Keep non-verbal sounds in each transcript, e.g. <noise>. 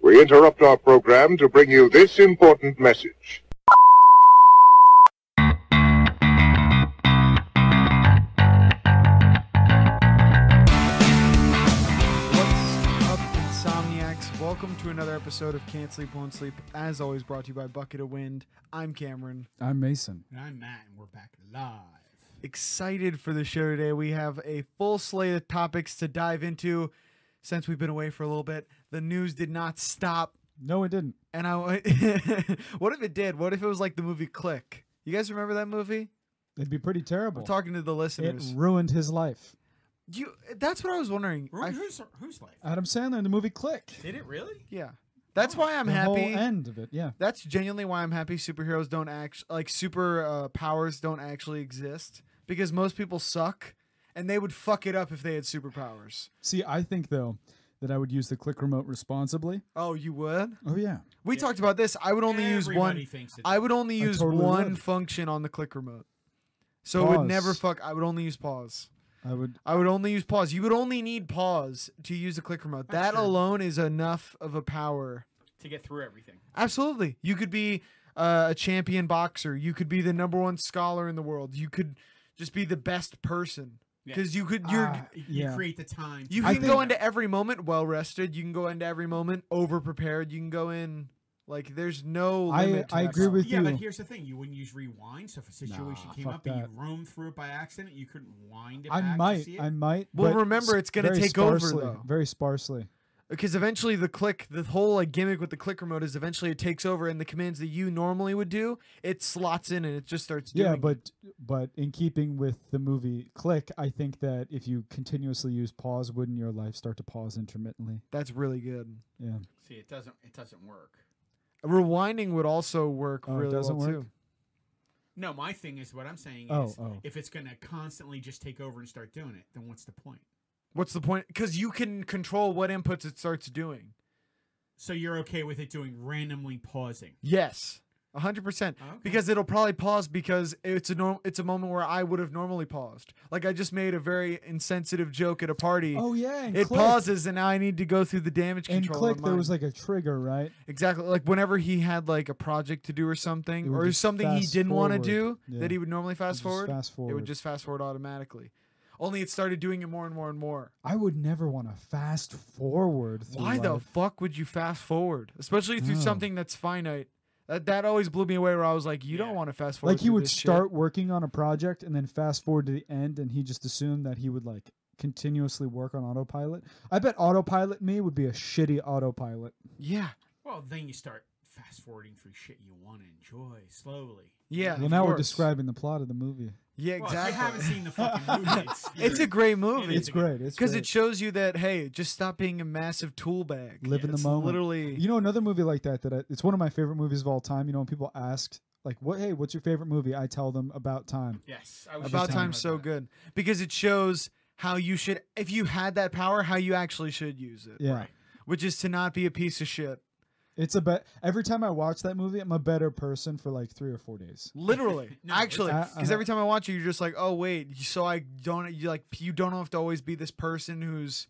We interrupt our program to bring you this important message. What's up, insomniacs? Welcome to another episode of Can't Sleep, Won't Sleep. As always, brought to you by Bucket of Wind. I'm Cameron. I'm Mason. And I'm Matt, and we're back live. Excited for the show today. We have a full slate of topics to dive into. Since we've been away for a little bit, the news did not stop. No, it didn't. And I, <laughs> what if it did? What if it was like the movie Click? You guys remember that movie? It'd be pretty I'm terrible. talking to the it listeners. ruined his life. you, that's what I was wondering. Who, I- who's, who's life? Adam Sandler in the movie Click. Did it really? yeah, that's why I'm the whole happy. end of it. Yeah. that's genuinely why I'm happy superheroes don't act like super uh, powers don't actually exist because most people suck and they would fuck it up if they had superpowers. See, I think though that I would use the click remote responsibly. Oh, you would? Oh yeah. We talked about this. I would only use Everybody one. Thinks it I would only I use totally one would. function on the click remote. So it would never Pause. fuck. I would only use pause. I would. I would only use pause. You would only need pause to use the click remote. That sure. alone is enough of a power. to get through everything. Absolutely. You could be uh, a champion boxer. You could be the number one scholar in the world. You could just be the best person Yeah. because you could. You're Ah, You yeah. create the time. you I can go think- into every moment well rested. You can go into every moment over prepared. You can go in like there's no. I- Limit to I that agree with- yeah, but you. here's the thing: you wouldn't use rewind. So if a situation Nah, came fuck up and you that. roamed through it by accident, you couldn't wind it. I back to might. see it. I might. Well, but remember, s- it's gonna very take over, sparsely, though. Very sparsely. because eventually the click, the whole like gimmick with the click remote is eventually it takes over and the commands that you normally would do, it slots in and it just starts. Doing yeah, it. but but in keeping with the movie Click, I think that if you continuously use pause, wouldn't your life start to pause intermittently? that's really good. Yeah. see it doesn't. It doesn't work. Rewinding would also work Oh, it really doesn't well work? too. No, my thing is what I'm saying Oh, is oh. if it's going to constantly just take over and start doing it, then what's the point? What's the point? Because you can control what inputs it starts doing. So you're okay with it doing randomly pausing? Yes, hundred percent. Okay. Because it'll probably pause because it's a norm. It's a moment where I would have normally paused. Like I just made a very insensitive joke at a party. Oh yeah. And it click. pauses, and now I need to go through the damage And control. click, on there mine. was like a trigger, right? exactly like whenever he had like a project to do or something, It would or just something he fast didn't want to forward. do Yeah. that he would normally fast Just forward. Fast forward. It would just fast forward automatically. Only it started doing it more and more and more. I would never want to fast forward. Through Why the life. fuck would you fast forward, especially through No. something that's finite? That that always blew me away. Where I was like, you Yeah. don't want to fast forward. like he through would this shit. start working on a project and then fast forward to the end, and he just assumed that he would like continuously work on autopilot. I bet autopilot me would be a shitty autopilot. Yeah, Well, then you start fast forwarding through shit you want to enjoy slowly. yeah. well, of now we're course. describing the plot of the movie. Yeah, Well, if exactly. you haven't seen the fucking movie, it's, <laughs> it's a great movie It's It's a good- great. It's because because it shows you that hey, just stop being a massive tool bag. Live in the It's moment. Literally, You know another movie like that that I, it's one of my favorite movies of all time. You know when people ask like, "What? Hey, what's your favorite movie?" I tell them about time. Yes, I was just about talking time's so that. good because it shows how you should, if you had that power, how you actually should use it, Yeah, Right. which is to not be a piece of shit. it's a bet. Every time I watch that movie, I'm a better person for like three or four days. Literally, <laughs> No, it's- Uh-huh. actually, I- because I- every time I watch it, you're just like, oh wait, so I don't you like you don't have to always be this person who's,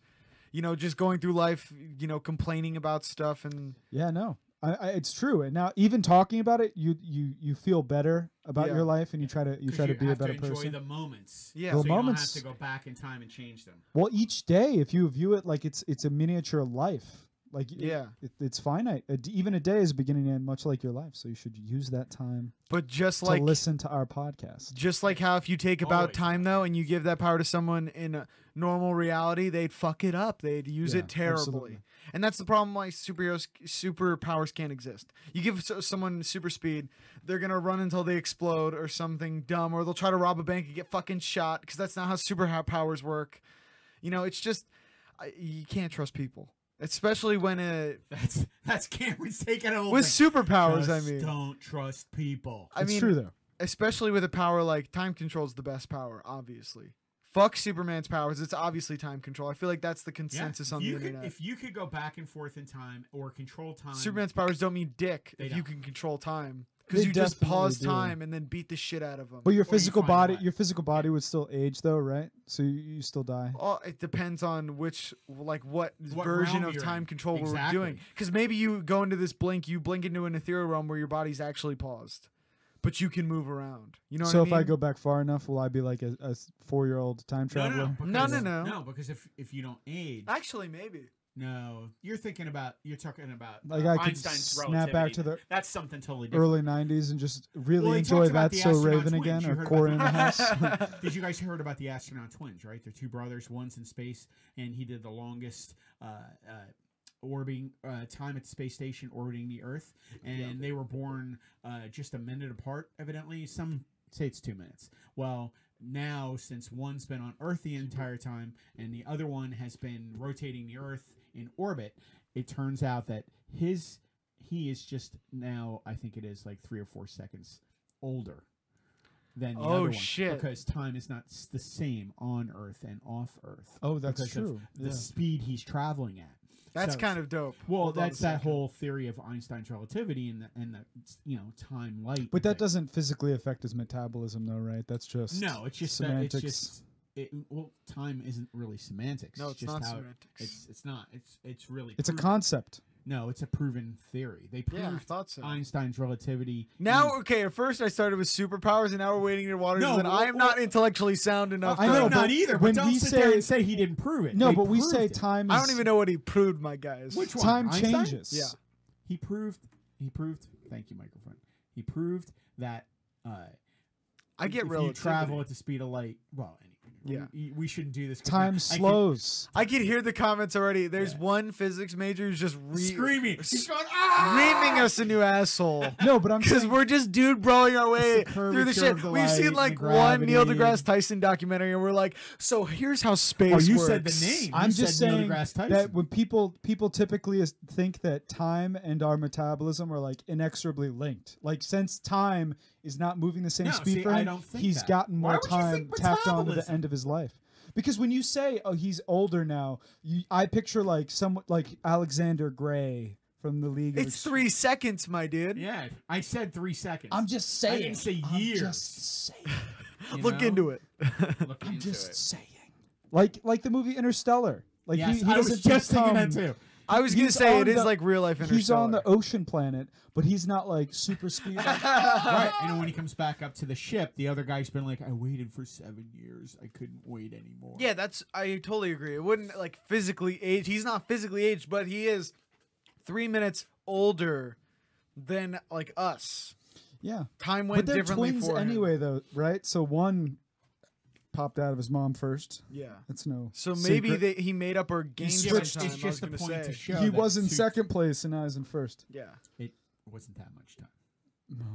you know, just going through life, you know, complaining about stuff and Yeah, no, I, I, it's true. And now, even talking about it, you you you feel better about Yeah. your life, and you try to you 'Cause try to be a have better enjoy person. the moments. Yeah. so The you don't moments- have to go back in time and change them. <laughs> well, each day, if you view it like it's it's a miniature life, like it- yeah. it, it's finite. A d even a day is beginning and end, much like your life. So you should use that time But just to like listen to our podcast. just like how if you take about Always. time though and you give that power to someone in a normal reality, they'd fuck it up. They'd use Yeah, it terribly. absolutely. And that's the problem why superheroes superpowers can't exist. You give so- someone super speed, they're going to run until they explode or something dumb or they'll try to rob a bank and get fucking shot cuz that's not how superpowers work. You know, it's just I- you can't trust people, especially when it That's that's Cameron's taking over. with superpowers, Just I mean. don't trust people. I it's mean, true though. especially with a power like time control's the best power, obviously. Fuck Superman's powers. It's obviously time control. I feel like that's the Yeah, consensus if on the you could, internet. If you could go back and forth in time or control time, Superman's powers don't mean dick They if you don't. can control time. because They you just definitely pause do. time and then beat the shit out of them. But your you physical find a body, way. your physical body would still age though, right? So you, you still die. Oh, it depends on which, like, what, What version realm of you're time in. control we're doing. Exactly. Because maybe you go into this blink, you blink into an ethereal realm where your body's actually paused, but you can move around. You know. so what if I mean? go back far enough, will I be like a, a four-year-old time No, traveler? no, No, because- no, no. No, because if if you don't age, actually <laughs> maybe. no, you're thinking about you're talking about Like uh, I could Einstein's snap back relativity. to the That's something totally different. early '90s and just really Well, he enjoy talks about that. the So Raven astronaut's again wings. You or heard about Corin in that? <laughs> the house. <laughs> Did you guys heard about the astronaut twins? Right, they're two brothers. One's in space, and he did the longest uh, uh, orbiting uh, time at the space station, orbiting the Earth. And they were born uh, just a minute apart, evidently. Some say it's two minutes. Well, now since one's been on Earth the entire time, and the other one has been rotating the Earth in orbit, it turns out that his he is just now, I think it is like three or four seconds older than the Oh, other one shit. because time is not s- the same on Earth and off Earth. <laughs> oh, that's because of true. The Yeah. speed he's traveling at. That's So- kind of dope. well. Hold on a that's that second. whole theory of Einstein's relativity and the, and the you know time light. But that thing. doesn't physically affect his metabolism, though, right? That's just No, it's just that it's just it, well, time isn't really semantics. No, it's just not how it- semantics. it's it's not. It's it's really. It's a proven. concept. No, it's a proven theory. They yeah, I proved thought so. Einstein's relativity. Now, in- okay, at first I started with superpowers, and now we're waiting to water. No, No, I well, am not intellectually sound enough. I to- know, I'm but not either. when but don't we sit there say- and say he didn't prove it. No, They but we proved say it. time. Is, I don't even know what he proved, my guys. Which one? Time Einstein? changes. Yeah. He proved. He proved. Thank you, microphone. He proved that. Uh, I get if relativity. you travel at the speed of light. Well, anyway, Yeah. we, we shouldn't do this. 'cause Time I- I could- slows. I can hear the comments already. There's Yeah. one physics major who's just re- screaming. s- He's going, "Ah!" reaming us a new <laughs> asshole. <laughs> no, but I'm Because saying we're just dude brawling our way the through the curvature shit. of the We've light seen and like the one Neil gravity. deGrasse Tyson documentary, and we're like, so here's how space Oh, you works. said the name. I'm You just said Neil saying deGrasse Tyson. that when people people typically is- think that time and our metabolism are like inexorably linked. Like since time is not moving the same No, speed see, for I him, don't think he's that. gotten Why more would you time think tacked on to the metabolism? end of his life. Because when you say oh he's older now, you, I picture like some like Alexander Gray from the League. of It's Extreme- three seconds, my dude. Yeah, I said three seconds. I'm just I saying. didn't say I'm years. just saying. you Look know? <laughs> into it. Look I'm into just it. saying. Like like the movie Interstellar. Like Yes, he, he I was doesn't just thinking that become- too. I was gonna He's say on it is the- like real life. He's on the Interstellar. ocean planet, but he's not like super <laughs> speed. like- right. And when he comes back up to the ship, the other guy's been like, I waited for seven years. I couldn't wait anymore. Yeah, that's I totally agree. It wouldn't like physically age. He's not physically aged, but he is three minutes older than like us. yeah, Time went but they're differently twins for him. anyway, though, right? So one popped out of his mom first. Yeah. That's no. So maybe secret. they, he made up or gained It's some just, time. it's I just was a gonna say. point to show. he that was in two- second place and I was in first. Yeah. It wasn't that much time. No.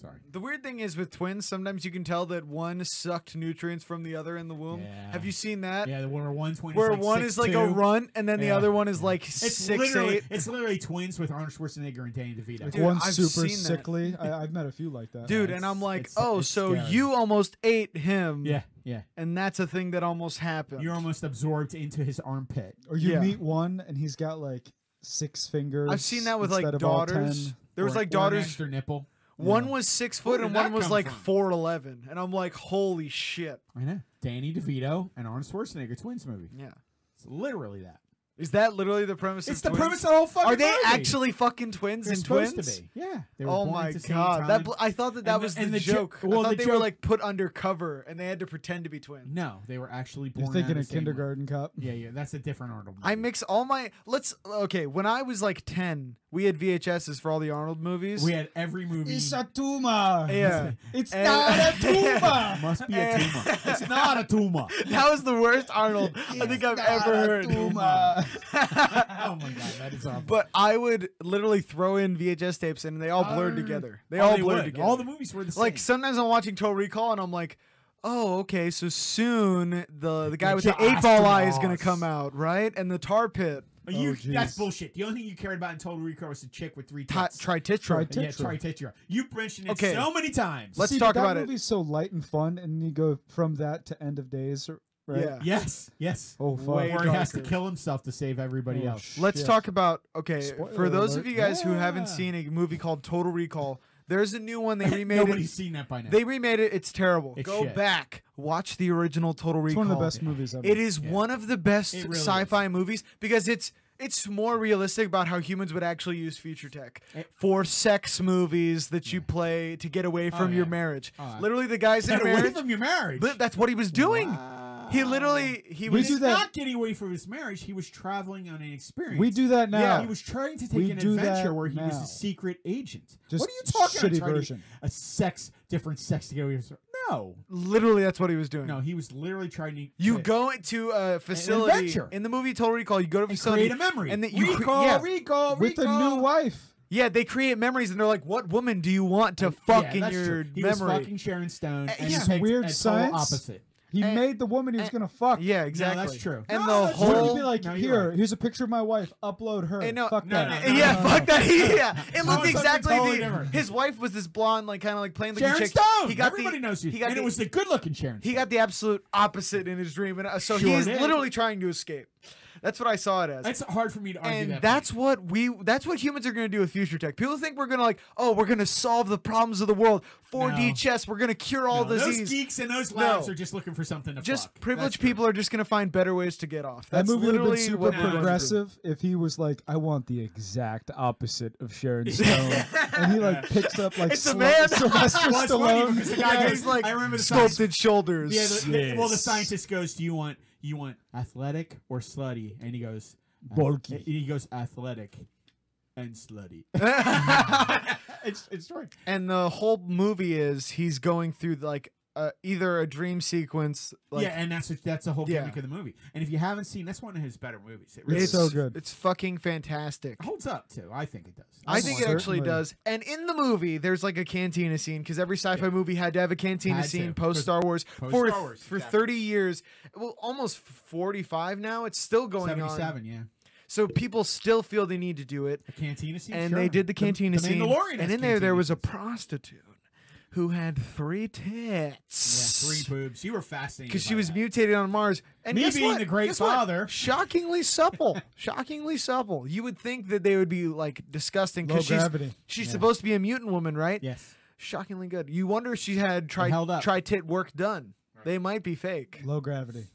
Sorry. The weird thing is with twins, sometimes you can tell that one sucked nutrients from the other in the womb. Yeah. Have you seen that? Yeah, the one where one's one Where is like one 6'2". is like a runt and then the Yeah. other one is like It's six literally, eight. It's literally twins with Arnold Schwarzenegger and Danny DeVito. Like Dude, one's I've super seen that. sickly. I, I've met a few like that. Dude, Yeah, and I'm it's- like, it's- oh, it's so scary. you almost ate him. Yeah, yeah. And that's a thing that almost happened. You're almost absorbed into his armpit. Or you Yeah. meet one and he's got like six fingers. I've seen that with instead like of all daughters. 10. There was Or- like or an daughters. extra nipple. One was six foot and did one that was come like from? four eleven, and I'm like, holy shit! I know. Danny DeVito and Arnold Schwarzenegger twins movie. Yeah, It's literally that. is that literally the premise? It's of the twins? premise of the whole fucking Are they movie. actually fucking twins They're and supposed twins? to be. Yeah. They were Oh born at my the same god! That time. bl- I thought that that And the- was and the the jo- joke. well, I thought the they were joke- like put undercover and they had to pretend to be twins. No, they were actually born. You're thinking out a of the same- kindergarten cup. Yeah, yeah, that's a different Arnold. I movie. mix all my let's okay. When I was like ten, we had VHSs for all the Arnold movies. We had every movie. <laughs> Eh, tumor. <laughs> yeah, It's And- must be a And- tumor. it's not a tumor. <laughs> <laughs> that was the worst Arnold I think I've ever heard. oh my god, that is awful. <laughs> But I would literally throw in VHS tapes and they all blurred together. They Oh, all they blurred would. together. All the movies were the same. like sometimes I'm watching Total Recall and I'm like, oh, okay, so soon the the guy with the eight ball eye is gonna Astronauts. come out, right? And the tar pit But you, Oh, geez. that's bullshit. The only thing you cared about in Total Recall was a chick with three ti- tits. tritetra. Trit- yeah, tetra. tritetra. You mentioned it Okay. so many times. Let's See, talk but about that it. movie's so light and fun, and you go from that to End of Days, or- right? Yeah. yes, yes. Oh fuck. Way Where he has to darker. kill himself to save everybody Oh, else. shit. Let's Yeah. talk about okay Spoiler for those alert. of you guys who haven't Yeah. seen a movie called Total Recall. There's a new one they remade. Nobody's it. seen that by now. They remade it. It's terrible. It's Go shit. back. Watch the original Total It's Recall. one of the best movies ever. It is Yeah. one of the best It really is. sci-fi movies because it's it's more realistic about how humans would actually use future tech for sex movies that you play to get away from your yeah. marriage. Oh, yeah. Literally, the guys in Get away marriage. from your marriage. But that's what he was doing. He literally he We was. do He's that- not getting away from his marriage. He was traveling on an experience. We do that now. Yeah. He was trying to take We an do that adventure where he was now. a secret agent. Just what are you talking about? shitty Trying to- version. A sex, different sex to get away from. No, Literally, that's what he was doing. no, he was literally trying to. You to go into a facility adventure. in the movie Total Recall. You go to a and facility create a memory, and then you cre- recall, yeah, recall, with a recall. new wife. yeah, they create memories and they're like, "What woman do you want to Yeah, fuck in that's your true. he memory?" was fucking Sharon Stone. Uh, and he yeah. picked Weird a total science. opposite. He And- made the woman he was and- gonna fuck. yeah, exactly. true. And No, the that's true. Wouldn't he whole be like, No, you're here, right. here's a picture of my wife. Upload her. And no, fuck no, that. no, no, yeah, no, fuck that. <laughs> yeah, it No, looked something exactly. totally the, different. his wife was this blonde, like kind of like plain looking Sharon chick. Stone. He got Everybody the, knows you. He got and the, it was the good-looking Sharon. he got the absolute opposite in his dream, and uh, so Sure he's did. literally trying to escape. That's what I saw it as. That's hard for me to argue and that. that's what we that's what humans are going to do with future tech people think we're going to like oh we're going to solve the problems of the world 4d No. chess we're going to cure all No, Those disease geeks and those labs No. are just looking for something to just fuck. privileged That's true. people are just going to find better ways to get off That that's movie would have literally been super what we're gonna do. progressive if he was like, I want the exact opposite <laughs> of Sharon Stone. and he like picks up like It's a Sly- man. <laughs> Sylvester Well, it's funny Stallone. because the guy Yeah, goes, he's like I remember the scientist. sculpted shoulders Yeah, the, the- well, the Yes. scientist goes, "Do you want you want athletic or slutty?" And he goes, "Ath- Bulky. And he goes, "Athletic <laughs> and slutty." <laughs> it's it's right. and the whole movie is he's going through like uh, either a dream sequence like yeah, and that's what, that's the whole Yeah. gimmick of the movie. And if you haven't seen, that's one of his better movies. It really It's so good. it's fucking fantastic holds up too. I think it does. I think it Certainly. actually does. And in the movie, there's like a cantina scene because every sci-fi movie had to have a cantina Had to, scene 'cause- post Star Wars post for Star Wars, for exactly. 30 years, well, almost 45 now. It's still going on. Seventy-seven. Yeah, So people still feel they need to do it, the cantina scene. and sure. they did the cantina the scene. Mandalorian has And in there, cantina there was a scenes. prostitute who had three tits. Yeah, <laughs> three boobs. You were fascinated because she by was that. mutated on Mars. And Me guess being what? the great Guess what? father. shockingly <laughs> supple, shockingly supple. You would think that they would be like disgusting Low because she's gravity. she's Yeah. supposed to be a mutant woman, right? Yes. Shockingly good. You wonder if she had tri held up. tri tit work done. They might be fake. Low gravity.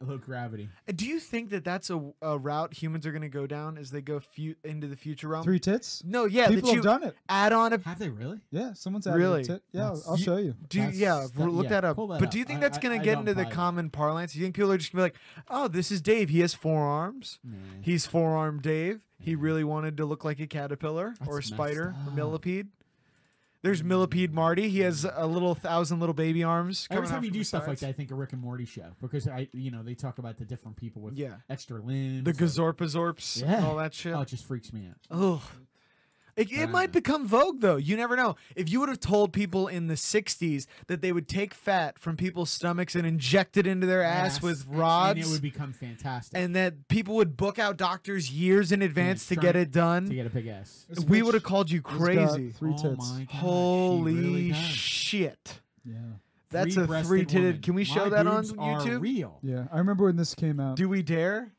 Low gravity. Do you think that that's a, a route humans are going to go down as they go fu- into the future realm? Three tits? No, yeah, People that have you done it. add on a. Have they really? Yeah, someone's added Really? a tit. Yeah, I'll- That's- I'll you- show you. Do you, That's- yeah, that- look yeah, that up. pull that but up. do you think I- that's I- going I to get don't into the buy that. common parlance? You think people are just going to be like, "Oh, this is Dave. He has four arms. He's four arm Dave. He really wanted to look like a caterpillar or a That's messed spider or up. Mm. millipede." There's millipede Marty. He has a little thousand little baby arms. Every coming time out you from do the stuff like that, sides. I think a Rick and Morty show because I, you know, they talk about the different people with Yeah. extra limbs. the or- Gazorpazorps, and Yeah. all that shit. Oh, it just freaks me out. Ugh. It, it might become vogue though. You never know. If you would have told people in the '60s that they would take fat from people's stomachs and inject it into their ass, with and- rods, and it would become fantastic. and that people would book out doctors years in advance to try get it done, to get a big ass. This we bitch would have called you has got crazy. Three oh tits. My God, she Holy really does. shit. Yeah. That's a Three-breasted three woman. titted. Can we My show that on boobs are YouTube? real. Yeah. I remember when this came out. Do we dare?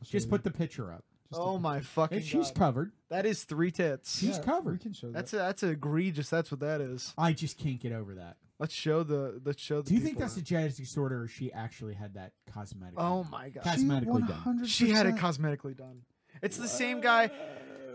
I'll show Just you. put the picture up. Just oh the- my Hey, fucking she's God. covered. That is three tits. Yeah. she's covered. We can show That's that. a, that's egregious. That's what that is. I just can't get over that. Let's show the let's show the Do you think people that's a genetic disorder, or she actually had that cosmetic? now. Oh my god. That's She medically done. 100%. She had it cosmetically done. It's the same guy.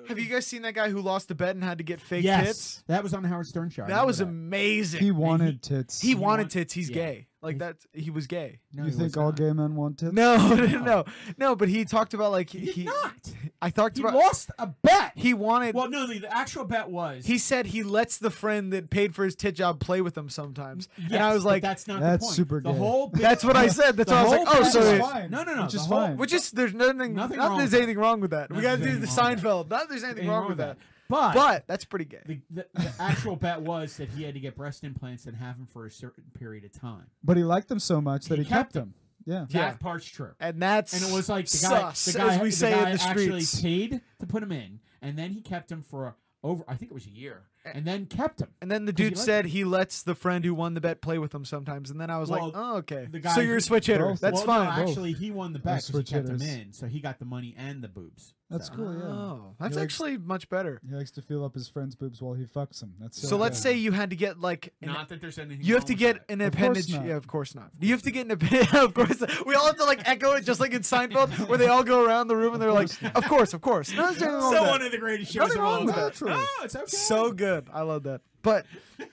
Have you guys seen that guy who lost a bet and had to get fake yes, tits? that was on the Howard Stern show. I That was remember amazing. He He, wanted tits. he wanted want- tits. He's yeah. gay. Like He- that. He was gay. No, you he was think all not. gay men want tits? No, <laughs> no, no, no. But he talked about like He, did he. not. I talked He about lost a bet. he wanted. well, no, the, the actual bet was he said he lets the friend that paid for his tit job play with him sometimes, Yes, and I was but like, that's not That's the point. super The gay. <laughs> whole bit- "That's what I said." That's the why I was like, whole "Oh, bit so was it's- fine. No, no, no. Which the is whole- fine. Which is there's nothing. Nothing not wrong that there's with anything wrong with that. We gotta Nothing's do the anything wrong Seinfeld. with that. Not that there's anything Nothing wrong with that. But, But that's pretty gay. the, the, the actual bet was that he had to get breast implants and have them for a certain period of time. But he liked them so much that He he, kept kept them. Yeah. Yeah. That part's true. and that's And it was like the guy, sus, the guy, as we the say guy in the actually streets. paid to put him in, and then he kept him for over. I think it was a year. and then kept him. And then the 'Cause you dude like said he lets the friend who won the bet play with him sometimes. And then I was Well, like, oh, okay. the so guy you're who- a switch hitter. Both. That's Well, fine. No, actually, he won the bet That's because he kept him switch hitters. in, so he got the money and the boobs. That's So- cool. Yeah. Oh, that's likes- actually much better. He likes to feel up his friend's boobs while he fucks him. That's So, so let's good. say you had to get like an Not that there's anything. You have wrong to with get that. an Oh, Of course appendage. not. Yeah, of course not. You have to get an appendage. <laughs> of course, not. we all have to like echo it, just like in Seinfeld, where they all go around the room and they're like, "Of course, of course." No, there's nothing wrong with So that. one of the greatest shows Nothing of wrong all with that. time. No, it's okay. So good. I love that. But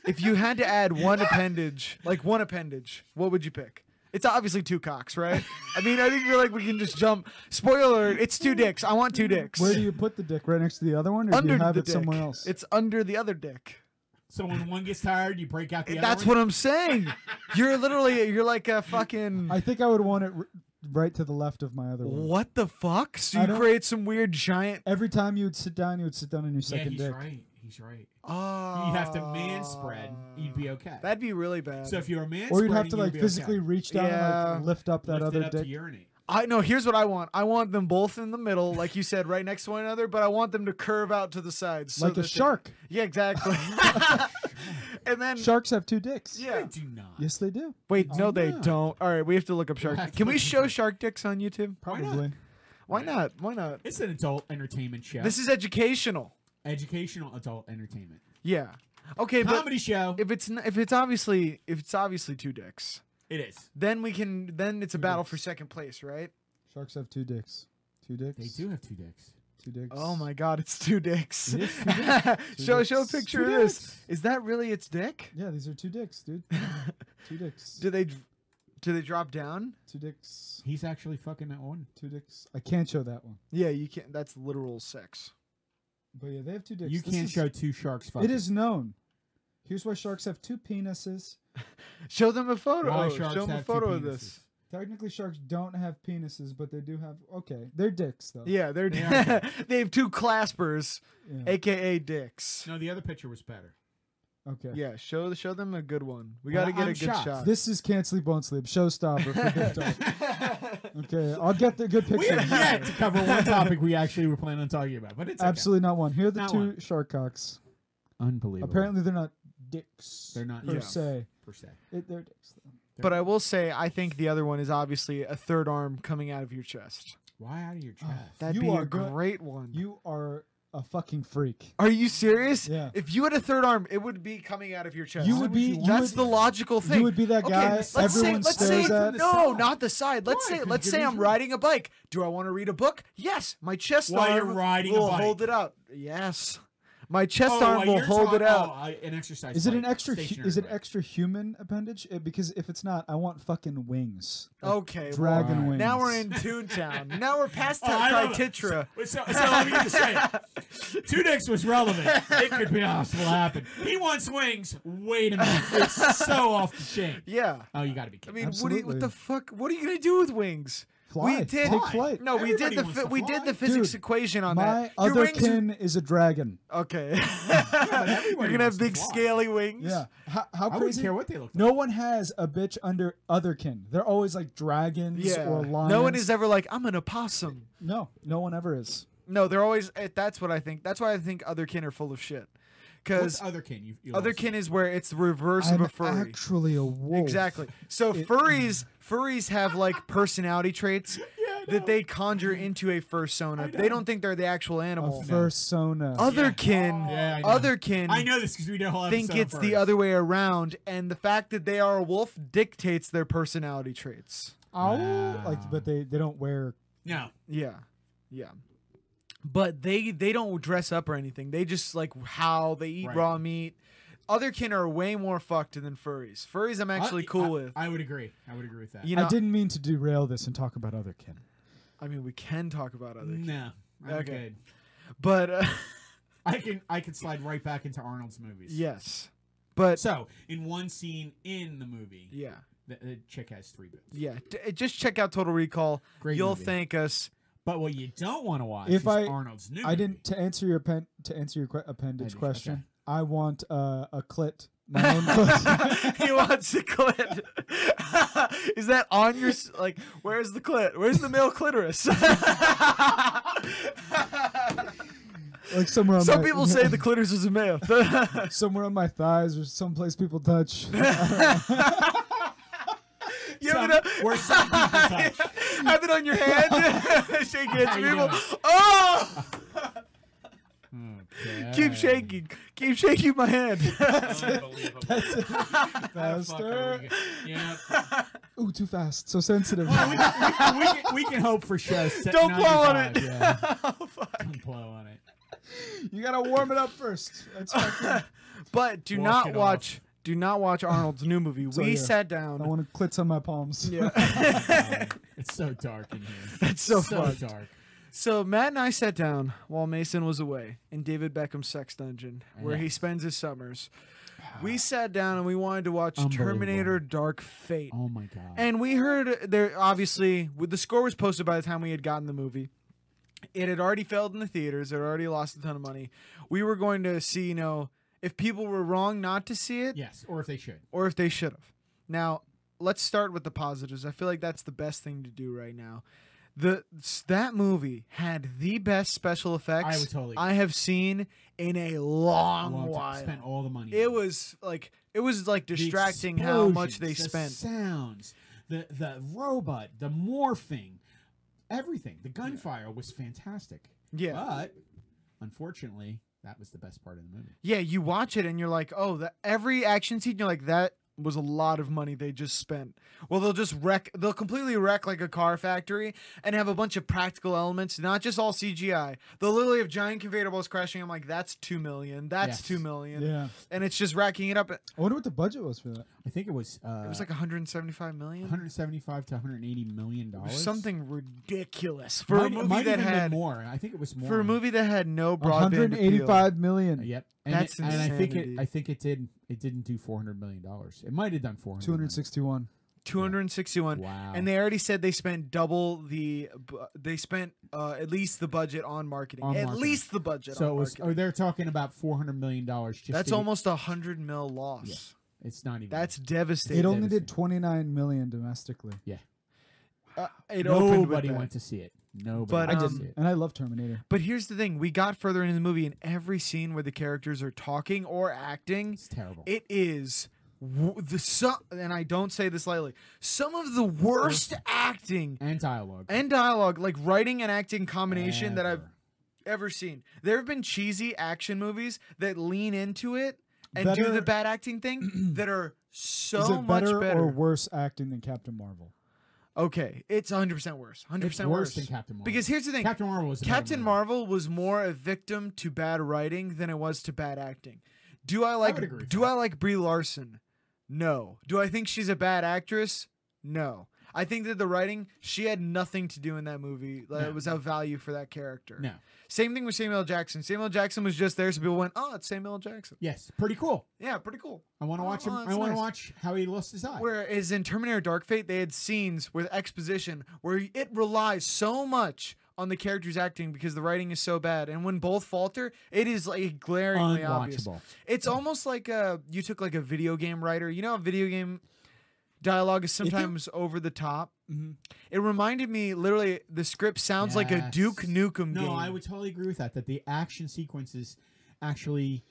if you had to add one appendage, like one appendage, what would you pick? It's obviously two cocks, right? I mean, I think we're like we can just jump. Spoiler: alert, It's two dicks. I want two dicks. Where do you put the dick? Right next to the other one, or under do you have the it dick. somewhere else? It's under the other dick. So when one gets tired, you break out the other. That's one? what I'm saying. You're literally you're like a fucking. I think I would want it r- right to the left of my other one. What the fuck? So I you don't- create some weird giant. Every time you would sit down, you would sit down on your Yeah, second he's dick. right. He's right. Oh. You have to man spread. You'd be okay. Ah. That'd be really bad. so if you're a man, Oh. Or you'd have to like physically reach down and Yeah. like lift up that lift other it up to dick. urinate. I know. Here's what I want. I want them both in the middle, like you said, right next to one another. But I want them to curve out to the sides, so like that a they- <laughs> shark. yeah, exactly. and then Sharks have two dicks. I yeah. do not. Yes, they do. Wait, Oh, no, they yeah. don't. All right, we have to look up shark. have to Can we look up show shark. shark dicks on YouTube? Why Probably. not? Why not? Why not? It's an adult entertainment show. This is educational. educational adult entertainment. Yeah. Okay, but Comedy show. if it's n- if it's obviously if it's obviously two dicks, it is. then we can then it's a battle for second place, right? Sharks have two dicks. Two dicks. They do have two dicks. Two dicks. Oh my god, it's two dicks. It is two <laughs> Two show show a dicks. picture Two of this. dicks. Is that really its dick? Yeah, these are two dicks, dude. <laughs> two dicks. Do they do they drop down? Two dicks. He's actually fucking that one. Two dicks. I can't show that one. Yeah, you can't that's literal sex. But yeah, they have two dicks. You This can't is- show two sharks fucking. It is known. Here's why sharks have two penises. Show them a photo. Oh, Why sharks show them a have two photo of penises. this. Technically, sharks don't have penises, but they do have. Okay, they're dicks though. Yeah, they're They <laughs> they, are. have two claspers, Yeah. aka dicks. No, the other picture was <laughs> better. Okay. Yeah, show show them a good one. We Well, got to get I'm a good shocked. shot. This is can't sleep, won't sleep. Showstopper. <laughs> For good dog. okay, I'll get <laughs> the good We picture. have yet to cover one topic we actually were planning on talking about, but <laughs> it's okay. Absolutely not one. Here are the Not two one. shark cocks. unbelievable. Apparently, they're not dicks. They're not per Yeah. se. per se. It, they're dicks. Though. but I will say I think the other one is obviously a third arm coming out of your chest. Why out of your chest? Oh, That'd You be are a good- great one. You are a <laughs> fucking freak. Are you serious? Yeah. <laughs> If you had a third arm, it would be coming out of your chest. You would be. you That's would- the logical thing. You would be that Okay, guy let's say, everyone let's say, stares at. no, side. not the side. Let's Why? say, Could let's you say reach I'm it? riding a bike. Do I want to read a book? Yes. My chest While arm you're riding a will bike. hold it out. Yes. My chest Oh, arm uh, will you're hold talking- it out. oh, I- an exercise. Is it bike, an extra? hu- stationary Is it bike. extra human appendage? Uh, because if it's not, I want fucking wings. Like okay. well, dragon alright. wings. now we're in Toontown. now we're <laughs> past Oh, I love it. Titra. Wait, So, so let me get this <laughs> straight. Two dicks was relevant. It could be possible to happen. He wants wings. Wait a minute. It's so off the <laughs> chain. Yeah. Oh, you got to be I kidding. mean, what, do you, Absolutely. what the fuck? What are you gonna do with wings? Fly. We did. Take flight. No, we did Everybody the wants phy- to we did fly. the physics Dude, equation on My that. Your other wings kin is a dragon. <laughs> Okay. You're everybody gonna wants have to big fly. scaly wings. Yeah. How, how I wouldn't crazy? care what they looked like. No one has a bitch under other kin. They're always like dragons Yeah. or lions. No one is ever like, I'm an opossum. No, no one ever is. No, they're always. eh, That's what I think. That's why I think other kin are full of shit. What's Because other kin? You, you other lost. kin is where it's the reverse of I'm a furry. actually a wolf. Exactly. So furries, furries have like personality <laughs> traits I that they conjure into a fursona. They don't think they're the actual A animal. fursona. Other Yeah. kin, Yeah, I know. other kin. I know this because we know all think episode it's the first. other way around, and the fact that they are a wolf dictates their personality traits. Owl? Wow. Like, but they they don't wear. No. Yeah, yeah. But they they don't dress up or anything. They just like how they eat Right. raw meat. Other kin are way more fucked than furries. Furries, I'm actually I- cool I- with. I would agree. I would agree with that. you know, I I, didn't mean to derail this and talk about other kin. mean, we can talk about other, kin, No. I'm Okay. good. but uh, <laughs> I can I can slide right back into Arnold's movies. yes, but So in one scene in the movie, yeah, the, the chick has three boobs. yeah. D- uh, just check out Total Recall. Great You'll movie. thank <laughs> us. But what you don't want to watch If is I- Arnold's new. I didn't to answer your appen- to answer your que- appendage Appendage, question. okay. I want uh, a clit. My <laughs> own clit. he wants a clit. <laughs> Is that on your s- like? Where's <laughs> the clit? Where's the male clitoris? like somewhere. On Some my, people say the clitoris is a male. <laughs> <laughs> somewhere on my thighs or someplace people <laughs> touch. you ever know? <laughs> Where some people touch. Have it on your hand. <laughs> Shake hands, How you people. doing? Oh, Okay. keep <laughs> shaking. Keep shaking my hand. Unbelievable. That fucker, Faster. we can- You know, Ooh, too fast. So sensitive. we, can- we can, we can hope for shows. <laughs> <laughs> set Don't blow on 95, it. Yeah, <laughs> Oh, fuck. don't blow <laughs> on it. you gotta warm it up first. That's fucking. But do Wash not it watch. Do not watch Arnold's new movie. So, we yeah. sat <laughs> I down. want to clits on my palms. Yeah. <laughs> Um, it's so dark in here. That's so fucked. dark. So Matt and I sat down while Mason was away in David Beckham's sex dungeon, where he spends his summers. <sighs> We sat down and we wanted to watch Unbelievable. Terminator Dark Fate. Oh my god. And we heard there obviously with the score was posted by the time we had gotten the movie. It had already failed in the theaters, it had already lost a ton of money. We were going to see, you know, if people were wrong not to see it yes, or if they should. or if they should have. Now, let's start with the positives. I feel like that's the best thing to do right now. The s- that movie had the best special effects I would totally. I have seen in a long loved it. while. Spent all the money. It on was like it was like The distracting how much they explosions, spent. The sounds, the the robot, the morphing, everything. The gunfire was fantastic. Yeah. But unfortunately, that was the best part of the movie. Yeah, you watch it and you're like, oh, the, every action scene, you're like, that was a lot of money they just spent. Well, they'll just wreck, they'll completely wreck like a car factory and have a bunch of practical elements, not just all CGI. They'll literally have giant conveyor belts crashing. I'm like, that's two million, that's Yes. two million. <laughs> Yeah. And it's just racking it up. It I wonder what the budget was for that. I think it was. Uh, it was like 175 million. 175 to 180 million dollars. Something ridiculous for might, a might movie that even been had more. I think it was more. Uh, for a movie that had no broadband appeal. 185 million. Yep. And That's it, and I think it insanity. I think it did it didn't do 400 million dollars. It might have done 400. million. 261. 261. Wow. and they already said they spent double the bu- they spent uh, at least the budget on marketing On at marketing. least the budget so on it was, marketing. oh, they're talking about 400 million dollars just that's to- almost a hundred mil loss it's not even that's It devastating only did devastating. 29 million domestically. Uh, it opened with nobody that. went to see it. Nobody But, went to um, see it. And I love Terminator. but here's the thing we got further into the movie and every scene where the characters are talking or acting It's terrible. it is w- the so, and I don't say this lightly some of the worst acting and dialogue. and dialogue like writing and acting combination that I've Ever. ever seen. There have been cheesy action movies that lean into it and do the Better- bad acting <clears throat> thing that are so Is it much better, better. or worse acting than Captain Marvel? okay, it's 100% worse. 100% It's worse than Captain Marvel. Because here's the thing. Captain Marvel was a better Captain movie. Marvel was more a victim to bad writing than it was to bad acting. Do I like would agree with do that. I like Brie Larson? No. Do I think she's a bad actress? No. I think that the writing she had nothing to do in that movie. Like, No. It was of value for that character. No. Same thing with Samuel L. Jackson. Samuel L. Jackson was just there, so people went, "Oh, it's Samuel L. Jackson." Yes, pretty cool. Yeah, pretty cool. I want to Oh, watch him. oh, I that's want to nice. watch how he lost his eye. Whereas in Terminator Dark Fate, they had scenes with exposition where it relies so much on the characters acting because the writing is so bad, and when both falter, it is like glaringly obvious. Unwatchable. It's almost like uh you took like a video game writer. You know, how video game dialogue is you- sometimes over the top. Mhm. It reminded me literally the script sounds like a Duke Yes. Nukem No, game. I would totally agree with that. That the action sequences actually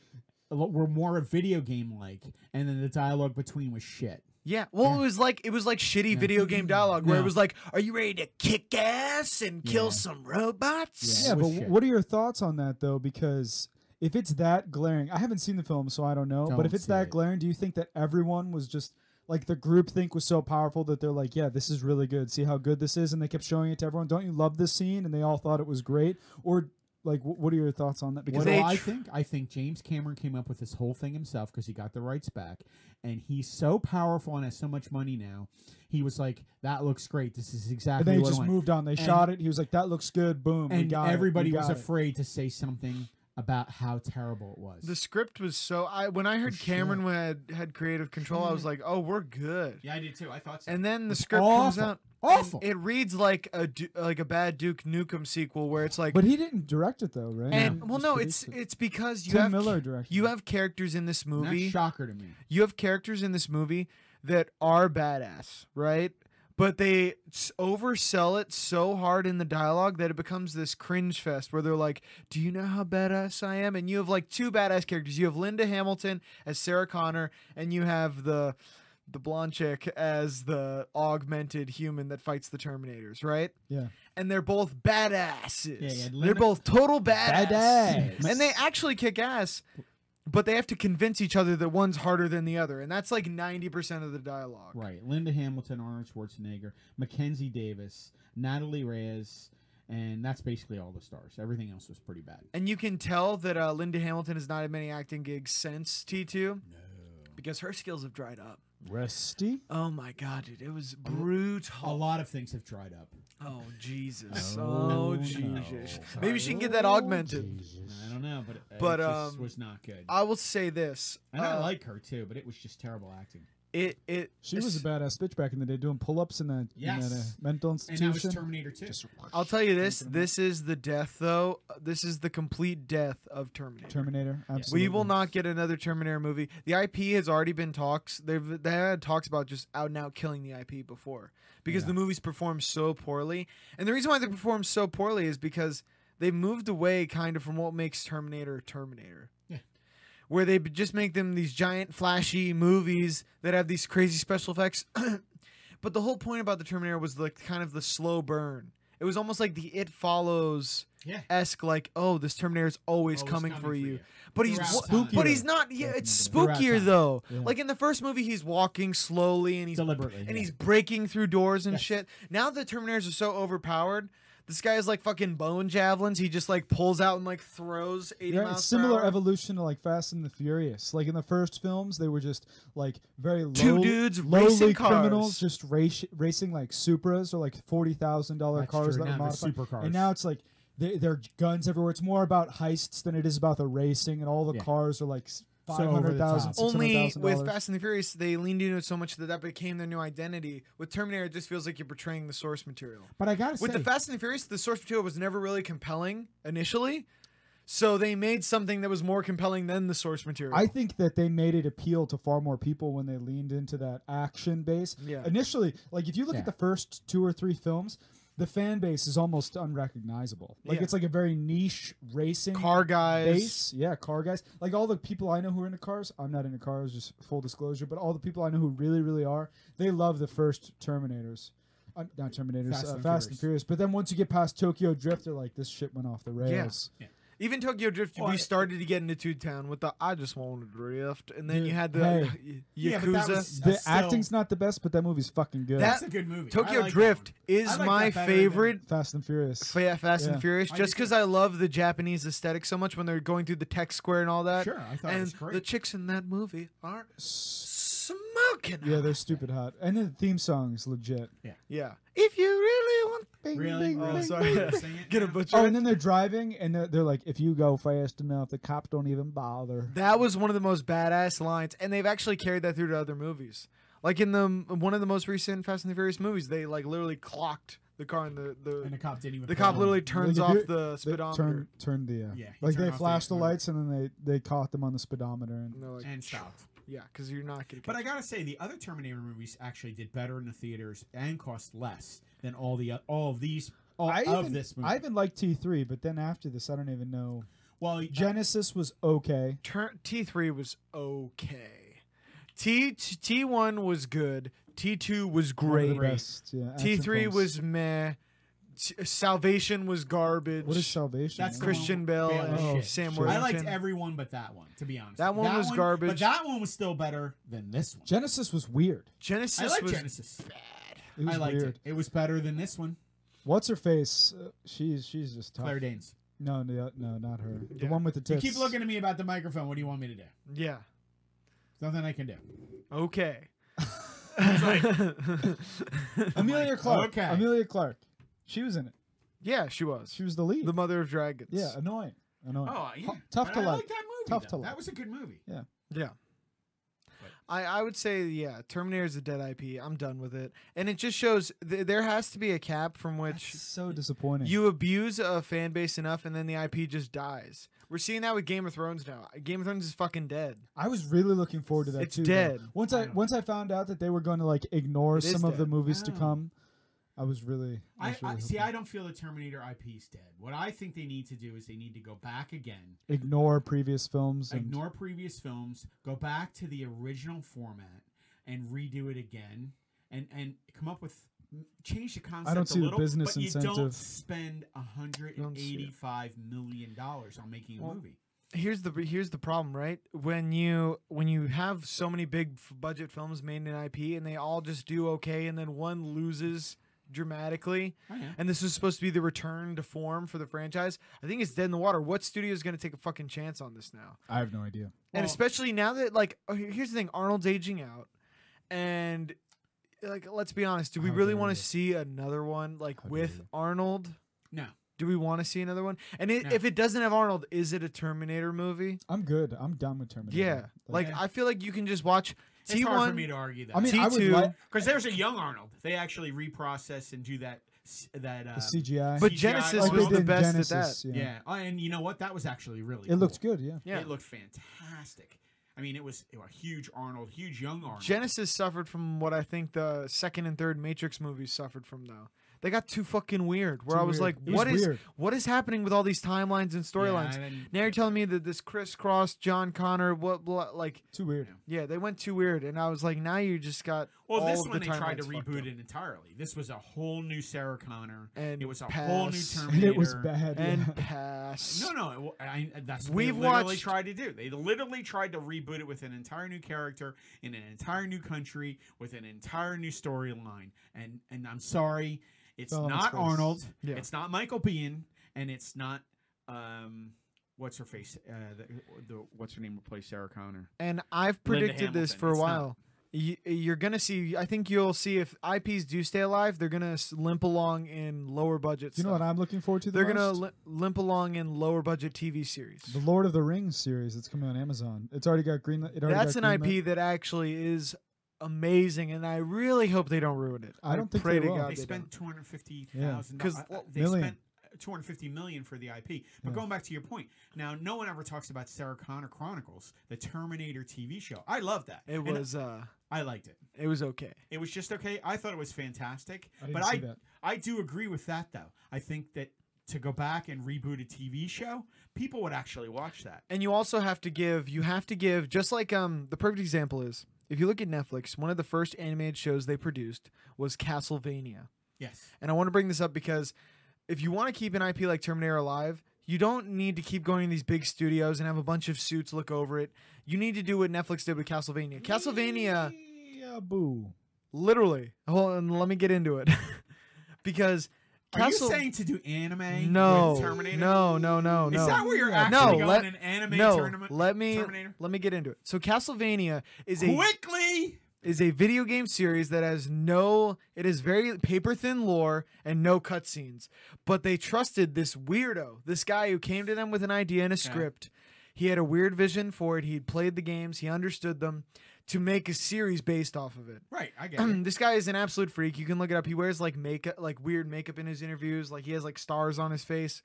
a lot- were more a video game like, and then the dialogue between was shit. Yeah. Well, Yeah. it was like it was like shitty Yeah. video game dialogue where No. it was like, "Are you ready to kick ass and kill Yeah. some robots?" Yeah, Yeah, it but was wh- shit. what are your thoughts on that though? Because if it's that glaring, I haven't seen the film, so I don't know. but Don't if it's see that it. glaring, do you think that everyone was just like the group think was so powerful that they're like, yeah, this is really good. See how good this is, and they kept showing it to everyone. Don't you love this scene? And they all thought it was great. Or like, wh- what are your thoughts on that? Because what they do I tr- think? I think James Cameron came up with this whole thing himself because he got the rights back, and he's so powerful and has so much money now. He was like, "That looks great. This is and exactly they what just I want." moved on. They shot it. He was like, that looks good. Boom. we and got it, we everybody was got it. afraid to say something about how terrible it was. The script was so I when I heard shit. Cameron had had creative control, I was like, "Oh, we're good." yeah, I did too. I thought And then the script comes awful. out and Awful. It reads like a Du- like a bad Duke Nukem sequel where it's like But he didn't direct it though, right? and He well just no, it's produced it. it's because you Tim have Miller directed. you it. have characters in this And movie That's shocker to me. you have characters in this movie that are badass, right? but they s- oversell it so hard in the dialogue that it becomes this cringe fest where they're like, "Do you know how badass I am?" And you have like two badass characters. You have Linda Hamilton as Sarah Connor, and you have the the blonde chick as the augmented human that fights the Terminators, right? Yeah. And they're both badasses. Yeah, yeah, They're Linda- both total badasses. Badass. And they actually kick ass, but they have to convince each other that one's harder than the other, and that's like ninety percent of the dialogue. Right. Linda Hamilton, Arnold Schwarzenegger, Mackenzie Davis, Natalie Reyes, and that's basically all the stars. Everything else was pretty bad. And you can tell that uh, Linda Hamilton has not had many acting gigs since T2 because her skills have dried up. Rusty. Oh my God, dude. It was brutal. A lot of things have dried up. Oh, Jesus. Oh, Oh, no. Jesus. Maybe she can get that Oh, augmented. I don't know, but it, But, it just um, was not good. I will say this. and I uh, like her too, but it was just terrible acting. it. it She was a badass bitch back in the day, doing pull-ups in that, in that uh, Yes. mental And that institution. was Terminator 2. Just- I'll tell you this. This is the death, though. This is the complete death of Terminator. Terminator. Absolutely. We will not get another Terminator movie. The IP has already been talks. They've they had talks about just out and out killing the IP before because Yeah. the movies perform so poorly. And the reason why they perform so poorly is because they moved away kind of from what makes Terminator Terminator. Yeah. Where they just make them these giant flashy movies that have these crazy special effects. <clears throat> but the whole point about the Terminator was like kind of the slow burn. It was almost like the It Follows Yeah. esque, like, oh, this Terminator is always, Always coming, for you. But he's Throughout wa- time. but he's not. Yeah, Throughout it's time. Throughout spookier time. though. Yeah. Like in the first movie, he's walking slowly and he's Deliberately. and yeah. he's breaking through doors and Yes. shit. Now the Terminators are so overpowered. This guy is like fucking bone javelins. He just like pulls out and like throws eighty Yeah, miles. it's per similar hour. evolution to like Fast and the Furious. Like in the first films, they were just like very low, Two dudes lowly racing cars. criminals, just race, racing like Supras or like forty thousand dollar That's cars true. that were Now they're modified. supercars. And now it's like they, there are guns everywhere. It's more about heists than it is about the racing, and all the Yeah. cars are like s- So over the five hundred thousand, top. six hundred Only thousand with dollars. Fast and the Furious, they leaned into it so much that that became their new identity. With Terminator, it just feels like you're portraying the source material. but I gotta With say, the Fast and the Furious, the source material was never really compelling initially, so they made something that was more compelling than the source material. I think that they made it appeal to far more people when they leaned into that action base. Yeah. Initially, like if you look Yeah. at the first two or three films, the fan base is almost unrecognizable. Like Yeah. it's like a very niche racing car guys. base. Yeah, car guys. Like all the people I know who are into cars, I'm not into cars, just full disclosure, but all the people I know who really, really are, they love the first Terminators. Uh, not Terminators, Fast Fast, uh, and and, Fast and Furious. But then once you get past Tokyo Drift, they're like, this shit went off the rails. Even Tokyo Drift, Well, we it- started to get into Toon Town with the "I just want to drift," and then Dude, you had the uh, Yeah, but Yakuza. that was- The That's still- acting's not the best, but that movie's fucking good. That- that's a good movie. Tokyo I like that Drift one. is I like my that better than- favorite. Fast and Furious. Fa- Fast Yeah. and Furious, I just do too. because I love the Japanese aesthetic so much when they're going through the tech square and all that. Sure, I thought it uh, And was great. the chicks in that movie are smoking. Yeah, hot. they're stupid hot. And the theme song is legit. yeah. If you really want, bing, Really? bing, Oh, bing, sorry. bing. <laughs> Sing it Get a now. butcher. Oh, and then they're driving, and they're, they're like, if you go fast enough, the cops don't even bother. That was one of the most badass lines, and they've actually carried that through to other movies. Like in the one of the most recent Fast and the Furious movies, they like literally clocked the car and the the, And the cop didn't even. the cop pull literally him. turns Like, if off you- the They speedometer. turn, turned the, uh, Yeah, he like turned they off the flashed the external. lights, and then they, they caught them on the speedometer. And And they're like, and stopped. yeah, because you're not gonna. But catch I gotta say, the other Terminator movies actually did better in the theaters and cost less than all the uh, all of these all I Oh, of even, this movie. I even liked T3, but then after this, I don't even know. well, Genesis was okay. Turn T three was okay. T T one was good. T two was One of the great. best, yeah, T action three films. was meh. T- Salvation was garbage. What is Salvation? That's the man? Christian one- Bale Bale and and shit. Sam Sure. I Worthington. liked everyone but that one, to be honest. That one was But garbage. that one was still better than this one. Genesis was weird. Genesis I like was Genesis. It was I liked weird. it. It was better than this one. What's her face? Uh, she's she's just tough. Claire Danes. No, no, no, not her. The Yeah. one with the You tits. keep looking at me about the microphone. What do you want me to do? yeah. Nothing I can do. Okay. <laughs> Amelia Clark. okay. Amelia Clark. She was in it. yeah, she was. She was the lead. The mother of dragons. yeah, annoying. Annoying. Oh, yeah. Tough But to I like. Like that movie, Tough though. to like. That was a good movie. Yeah. I, I would say yeah, Terminator is a dead IP. I'm done with it, and it just shows th- there has to be a cap from which That's so disappointing. you abuse a fan base enough, and then the IP just dies. We're seeing that with Game of Thrones now. Game of Thrones is fucking dead. I was really looking forward to that It's too. though. dead. Once I I, know. once I found out that they were going to like ignore It is some of the dead. movies to Wow. come, I was really. I, I, was really I see. hoping- I don't feel the Terminator IP is dead. What I think they need to do is they need to go back again, ignore previous films. And ignore previous films, go back to the original format, and redo it again, and and come up with change the concept. don't see a the little, business but You don't incentive. spend a hundred Don't and see it. eighty-five million dollars on making a Well, movie. here's the here's the problem, right? When you when you have so many big f- budget films made in IP and they all just do okay, and then one loses dramatically, I know. and this was supposed to be the return to form for the franchise. I think it's dead in the water. What studio is going to take a fucking chance on this now? I have no idea. and Well- especially now that like oh, here- here's the thing, Arnold's aging out, and like let's be honest, do we How really dare want you. to see another one like How dare with you. Arnold? No. Do we want to see another one? And it, No. if it doesn't have Arnold, is it a Terminator movie? I'm good. I'm done with Terminator. Yeah, like Yeah. I feel like you can just watch eh. It's hard for me T1. to argue that. I mean, I would T2, like because there's a young Arnold. They actually reprocess and do that. s- That uh, the CGI. But CGI Genesis Like was they the did best at that. Genesis, yeah. Oh, and you know what? That was actually really. It looked cool. good. Yeah. Yeah. It looked fantastic. I mean, it was a huge Arnold, huge young Arnold. Genesis suffered from what I think the second and third Matrix movies suffered from though. They got too fucking weird. Where Too I was weird. like, It was what is weird. what is happening with all these timelines and Yeah, storylines? and- Now you're telling me that this crisscross John Connor, what, what like Too weird. Yeah. yeah, they went too weird, and I was like, now you just got Well, all this of the one they tried to timelines fucked reboot up. it entirely. This was a whole new Sarah Connor. and It was a pass, whole new And Terminator. it was bad. yeah. <laughs> and pass. No, no, it wa- I, I- that's what We've they literally watched- tried to do. They literally tried to reboot it with an entire new character in an entire new country with an entire new storyline. And and I'm sorry, it's Fell on its not face. Arnold, Oh, Yeah. it's not Michael Biehn, and it's not um, what's her face? Uh, the, the what's her name replaced Sarah Connor? and I've Linda predicted this Hamilton, for a it's not- while. Y- You're gonna see. I think you'll see if IPs do stay alive, they're gonna s- limp along in lower budget. Do you know what stuff. I'm looking forward to? The They're gonna most? li- limp along in lower budget TV series. the Lord of the Rings series that's coming on Amazon. It's already got green. It already That's got an greenlit. IP that actually is amazing, and I really hope they don't ruin it. I don't think pray they to will. God they they spent don't. two hundred fifty thousand. 'Cause, dollars. well, They million. spent two hundred fifty million for the IP. But Yeah. going back to your point, now no one ever talks about Sarah Connor Chronicles, the Terminator TV show. I love that. It And was uh, I liked it. it was okay. It was just okay. I thought it was fantastic. I didn't but see I that. I do agree with that though. I think that to go back and reboot a TV show, people would actually watch that. and you also have to give you have to give just like um the perfect example is if you look at Netflix, one of the first animated shows they produced was Castlevania. Yes. And I want to bring this up because if you want to keep an IP like Terminator alive, you don't need to keep going to these big studios and have a bunch of suits look over it. You need to do what Netflix did with Castlevania. Castlevania Yeah, boo. literally. Hold on, let me get into it. <laughs> because Are Castle you saying to do anime? No. With Terminator? No, no, no, no. Is that where you're Yeah. actually No, going? let- an anime no, tournament? let me Terminator? let me get into it. So Castlevania is a Quickly. is a video game series that has no it is very paper thin lore and no cutscenes but they trusted this weirdo this guy who came to them with an idea and a script he had a weird vision for it he'd played the games he understood them to make a series based off of it Right, I get <clears throat> it. this guy is an absolute freak you can look it up he wears like makeup like weird makeup in his interviews like he has like stars on his face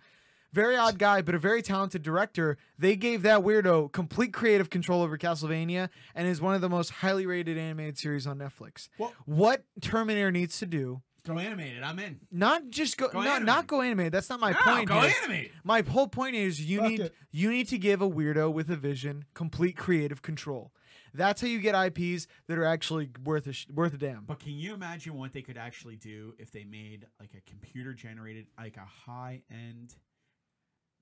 very odd guy, but a very talented director. They gave that weirdo complete creative control over Castlevania and is one of the most highly rated animated series on Netflix. Well- What Terminator needs to do, Go animated. I'm in. not just go, Go not, animated. not go animated. That's not my No, point. go here. animated. My whole point is you Fuck need it. you need to give a weirdo with a vision complete creative control. That's how you get IPs that are actually worth a sh- worth a damn. But can you imagine what they could actually do if they made like a computer generated, like a high end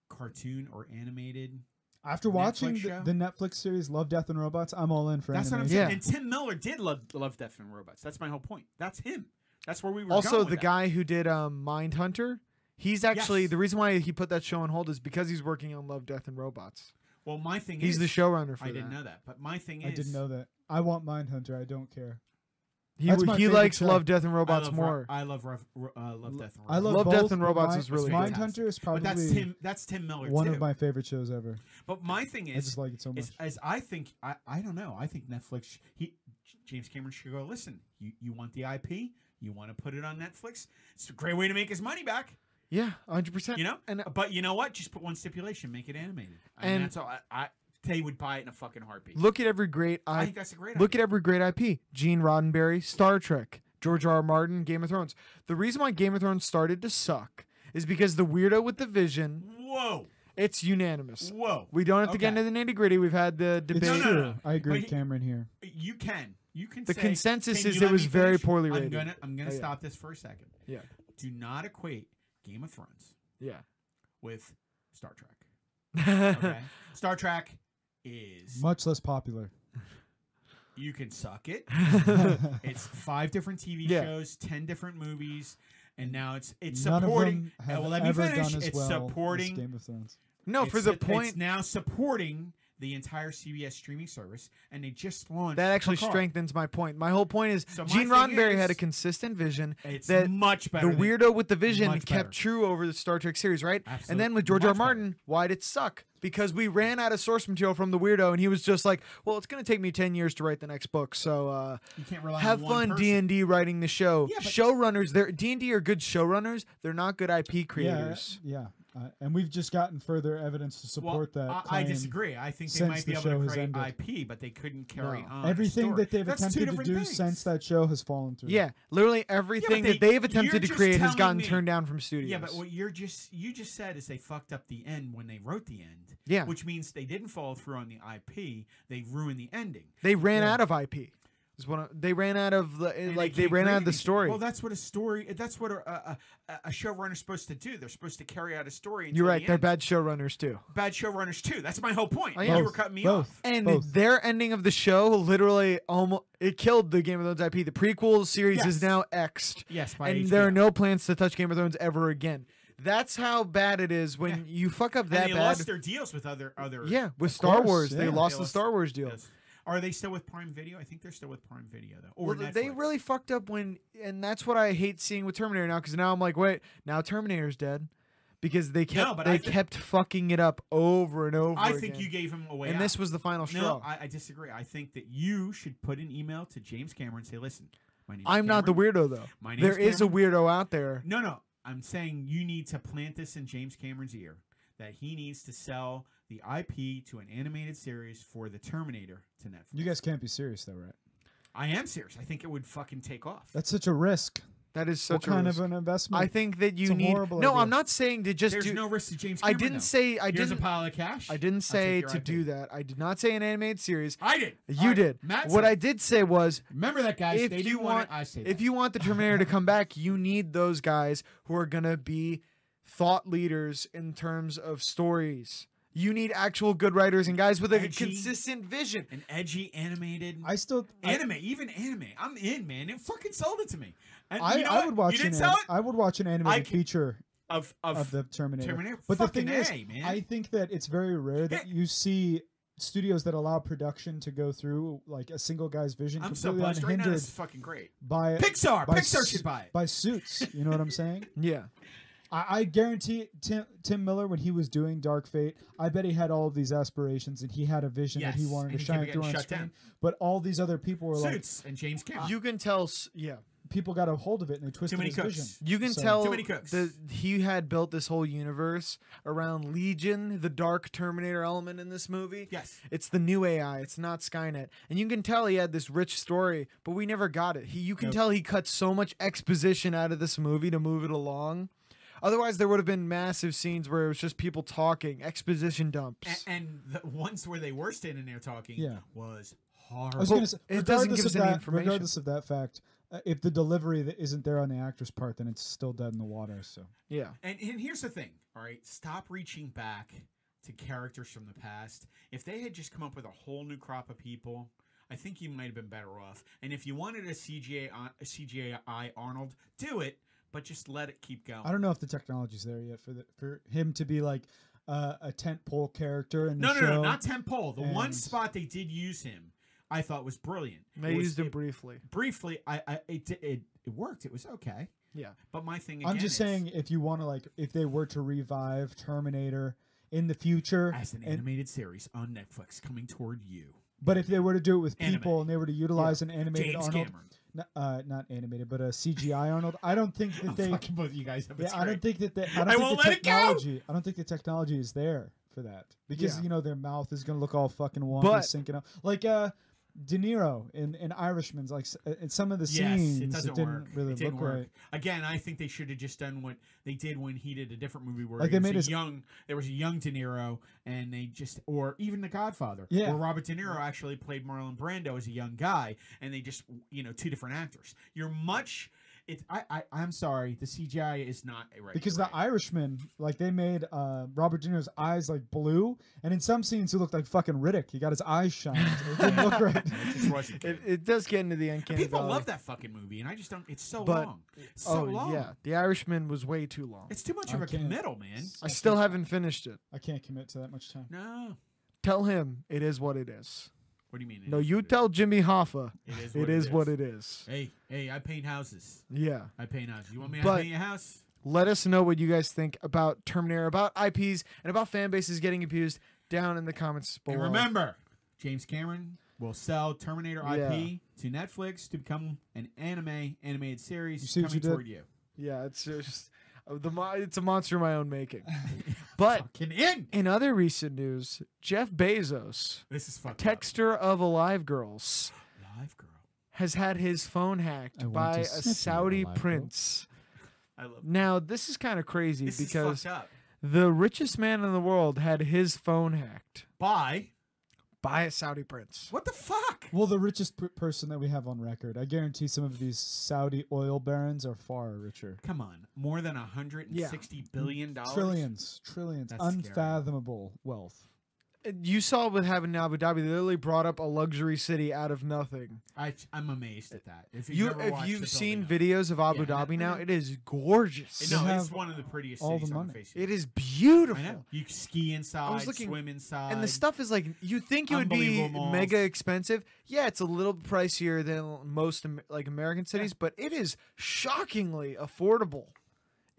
cartoon or animated? After watching Netflix the, show? the Netflix series Love, Death, and Robots, I'm all in for That's what I'm animation. saying. Yeah. And Tim Miller did love love Death and Robots. That's my whole point. That's him. That's where we were. also going with the that. guy who did um Mindhunter, he's actually Yes. the reason why he put that show on hold is because he's working on Love, Death, and Robots. Well, my thing He's is the showrunner for I didn't that. know that, but my thing I is didn't know that. I want Mindhunter. I don't care. He That's w- my he favorite likes show. Love, Death, and I Robots love Ro- more. I love Rough, Ro- uh, love Death. And I love, Robots. Love, Death, both, and but Robots Mi- is really good. Mindhunter is but probably that's Tim. That's Tim Miller. one too. of my favorite shows ever. But my thing I is, just like it so much. is, is I think I, I don't know. I think Netflix. He J- James Cameron should go. Listen, you, you want the IP? You want to put it on Netflix? It's a great way to make his money back. Yeah, hundred percent. You know. and uh, but you know what? Just put one stipulation: make it animated. I mean, And- that's all. I, I they would buy it in a fucking heartbeat. look at every great I I think that's a great. look at every great IP: Gene Roddenberry, Star Trek, George R. R. Martin, Game of Thrones. The reason why Game of Thrones started to suck is because the weirdo with the vision. idea. Whoa, It's unanimous. whoa. We don't have to get Okay. into the nitty gritty. We've had the debate. it's No, no, true. no. I agree But with he- Cameron here. You can. You can. The say, consensus "Can is you it let me was very finish?" poorly I'm rated. gonna. I'm gonna Oh, yeah. stop this for a second. Yeah. Do not equate Game of Thrones Yeah. with Star Trek. <laughs> Okay. Star Trek is Much less popular. you can <laughs> suck it. None <laughs> It's five different TV Yeah. shows, ten different movies, and now it's it's of supporting. them have well, let me ever finish. done as It's well as supporting- Game of Thrones. <laughs> no, for it's the su- it's point now supporting the entire CBS streaming service, and they just launched that actually Picard. strengthens my point. My whole point is So my Gene thing Roddenberry had a is- consistent vision. It's that much better. the than- weirdo with the vision much kept better. true over the Star Trek series, right? Absolute- And then with George R. much better. Martin, why'd it suck? Because we ran out of source material from the weirdo, and he was just like, "Well, it's going to take me ten years to write the next book, so uh, you can't rely have on one fun D person. and D writing the show." Yeah, but- Showrunners, they're D and D are good showrunners. They're not good IP creators. Yeah, yeah. Uh, and we've just gotten further evidence to Well, support that. I, I claim. disagree. I think they since might the be able show to has create ended. IP, but they couldn't carry No. on. a Everything story. that they've That's two attempted to different do things. since that show has fallen through. Yeah, literally everything they- that they've you're attempted to just create has telling gotten me- turned down from studios. Yeah, but what you're just you just said is they fucked up the end when they wrote the end. Yeah. Which means they didn't follow through on the IP. They ruined the ending. they ran Yeah. out of IP. Is what I- they ran out of the And like they can't ran create out of the anything. story. Well, that's what a story. That's what a a, a- a showrunner's supposed to do. They're supposed to carry out a story. You're until right. the They're end. bad showrunners too. Bad showrunners too. That's my whole point. Oh, You yeah. were cutting me Both. off. And Both. their ending of the show literally almost it killed the Game of Thrones IP. The prequel series Yes. is now X'd, Yes, by and HBO. there are no plans to touch Game of Thrones ever again. That's how bad it is when you fuck up and that they bad. lost their deals with other other. yeah, with Of Star course, Wars, they yeah. lost They the lost- Star Wars deal. deals. Are they still with Prime Video? I think they're still with Prime Video though. Or Well, th- they Netflix. really fucked up when, and that's what I hate seeing with Terminator now. Because now I'm like, wait, now Terminator's dead, because they kept but they I thi- kept fucking it up over and over. I think again. you gave him away. and out. this was the final straw. No, I, I disagree. I think that you should put an email to James Cameron and say, "Listen, my name." I'm not the weirdo though. My name's There is a weirdo out there. No, no. I'm saying you need to plant this in James Cameron's ear that he needs to sell the IP to an animated series for the Terminator to Netflix. You guys can't be serious though, right? I am serious. I think it would fucking take off. That's such a risk. That is such what kind a risk. of an investment? I think that you a need. horrible No, idea. I'm not saying to just There's do. no risk to James. I Cameron, didn't though. say. I Here's didn't. a pile of cash. I didn't I'll say take your to IP. do that. I did not say an animated series. I did. You All right, did. Matt what said I it. did say was, remember that guys. if they you didn't want, it. I say if that. you want the Terminator to come back, you need those guys who are gonna be thought leaders in terms of stories. You need actual good writers and guys with a Edgy. consistent vision. an edgy animated. I still. I, anime, even anime. I'm in, man. It fucking sold it to me. And I, you know I what? would watch You didn't an. sell Anim- it I would watch an animated can- feature of of, of the Terminator. Terminator. But the Fucking thing is, A, man. I think that it's very rare <laughs> that you see studios that allow production to go through like a single guy's vision I'm so completely buzzed right now. unhindered This is fucking great. by Pixar, by Pixar s- should buy it. by suits. You know what I'm <laughs> saying? Yeah. I, I guarantee Tim Tim Miller when he was doing Dark Fate, I bet he had all of these aspirations and he had a vision that he Yes, wanted to and he kept shine getting through on shut screen. down. But all these other people were like, Suits and James Cameron. You can tell. s- Yeah. people got a hold of it and they twisted many his cooks. vision. You can So- tell Too many cooks. that he had built this whole universe around Legion, the dark Terminator element in this movie. yes. It's the new AI, it's not Skynet. And you can tell he had this rich story, but we never got it. He you can Nope. tell he cut so much exposition out of this movie to move it along. Otherwise there would have been massive scenes where it was just people talking, exposition dumps. And, and the ones where they were standing there talking Yeah. was I horrible. was gonna say, it doesn't regardless give us of any that, information. Regardless of that fact, uh, if the delivery that isn't there on the actor's part, then it's still dead in the water. So yeah. And, and here's the thing, all right? Stop reaching back to characters from the past. If they had just come up with a whole new crop of people, I think you might have been better off. And if you wanted a CGI, a CGI Arnold, do it, but just let it keep going. I don't know if the technology's there yet for the, for him to be like uh, a tent pole character in the no, no, show. no, not Tempole. The one and- spot they did use him I thought was brilliant. They was- used it <laughs> briefly. briefly. I, I it, di- it it worked. It was okay. Yeah. But my thing. Again I'm just is, saying, if you want to, like, if they were to revive Terminator in the future, as an and- animated series on Netflix coming toward you, but if they were to do it with Anime. people and they were to utilize an animated James Arnold, Cameron. n- uh, not animated, but a <laughs> CGI Arnold, I don't think I'm <laughs> that they. fucking both you guys up. Yeah, It's I Oh, great. don't think that they. I, don't I think won't the let it go! technology, I don't think the technology is there for that because Yeah. you know their mouth is gonna look all fucking wonky, But- sinking up like uh. De Niro in, in Irishman's like s- uh, in some of the yes, scenes it doesn't didn't work. really it didn't look work. right. Again, I think they should have just done what they did when he did a different movie where Like, like they they was made a his- young. There was a young De Niro, and they just, or even The Godfather, Yeah. where Robert De Niro actually played Marlon Brando as a young guy, and they just, you know, two different actors. You're much. It's I, I I'm sorry, the CGI is not right because you're the Irishman, like they made uh, Robert De Niro's eyes like blue, and in some scenes he looked like fucking Riddick. He got his eyes shined. It didn't <laughs> look right. right. It just wasn't It, good. it does get into the uncanny People valley. love that fucking movie, and I just don't. It's so But- long. It's so oh long. yeah, The Irishman was way too long. It's too much I of a can't- committal, man. I still haven't finished it. I can't commit to that much time. No. Tell him it is what it is. What do you mean? it No, is you what it tell Jimmy Hoffa It is it what is it what is. it is. Hey, hey, I paint houses. Yeah. I paint houses. You want me But- to paint your house? Let us know what you guys think about Terminator, about IPs, and about fan bases getting abused down in the comments below. And remember, James Cameron will sell Terminator IP to Netflix to become an anime animated series You see what coming you did? toward you. Yeah, it's just uh, the mo- it's a monster of my own making. <laughs> But Fucking in. in other recent news, Jeff Bezos, This is fucked texter of Alive Girls, up. Live girl. has has. had his phone I hacked want by to a sniff you, Saudi Alive Girl. prince. I love. Now, this is kind of crazy This is because fucked up. the richest man in the world had his phone hacked Bye. by a Saudi prince. What the fuck? Well, the richest p- person that we have on record, I guarantee some of these Saudi oil barons are far richer. Come on, more than 160 billion dollars. Trillions, trillions, That's scary. unfathomable wealth. You saw what happened in Abu Dhabi. They literally brought up a luxury city out of nothing. I, I'm amazed at that. If you've You, never if watched the you've seen building videos of Abu Yeah, I know, I Dhabi now, know. it is gorgeous. video- up- no, They it's have one of the prettiest all the cities on money. the face. of It the is I know. beautiful. You can ski inside, looking- swim inside. And the stuff is like you think it would be Unbelievable malls. mega expensive. Yeah, it's a little pricier than most Am- like American cities, but it is shockingly affordable.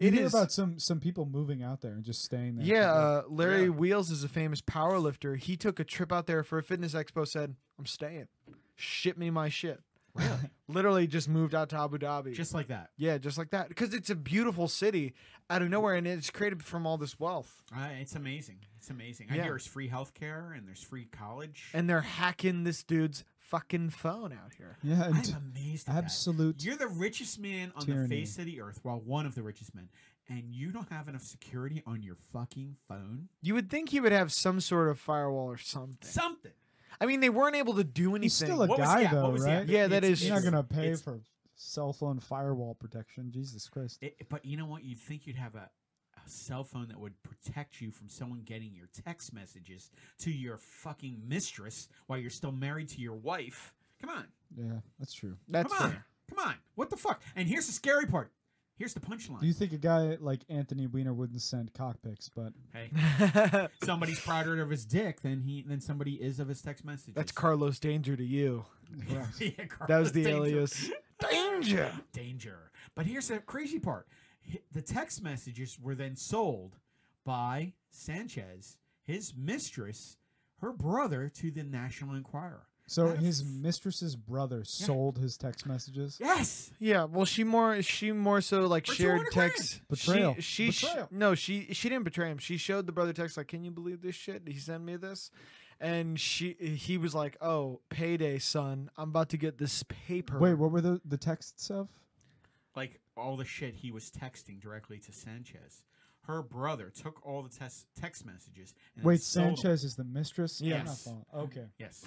You It hear is. about some some people moving out there and just staying there. yeah, uh, Larry Really? Wheels is a famous power lifter. He took a trip out there for a fitness expo. Said, "I'm staying. Ship me my shit." Really? <laughs> Literally, just moved out to Abu Dhabi. Just like that. yeah, just like that, because it's a beautiful city out of nowhere, and it's created from all this wealth. Uh, it's amazing. It's amazing. I Yeah. hear there's free healthcare and there's free college. And they're hacking this dude's fucking phone out here. yeah, I'm and amazed at absolute. that. You're the richest man on tyranny. the face of the earth, well, one of the richest men, and you don't have enough security on your fucking phone? You would think he would have some sort of firewall or something. Something. I mean, they weren't able to do anything. He's still a What was guy yeah, though, what was right? the- Yeah, that it's- is You're not it's- gonna pay it's- for cell phone firewall protection. Jesus Christ. It, but you know what? You'd think you'd have a, a cell phone that would protect you from someone getting your text messages to your fucking mistress while you're still married to your wife. Come on. Yeah, that's true. That's Come on. fair. Come on. What the fuck? And here's the scary part. Here's the punchline. Do you think a guy like Anthony Weiner wouldn't send cockpicks? But hey, somebody's prouder of his dick than he than somebody is of his text <laughs> messages. That's Carlos Danger to you. <laughs> yeah, That was Carlos the <laughs> Danger. alias. Danger. Danger. But here's the crazy part. Hi- The text messages were then sold by Sanchez, his mistress, her brother to the National Enquirer. so How the his f- mistress's brother sold his text messages. Yes. Yeah, well, she more she more so like For shared 200 grand. texts. Betrayal. She, she sh- Betrayal. no, she she didn't betray him. She showed the brother text like, "Can you believe this shit? Did he send me this?" And she he was like, "Oh, payday, son! I'm about to get this paper." Wait, what were the the texts of? Like all the shit he was texting directly to Sanchez. Her brother took all the tes- text messages. And then Wait, sold them. Sanchez is the mistress. Yeah, I'm not Yes. Mm. following. Okay, Yes.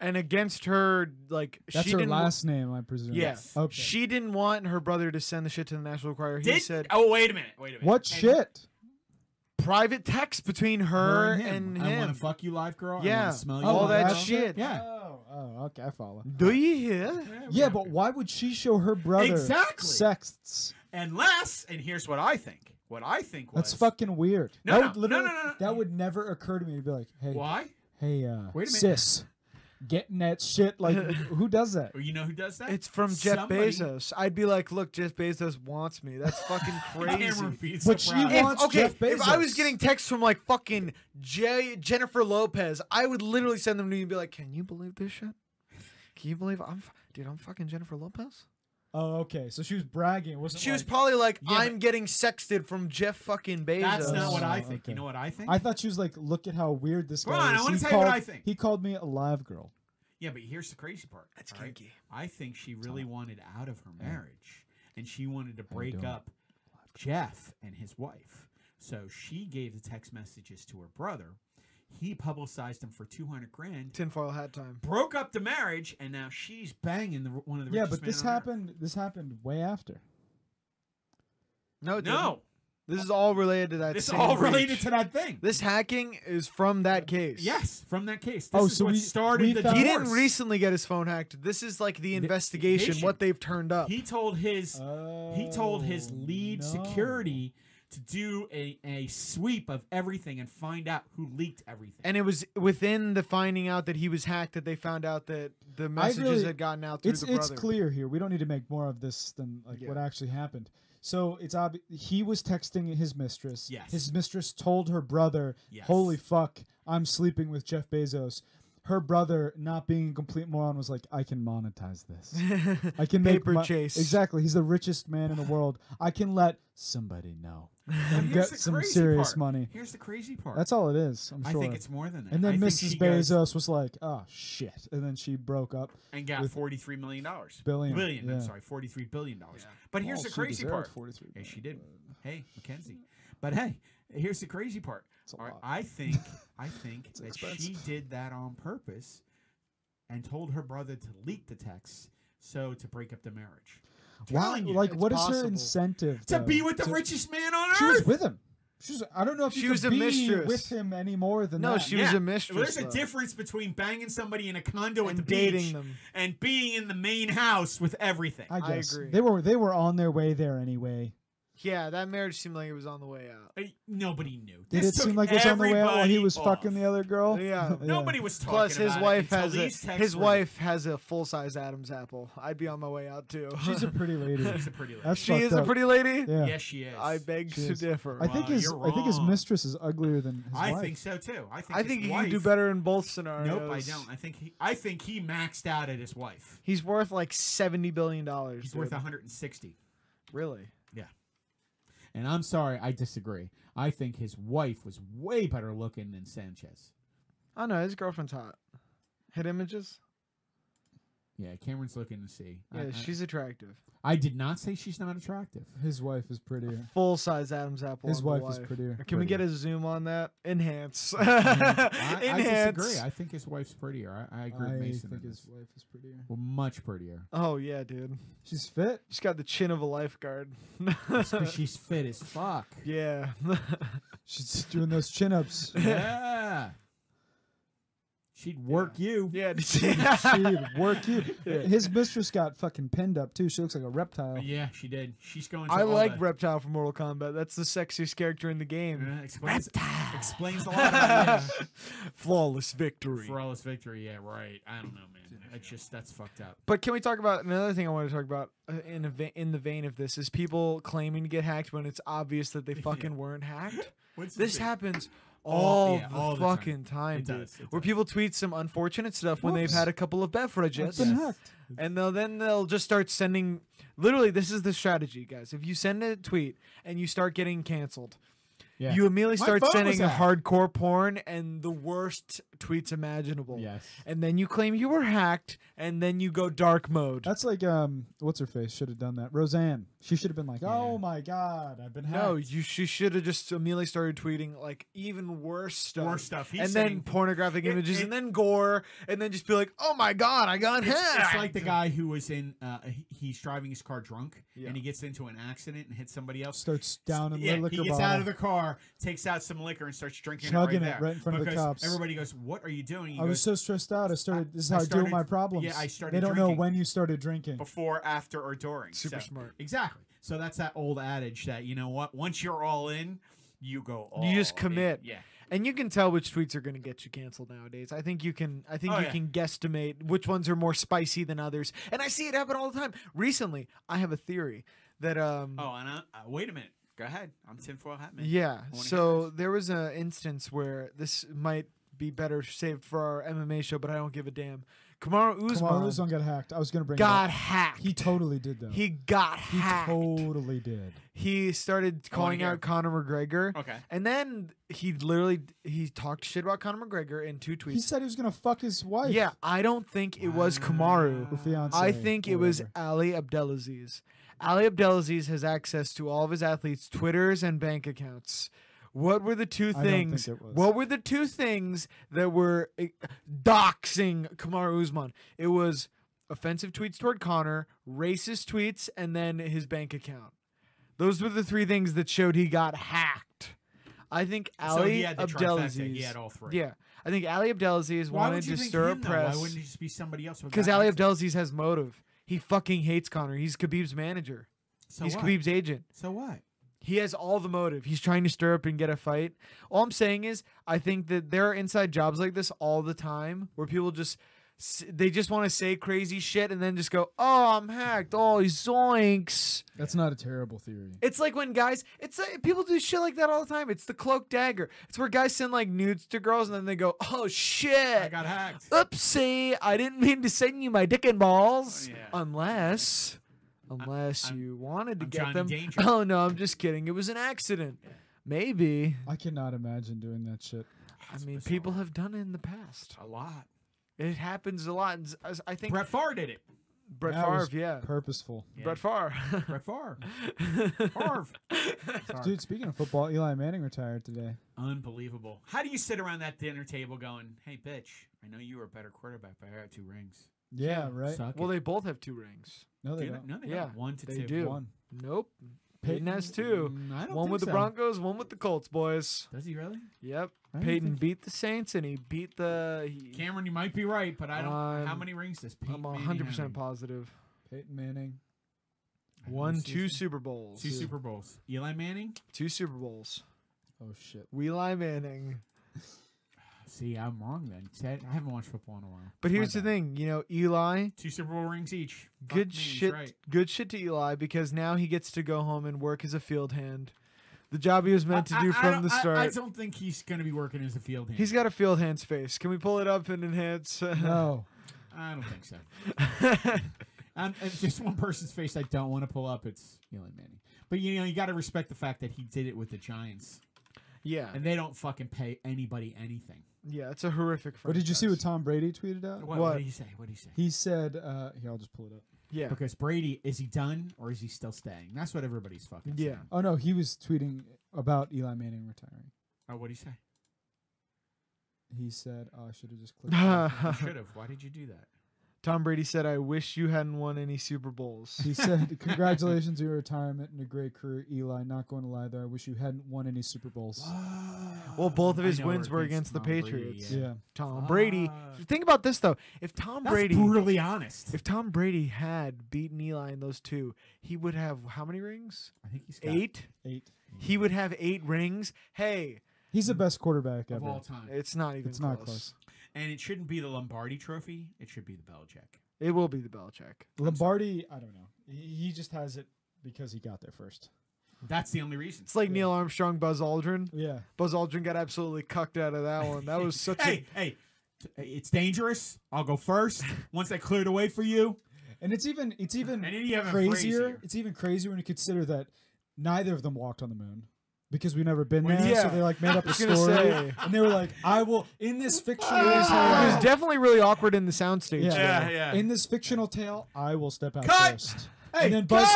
and against her like that's she her didn't wa- last name, I presume. Yes. Okay. She didn't want her brother to send the shit to the National Enquirer. He Did, said oh, wait a minute. Wait a minute. what And- shit? private text between her, and him. I want to fuck you, live girl. I Yeah. want to smell you. all Oh, live that girl. that's shit. Yeah. Oh, oh, okay, I follow. Do you hear? Yeah, but why would she show her brother Exactly. sexts? Unless, and here's what I think. What I think was That's fucking weird. that No, no, would no, literally, no, no, no. That would never occur to me to be like, hey, Why? hey, uh, Wait a minute. sis, getting that shit. <laughs> Like, who does that? Or you know who does that? It's from Jeff Somebody- Bezos. I'd be like, look, Jeff Bezos wants me. That's fucking <laughs> Cameron crazy. feeds But the she frog. wants- If, okay, Jeff if I was Bezos. getting texts from like fucking J- Jennifer Lopez, I would literally send them to you and be like, "Can you believe this shit? Can you believe I'm, f- dude? I'm fucking Jennifer Lopez." Oh, okay. So she was bragging. It wasn't She was like- probably like, Yeah, but- "I'm getting sexted from Jeff fucking Bezos." That's not what I Oh, think. You okay. know what I think? I thought she was like, look at how weird this Come guy on, is. I wanna He tell you what called- I think. He called me a live girl. yeah, but here's the crazy part. That's all right? kinky. I think she really wanted out of her marriage, and she wanted to you break doing? up Jeff and his wife. So she gave the text messages to her brother. He publicized them for two hundred grand, Tinfoil hat time. broke up the marriage, and now she's banging the, one of the Yeah, richest but men this on earth. happened. This happened way after. No, it No, didn't. This is all related to that. it's same all related breach. to that thing. This hacking is from that case. Yes, from that case. This Oh, is so what we- started we the found- He divorce. didn't recently get his phone hacked. This is like the investigation, what they've turned up. He told his he told his Oh, lead no. security to do a, a sweep of everything and find out who leaked everything. and it was within the finding out that he was hacked that they found out that the messages really- had gotten out through It's the it's brother. clear here. We don't need to make more of this than like what Yeah. actually happened. So it's obvious he was texting his mistress. Yes. His mistress told her brother, Yes. "Holy fuck, I'm sleeping with Jeff Bezos." Her brother, not being a complete moron, was like, "I can monetize this." I can make Paper mon- chase. Exactly. He's the richest man in the world. I can let somebody know. But And here's get the some crazy serious part. money. Here's the crazy part. That's all it is. I'm I sure. think it's more than that. and I then think Mrs. she goes Bezos was like, "Oh shit," and then she broke up. and got with- forty three million dollars. Billion, Billion. I'm yeah. Oh, sorry, forty three billion dollars. But here's the crazy part. Forty-three. Yeah, she did. Hey, Mackenzie. But hey, here's the crazy part. It's a All right, lot. I think <laughs> I think that she expensive. did that on purpose and told her brother to leak the text so to break up the marriage. Why? Telling you, Like, it's what is her possible. incentive to though, be with the to- richest man on She was earth. with him. She was. I don't know if She you was could a be mistress. with him any more than No, that. she was a mistress, Well, there's a uh, though. difference between banging somebody in a condo at And the dating beach them. and being in the main house with everything. I I guess agree. they were. They were on their way there anyway. <laughs> Yeah, that marriage seemed like it was on the way out. Uh, Nobody knew. Did This it seem took like it was on the way out while he everybody was fucking off. the other girl? <laughs> Yeah. Nobody was talking Plus, his about it wife until has a, these texts his were- <laughs> wife has a full size Adam's apple. I'd be on my way out too. <laughs> She's a pretty <laughs> lady. She's a pretty lady. That's she is fucked a up. pretty lady. Yeah. Yes, she is. I beg She to is. differ. I think Wow, his. you're I think his wrong. mistress is uglier than his I wife. think so too. I think. I his think he wife, can do better in both Nope, scenarios. I don't. I think he. I think he maxed out at his wife. He's worth like seventy billion dollars. He's worth dude. 160. really. And I'm sorry, I disagree. I think his wife was way better looking than Sanchez. I know his girlfriend's hot. Hit images. Yeah, Cameron's looking to see. I- Yeah, I, she's attractive. I did not say she's not attractive. his wife is prettier. Full size Adam's apple. His on the wife is prettier. Can we get a zoom on that? <laughs> Enhance. <laughs> I, I Enhance. disagree. I think his wife's prettier. I, I agree with I Mason. think on his this. wife is prettier. Well, <laughs> much prettier. oh yeah, dude. She's fit. She's got the chin of a lifeguard. It's 'cause she's fit as fuck. <laughs> yeah. She's doing those chin <laughs> ups. Yeah. She'd work you. yeah. <laughs> She'd work you. Yeah. His mistress got fucking pinned up too. She looks like a reptile. Yeah, she did. She's going. To I all like the- Reptile from Mortal Kombat. That's the sexiest character in the game. Uh, explains, <laughs> explains a lot about yeah. <laughs> Flawless victory. Flawless victory. Yeah, right. I don't know, man. That's just that's fucked up. But can we talk about another thing I want to talk about uh, in a ve- in the vein of this is people claiming to get hacked when it's obvious <laughs> that they fucking weren't hacked. What's This happens all, All- yeah, the all the time. fucking time, It dude. does, it where does. people tweet some unfortunate stuff when they've Whoops. had a couple of I've beverages, been hacked. and they'll then they'll just start sending. Literally, this is the strategy, guys. If you send a tweet and you start getting canceled. Yeah. You immediately My start phone sending was hacked. hardcore porn and the worst tweets imaginable. Yes. And then you claim you were hacked, and then you go dark mode. That's like um, what's her face should have done that. Roseanne. She should have been like, oh my god, I've been hacked. No, you she should have just immediately started tweeting like even worse stuff. Worse stuff. He's and then sending- <laughs> pornographic It- images it- and then gore and then just be like, "Oh my god, I got It's- hacked." It's like the guy who was in. Uh, he- he's driving his car drunk, Yeah. and he gets into an accident and hits somebody else. Starts down in yeah, the liquor he gets bottle. out of the car, takes out some liquor, and starts drinking Chugging it, it right, there. right in front of the Because cops. Everybody goes, "What are you doing?" He I was goes, so stressed out. I started. This is I how I, deal started- with my problems. yeah, I started They don't know drinking. when you started drinking. "Before, after, or <laughs> during." Super So- smart. Exactly. So that's that old adage that you know what? Once you're all in, you go. all You just in. commit. Yeah. and you can tell which tweets are going to get you canceled nowadays. I think you can. I think Oh, you yeah. can guesstimate which ones are more spicy than others, and I see it happen all the time. Recently, I have a theory that um. Oh, and I, uh, wait a minute. Go ahead. I'm tinfoil hat man. Yeah. hear So this. there was an instance where this might be better saved for our MMA show, but I don't give a damn. Kamaru Usman Kamaru Usman got hacked. I was gonna bring. it got up. hacked. He totally did though. He got He hacked. totally did. He started calling hear out it. Conor McGregor. Oh. Okay. And then he literally he talked shit about Conor McGregor in two He tweets. said he was gonna fuck his wife. Yeah, I don't think it was Kamaru. Or fiance. I think or it was whatever. Ali Abdelaziz. Ali Abdelaziz has access to all of his athletes' Twitters and bank accounts. What were the two I don't think things? it was. What were the two things that were eh, doxing Kamaru Usman? It was offensive tweets toward Connor, racist tweets, and then his bank account. Those were the three things that showed he got hacked. I think so Ali he had the trifecta. Abdelaziz. He had all three. yeah, I think Ali Abdelaziz Why wanted would you to think stir him, up though? press. Why wouldn't it just be somebody else? who Because got Ali hacked? Abdelaziz has motive. He fucking hates Connor. He's Khabib's manager. So He's what? Khabib's agent. <laughs> So what? He has all the motive. He's trying to stir up and get a fight. All I'm saying is, I think that there are inside jobs like this all the time where people just s- they just want to say crazy shit and then just go, "Oh, I'm hacked. Oh, he's zoinks." That's not a terrible theory. It's like when guys, it's like, people do shit like that all the time. It's the cloak dagger. It's where guys send like nudes to girls and then they go, "Oh shit." I got hacked. Oopsie, I didn't mean to send you my dick and balls. Oh, yeah. Unless, unless I'm- you wanted to I'm get Johnny them. Danger. <laughs> Oh no, I'm just kidding. It was an accident. Maybe. I cannot imagine doing that shit. I mean, people have done it in the past. a lot. It happens a lot. And s- as- I think Brett, Brett Favre did it. That Favre, was yeah. Purposeful. Brett Favre. <laughs> Brett Favre. Favre. Sorry. Dude, speaking of football, Eli Manning retired today. Unbelievable. How do you sit around that dinner table going, "Hey, bitch, I know you were a better quarterback, but I got two rings." Yeah, right. Suck well, it. they both have two rings. No, they Do don't. no, they Yeah, got one to they two. do. One. Nope. Peyton has two. Mm, I don't One think with the so. Broncos, one with the Colts, boys. Does he really? Yep. I don't Peyton think- beat the Saints and he beat the. He, Cameron, you might be right, but I don't. how Um, many rings does Peyton I'm Manning 100% have? positive. Peyton Manning. I know Won this two season. Super Bowls. Two Two, Super Bowls. Eli Manning. Super Bowls. Oh <laughs> shit. Eli Manning. See, I'm wrong then. See, I I haven't watched football in a while. But My here's the bad. thing, you know, Eli. Two Super Bowl rings each. Fuck Good me, he's shit. Right. Good shit to Eli because now he gets to go home and work as a field hand, the job he was meant to I- do I- I from don't- the I- start. I, don't think he's going to be working as a field hand. He's got a field hand's face. Can we pull it up and enhance? No. I don't think so. Um, and just one person's face I don't want to pull up. It's Eli Manning. But you know you got to respect the fact that he did it with the Giants, <laughs> yeah, and they don't fucking pay anybody anything. yeah, it's a horrific. What did you see what franchise. Tom Brady tweeted out? What, What? what did he say? What did he say? He said, uh, here, I'll just pull it up. Yeah, Because Brady, is he done or is he still staying? That's what everybody's fucking Yeah. saying. Oh, no, he was tweeting about Eli Manning retiring. Oh, what did <laughs> he say? He said, oh, I should have just clicked. <laughs> it. <laughs> You should have. Why did you do that? Tom Brady said, "I wish you hadn't won any Super <laughs> Bowls." he said, congratulations on your retirement and a great career, Eli. Not going to lie there. I wish you hadn't won any Super Bowls. Well, both of I his know we're wins were against the Tom Brady, Patriots. Yeah. Tom Brady. Ah. Think about this though. If Tom That's Brady brutally honest. If Tom Brady had beaten Eli in those two, he would have how many rings? I think he's got Eight. Eight. He would have eight rings. Hey, He's the best quarterback Mm. of all ever. time. it's not even It's close. not close. And it shouldn't be the Lombardi Trophy. It should be the Belichick. It will be the Belichick. Lombardi, I don't know. He he just has it because he got there first. That's the only reason. It's like Neil Armstrong, Buzz Aldrin. Yeah. Buzz Aldrin got absolutely cucked out of that one. That <laughs> was such hey, hey, t- it's dangerous. I'll go first. Once I cleared away for you, And it's even it's even And even crazier, crazier. It's even crazier when you consider that neither of them walked on the moon because we've never been Well, there. yeah. So they like made up a was gonna story, say. Ah, and they were like, "I will in this fictional a. It was tale, definitely really awkward in the soundstage. Yeah. though. Yeah, yeah. in this fictional tale, I will step out Cut! first. Hey, and then Buzz,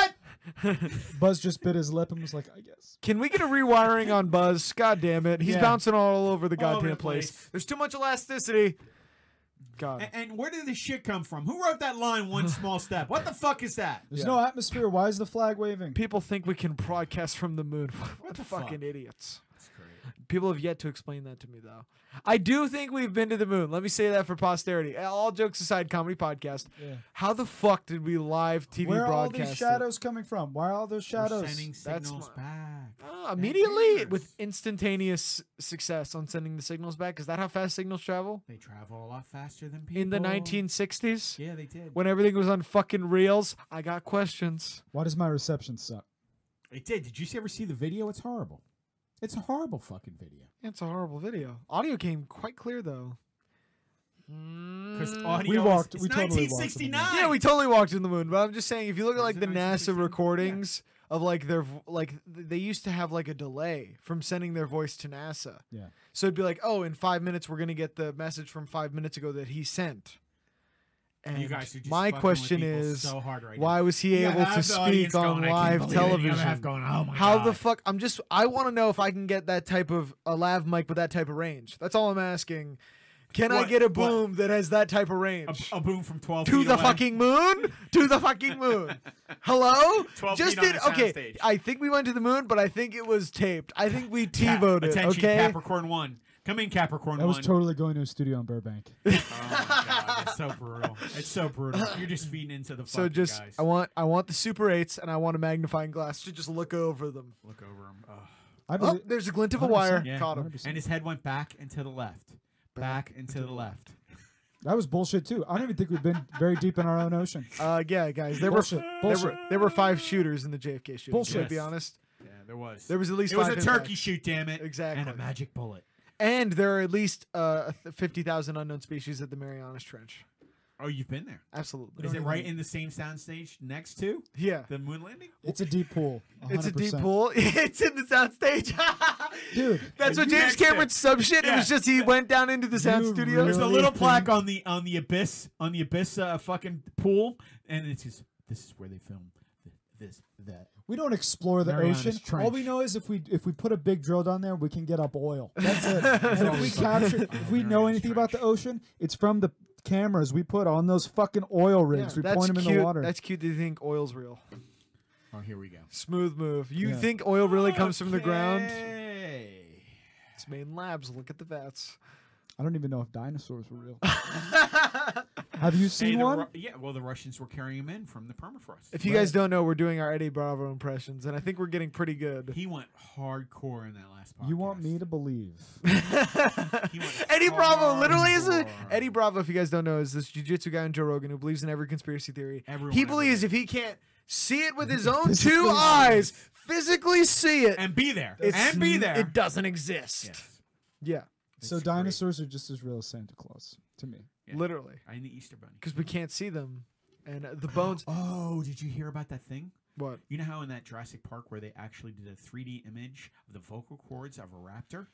Buzz just bit his lip and was like, "I guess." Can we get a rewiring on Buzz? God damn it. He's Yeah. bouncing all over the All goddamn over the place. place. There's too much elasticity. God. A- And where did this shit come from? Who wrote that <laughs> line? One small step. What the fuck is that? There's Yeah. no atmosphere. Why is the flag waving? People think we can broadcast from the moon. <laughs> what the fucking fuck? idiots. That's great. People have yet to explain that to me, though. I do think we've been to the moon. Let me say that for posterity. All jokes aside, comedy podcast. Yeah. How the fuck did we live TV Where are all broadcast? these it? shadows coming from? Why are all those We're shadows? sending That's signals my- back. Ah, immediately with matters. instantaneous success on sending the signals back. Is that how fast signals travel They travel a lot faster than people in the 1960s? Yeah, they did. When everything was on fucking reels, I got questions. Why does my reception suck? It did. Did you ever see the video? It's horrible. It's a horrible fucking video. It's a horrible video. Audio came quite clear though. Because Mm. audio We is- walked- It's we totally walked in the 1969. Yeah, we totally walked in the moon. But I'm just saying, if you look at Was like it the 1960? NASA Yeah. recordings of like their v- like th- they used to have like a delay from sending their voice to NASA. Yeah. So it'd be like, oh, in five minutes we're gonna get the message from five minutes ago that he sent. And You guys are just my fucking with question people is, so hard right why was he now. You able have to the speak audience on going, "I live can't believe it," and the other television? half going, oh my How God. the fuck? I'm just. I want to know if I can get that type of a lav mic with that type of range. That's all I'm asking. Can I What- get a what- boom that has that type of range? a, a boom from 12 to feet the away. fucking moon? to the fucking <laughs> moon. Hello? 12 Just feet on did a okay. soundstage. I think we went to the moon, but I think it was taped. I think we T Cap- voted. Attention, Okay. Capricorn One. Come in, I Capricorn was One. totally going to a studio in Burbank. oh my God, it's so brutal. It's so brutal. You're just feeding into the. <laughs> so fucking just guys. I want I want the super eights and I want a magnifying glass to just look over them. look over him. I Oh, believe. there's a glint of a wire. 100%, yeah, Caught him. And his head went back and to the left, back and to the left. That was bullshit too. I don't even think we've been very deep in our own ocean. Uh, yeah, guys. There Bullshit. were Bullshit. there were there were five shooters in the JFK shooting. Bullshit. To be honest, Yeah, there was. there was at least it was a five turkey impacts. shoot, damn it. And Exactly. a magic bullet. and there are at least uh fifty thousand unknown species at the Marianas Trench. Oh, you've been there. Absolutely. Is it right in the same soundstage next to Yeah. the moon landing? It's a deep pool. It's a deep 100%. pool. <laughs> it's in the soundstage. <laughs> dude. That's what You James next to- Cameron sub shit. It was Yeah. just he went down into the sound You studio. There's a Really little think- plaque on the on the abyss on the abyss uh, fucking pool, and it's just this is where they film th- this that. We don't explore the Marianas ocean. All we Trench. know is if we if we put a big drill down there, we can get up <laughs> oil. That's it. and if we always capture, something. if we know Marianas anything about the ocean, it's from the cameras we put on those fucking oil rigs. we that's point them cute. in the water. That's cute. They think oil's real. Oh, here we go. Smooth move. You Yeah. think oil really comes from the ground? Okay. It's made in labs. Look at the vats. I don't even know if dinosaurs were <laughs> real. Have you Hey, seen the one? Ru- yeah, well, the Russians were carrying him in from the permafrost. If you guys don't know, we're doing our Eddie Bravo impressions, and I think we're getting pretty <laughs> good. he went hardcore in that last podcast. you want me to believe? went <laughs> Eddie Bravo literally is a hardcore. Eddie Bravo. If you guys don't know, is this jujitsu guy in Joe Rogan who believes in every conspiracy theory. Everyone he ever believes did. if he can't see it with <laughs> his own Physically two see it. eyes, physically see it, and be there it's- and be there. it doesn't exist. Yes. Yeah, so It's great. dinosaurs are just as real as Santa Claus to me. Yeah. literally, I'm the Easter Bunny. because we can't see them, and uh, the bones. Oh, did you hear about that thing? <laughs> what? You know how in that Jurassic Park where they actually did a 3D image of the vocal cords of a raptor?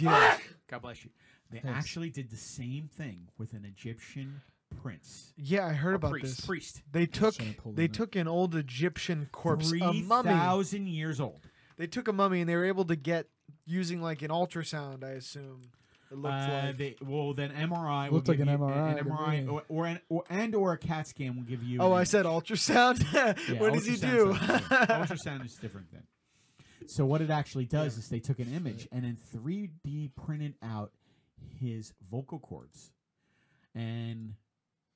Yeah. God bless you. They Thanks. actually did the same thing with an Egyptian prince. Yeah, I heard Or about priest, this. Priest. They took trying to pull they them in. took an old Egyptian corpse, a mummy. 3,000 years old. They took a mummy, and they were able to get using like an ultrasound. I assume it looked Uh, like. they, well, then MRI Looked will like give an you- MRI an to MRI, me. or, or, an, or and or a CAT scan will give you. Oh, an I said ultrasound. <laughs> Yeah, what does he ultrasound's do? something <laughs> different. ultrasound is different then. So what it actually does is they took an image and then 3D printed out his vocal cords, and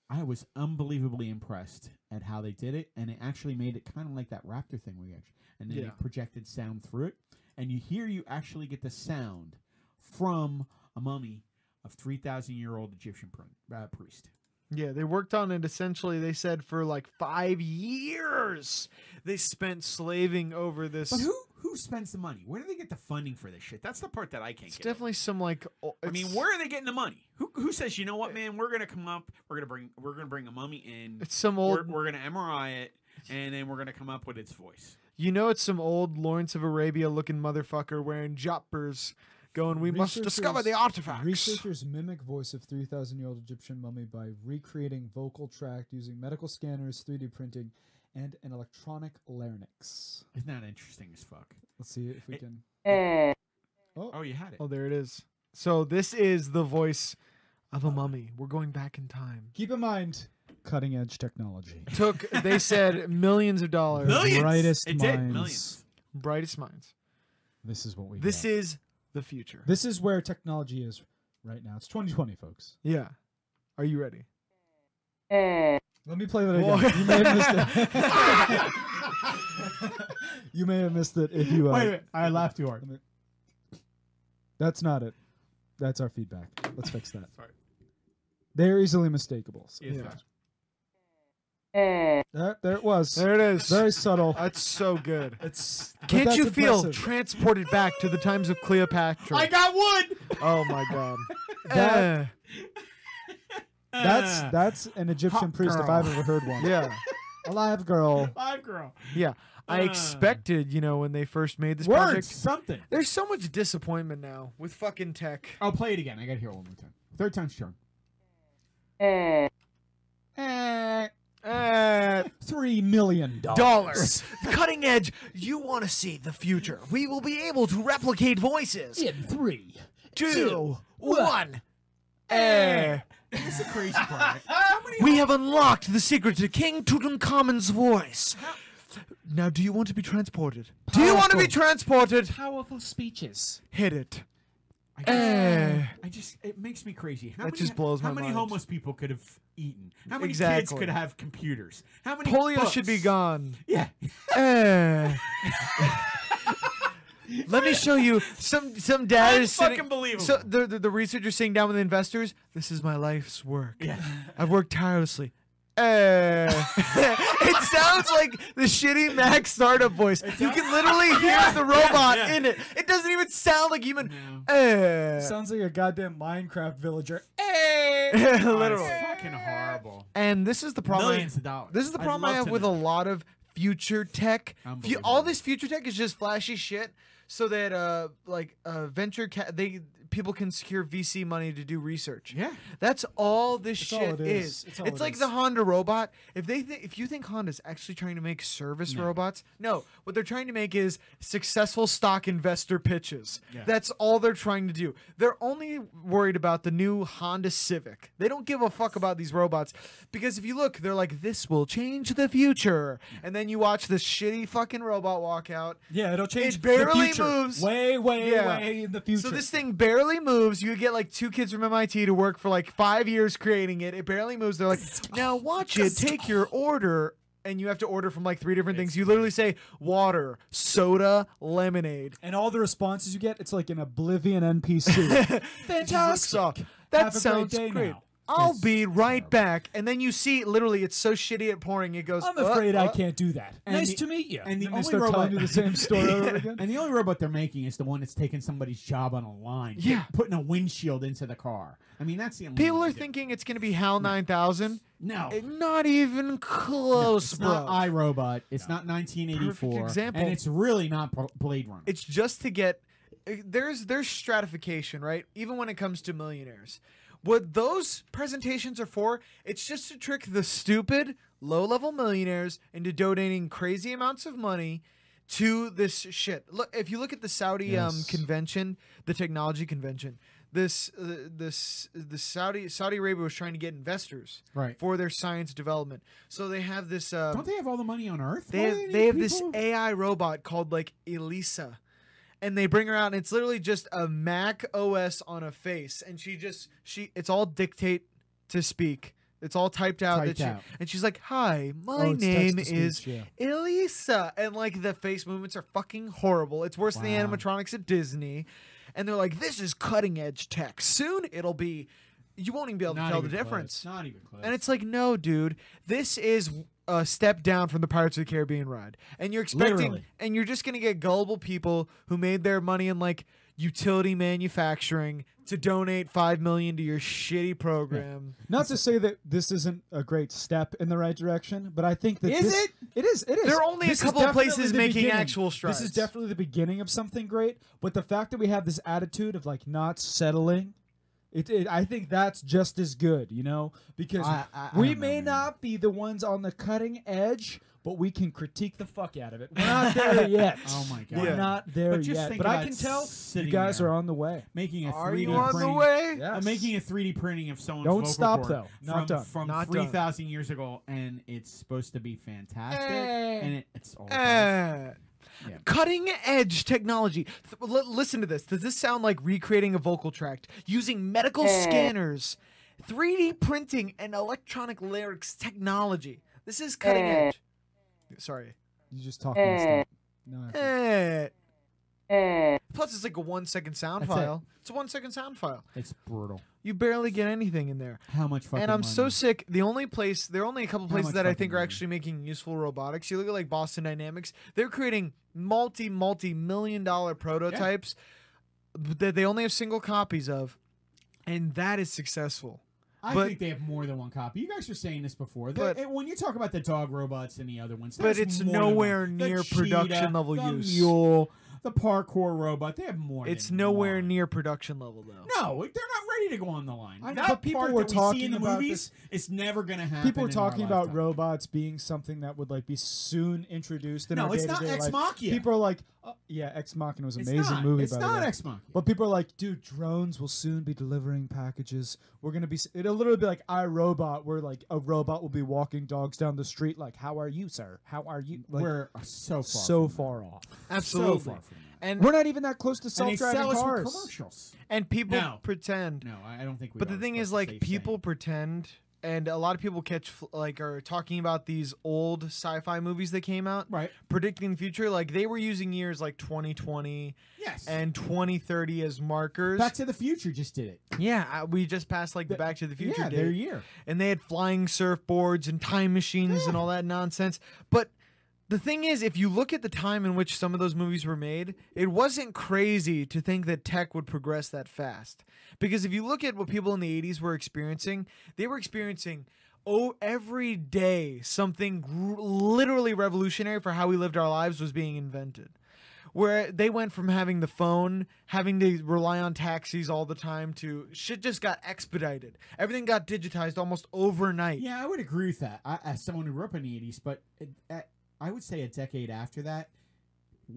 I was unbelievably impressed at how they did it, and it actually made it kind of like that raptor thing we actually, and then Yeah. they projected sound through it, and you hear you actually get the sound from a mummy of 3,000 year old Egyptian prun- uh, priest. yeah, they worked on it essentially. They said for like five years, they spent slaving over this. But who who spends the money? Where do they get the funding for this shit? That's the part that I can't It's get. over. definitely some like. o- I mean, it's- where are they getting the money? Who, who says you know what, man? We're gonna come up. We're gonna bring. We're gonna bring a mummy in. It's some We're, old. we're gonna MRI it, and then we're gonna come up with its voice. You know, it's some old Lawrence of Arabia looking motherfucker wearing joppers, going, "We must discover the Researchers- artifacts." Researchers mimic voice of 3,000 year old Egyptian mummy by recreating vocal tract using medical scanners, 3D printing, and an electronic larynx. Isn't that interesting as fuck? Let's see if we It- can. Oh, you had it. Oh, there it is. So this is the voice of a mummy. We're going back in time. Keep in mind, cutting edge technology. Took <laughs> they said millions of dollars. Million- Millions. brightest it did minds. millions. Brightest minds. This is what we. This got. is the future. This is where technology is right now. It's 2020, folks. yeah. Are you ready? Let me play that Whoa. again. you may have missed it. <laughs> <laughs> you may have missed it if you. Uh, Wait a minute. I laughed too hard. That's not it. That's our feedback. Let's fix that. Sorry. They're easily mistakable. So- Yes, Yeah. guys. There, there it was. There it is. Very subtle. That's so good. It's <laughs> Can't you feel impressive. transported back to the times of Cleopatra? <laughs> I got <laughs> wood. oh my <laughs> god. That- that's Uh, that's an Egyptian Hot priest if girl. I've ever heard one. Eh, yeah. <laughs> alive girl. five girl. Yeah. I Uh. expected, you know, when they first made this Words. project. Something. There's so much disappointment now with fucking tech. I'll play it again. I got to hear it one more time. Third time's charm. Eh, <laughs> eh, Three million dollars. dollars. <laughs> Cutting edge. You want to see the future. We will be able to replicate voices. In three. two, one. Eh. That's the crazy <laughs> part. How many? We have unlocked the secret to King Tutankhamun's voice. Now, do you want to be transported? Do you want to be transported? Powerful speeches. Hit it. I Eh. just, I just- it makes me crazy. How That many, just blows How my many mind. homeless people could have eaten? How many kids Exactly. could have computers? How many Polio should be books? gone. Yeah. <laughs> Eh. Let me show you some some dad is sitting- Fucking believable. So the, the the researcher sitting down with the investors. This is my life's work. yeah. I've worked tirelessly. Eh. <laughs> it sounds like the shitty Mac startup voice. You can literally <laughs> hear the robot in it. It doesn't even sound like human. Eh. Sounds like a goddamn Minecraft villager. Literally. <laughs> <laughs> Literally. fucking horrible. And this is the problem. Millions of dollars. This is the I'd problem I love have to with a know. lot of future tech. Fu- all Unbelievable. this future tech is just flashy shit, so that uh, like uh, venture ca- they people can secure VC money to do research. Yeah. That's all this It's all shit it is. is. It's It's, all it like is. the Honda robot. If they th- if you think Honda's actually trying to make service robots, no. What they're trying to make is successful stock investor pitches. That's all they're trying to do. They're only worried about the new Honda Civic. They don't give a fuck about these robots because if you look, they're like this will change the future. And then you watch this shitty fucking robot walk out. Yeah, it'll change. the barely future. moves. Way, way, Yeah. way in the future. So this thing barely moves. You get like two kids from MIT to work for like five years creating it. It barely moves. They're like, now watch it. Take your order. And you have to order from like three different things. You literally say water, soda, lemonade. <laughs> and all the responses you get, it's like an Oblivion <laughs> NPC. Fantastic. That Have a great sounds day great. now. I'll That's be right back. And then you see, literally, it's so shitty at pouring. It goes. I'm uh, afraid I uh. can't do that. And nice the- to meet you. and the then they only start telling robot- you the same <laughs> story over again. And the only robot they're making is the one that's taking somebody's job on a line. Put- Yeah. Putting a windshield into the car. I mean, that's the only People way are to do it. thinking it's gonna be HAL 9000. No. Eh, Not even close, it's bro. not iRobot. It's not 1984. Perfect example. And it's really not Bl- Blade Runner. it's just to get eh, there's there's stratification right even when it comes to millionaires what those presentations are for it's just to trick the stupid low-level millionaires into donating crazy amounts of money to this shit look if you look at the saudi um, Yes. convention the technology convention this uh, this the saudi saudi arabia was trying to get investors Right. for their science development so they have this um, Don't they have all the money on Earth? they Why have, do they have need this people? AI robot called like Elisa, and they bring her out, and it's literally just a Mac OS on a face, and she just she it's all dictate to speak. It's all typed out, Typed that she, out. and she's like, "Hi, my Oh, it's name text-to-speech, is yeah. Elisa," and like the face movements are fucking horrible. It's worse than Wow. the animatronics at Disney, and they're like, "This is cutting edge tech. Soon it'll be, you won't even be able to Not tell the even close. difference." Not even close. And it's like, no, dude, this is a step down from the Pirates of the Caribbean ride. And you're expecting, Literally. and you're just going to get gullible people who made their money in like utility manufacturing to donate 5 million to your shitty program. Not to say that this isn't a great step in the right direction, but I think that Is this- it? It is. It is. There are only a This is couple of definitely places the making beginning. actual This is strides. definitely the beginning of something great. But the fact that we have this attitude of like not settling, it, it I think that's just as good, you know, because I- I- I we don't know, may man. not be the ones on the cutting edge. But we can critique the fuck out of it. We're not there yet. Oh my God. We're Yeah. not there But just yet. think But I about can tell you sitting guys there. are on the way. making a 3D Are you on the printing- way? Yeah, I'm making a 3D printing of someone's Don't vocal stop, cord though. Not from, done. from Not done. 3,000 years ago, and it's supposed to be fantastic, Eh. and it, it's all. Eh. Cutting edge technology. Th- li- listen to this. Does this sound like recreating a vocal tract using medical scanners, 3D printing, and electronic lyrics technology? This is cutting edge. Sorry. You just talk nonstop. No, I- Eh. Plus, it's like a one second sound That's it. file. It's a one second sound file. It's brutal. You barely get anything in there. How much fucking and I'm so money? sick. The only place, there are only a couple How places much that I fucking think are money? actually making useful robotics. You look at like Boston Dynamics; they're creating multi, multi million dollar prototypes that they only have single copies of, and that is successful. I but- think they have more than one copy. You guys were saying this before. But- They- when you talk about the dog robots and the other ones, But there's it's more than one. nowhere The near production cheetah, level the use. Mule, the parkour robot. They have more. It's than nowhere one. near production level, though. No, they're not ready to go on the line. I- that but people part were that we see talking in the about movies, it's never going to happen. People were in our talking about lifetime. robots being something that would like be soon introduced in No, our it's not day-to-day Ex life. Machina. People are like, uh, yeah, Ex Machina was an It's amazing not. movie. It's by not the way. Ex Machina. But people are like, dude, drones will soon be delivering packages. We're gonna be s- it'll literally be like iRobot, where like a robot will be walking dogs down the street, like, how are you, sir? How are you? Like, we're uh, so far. so from far off. Absolutely. So far from that. and We're not even that close to And they self-driving sell us for cars. commercials. and people No. pretend. No, I I don't think we. But are. the thing That's is, a like, safe people saying. pretend, and a lot of people catch fl- like are talking about these old sci-fi movies that came out, Right. predicting the future. Like they were using years like 2020 Yes. and 2030 as markers. Back to the Future just did it. yeah, I- we just passed like the Back to the Future yeah, date, their year. and they had flying surfboards and time machines and all that nonsense. But the thing is, if you look at the time in which some of those movies were made, it wasn't crazy to think that tech would progress that fast. Because if you look at what people in the 80s were experiencing, they were experiencing oh every day something gr- literally revolutionary for how we lived our lives was being invented where they went from having the phone, having to rely on taxis all the time, to shit just got expedited. Everything got digitized almost overnight. Yeah, I would agree with that. I, as someone who grew up in the '80s, but it- at, I would say a decade after that,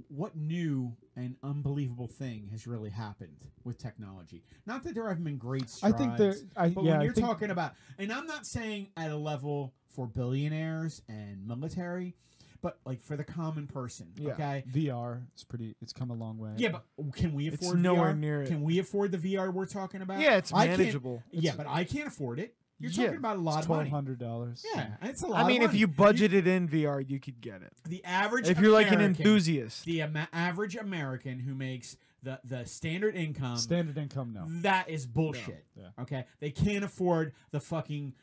what new and unbelievable thing has really happened with technology? Not that there haven't been great I strides. think there. I, But yeah, when I you're think- talking about, and I'm not saying at a level for billionaires and military, but like for the common person, Yeah. okay? VR is pretty. It's come a long way. Yeah, but can we It's afford nowhere VR? near it. Can we afford the VR we're talking about? Yeah, it's I can't- manageable. Yeah, but I can't afford it. You're Yeah, talking about a lot it's of twelve money. hundred dollars. Yeah, it's a lot. I of mean, if money. you budgeted in VR, you could get it. the average, If you're like an American- enthusiast. the ama- average American who makes the the standard income, Standard income, no. that is um, bullshit. No, Okay, they can't afford the fucking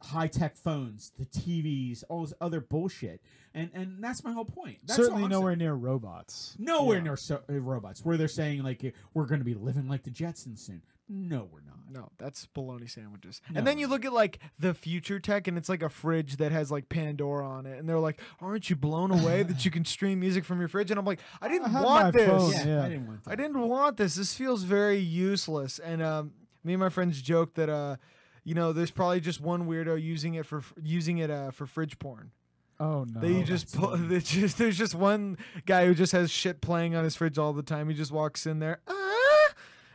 high tech phones, the TVs, all this other bullshit, and and that's my whole point. That's all Certainly I'm nowhere saying. near robots. Nowhere Yeah. near so, uh, robots, where they're saying like uh, we're going to be living like the Jetsons soon. No, we're not. No, that's bologna sandwiches. No. And then you look at like the future tech, and it's like a fridge that has like Pandora on it, and they're like, "Aren't you blown away that you <laughs> can stream music from your fridge?" And I'm like, "I I didn't had my want this." phone, yeah, yeah. I didn't want that. I didn't want this. This feels very useless. And um, me and my friends joked that uh, you know, there's probably just one weirdo using it for using it uh for fridge porn. Oh no. They just pull. They just there's just one guy who just has shit playing on his fridge all the time. He just walks in there. Ah!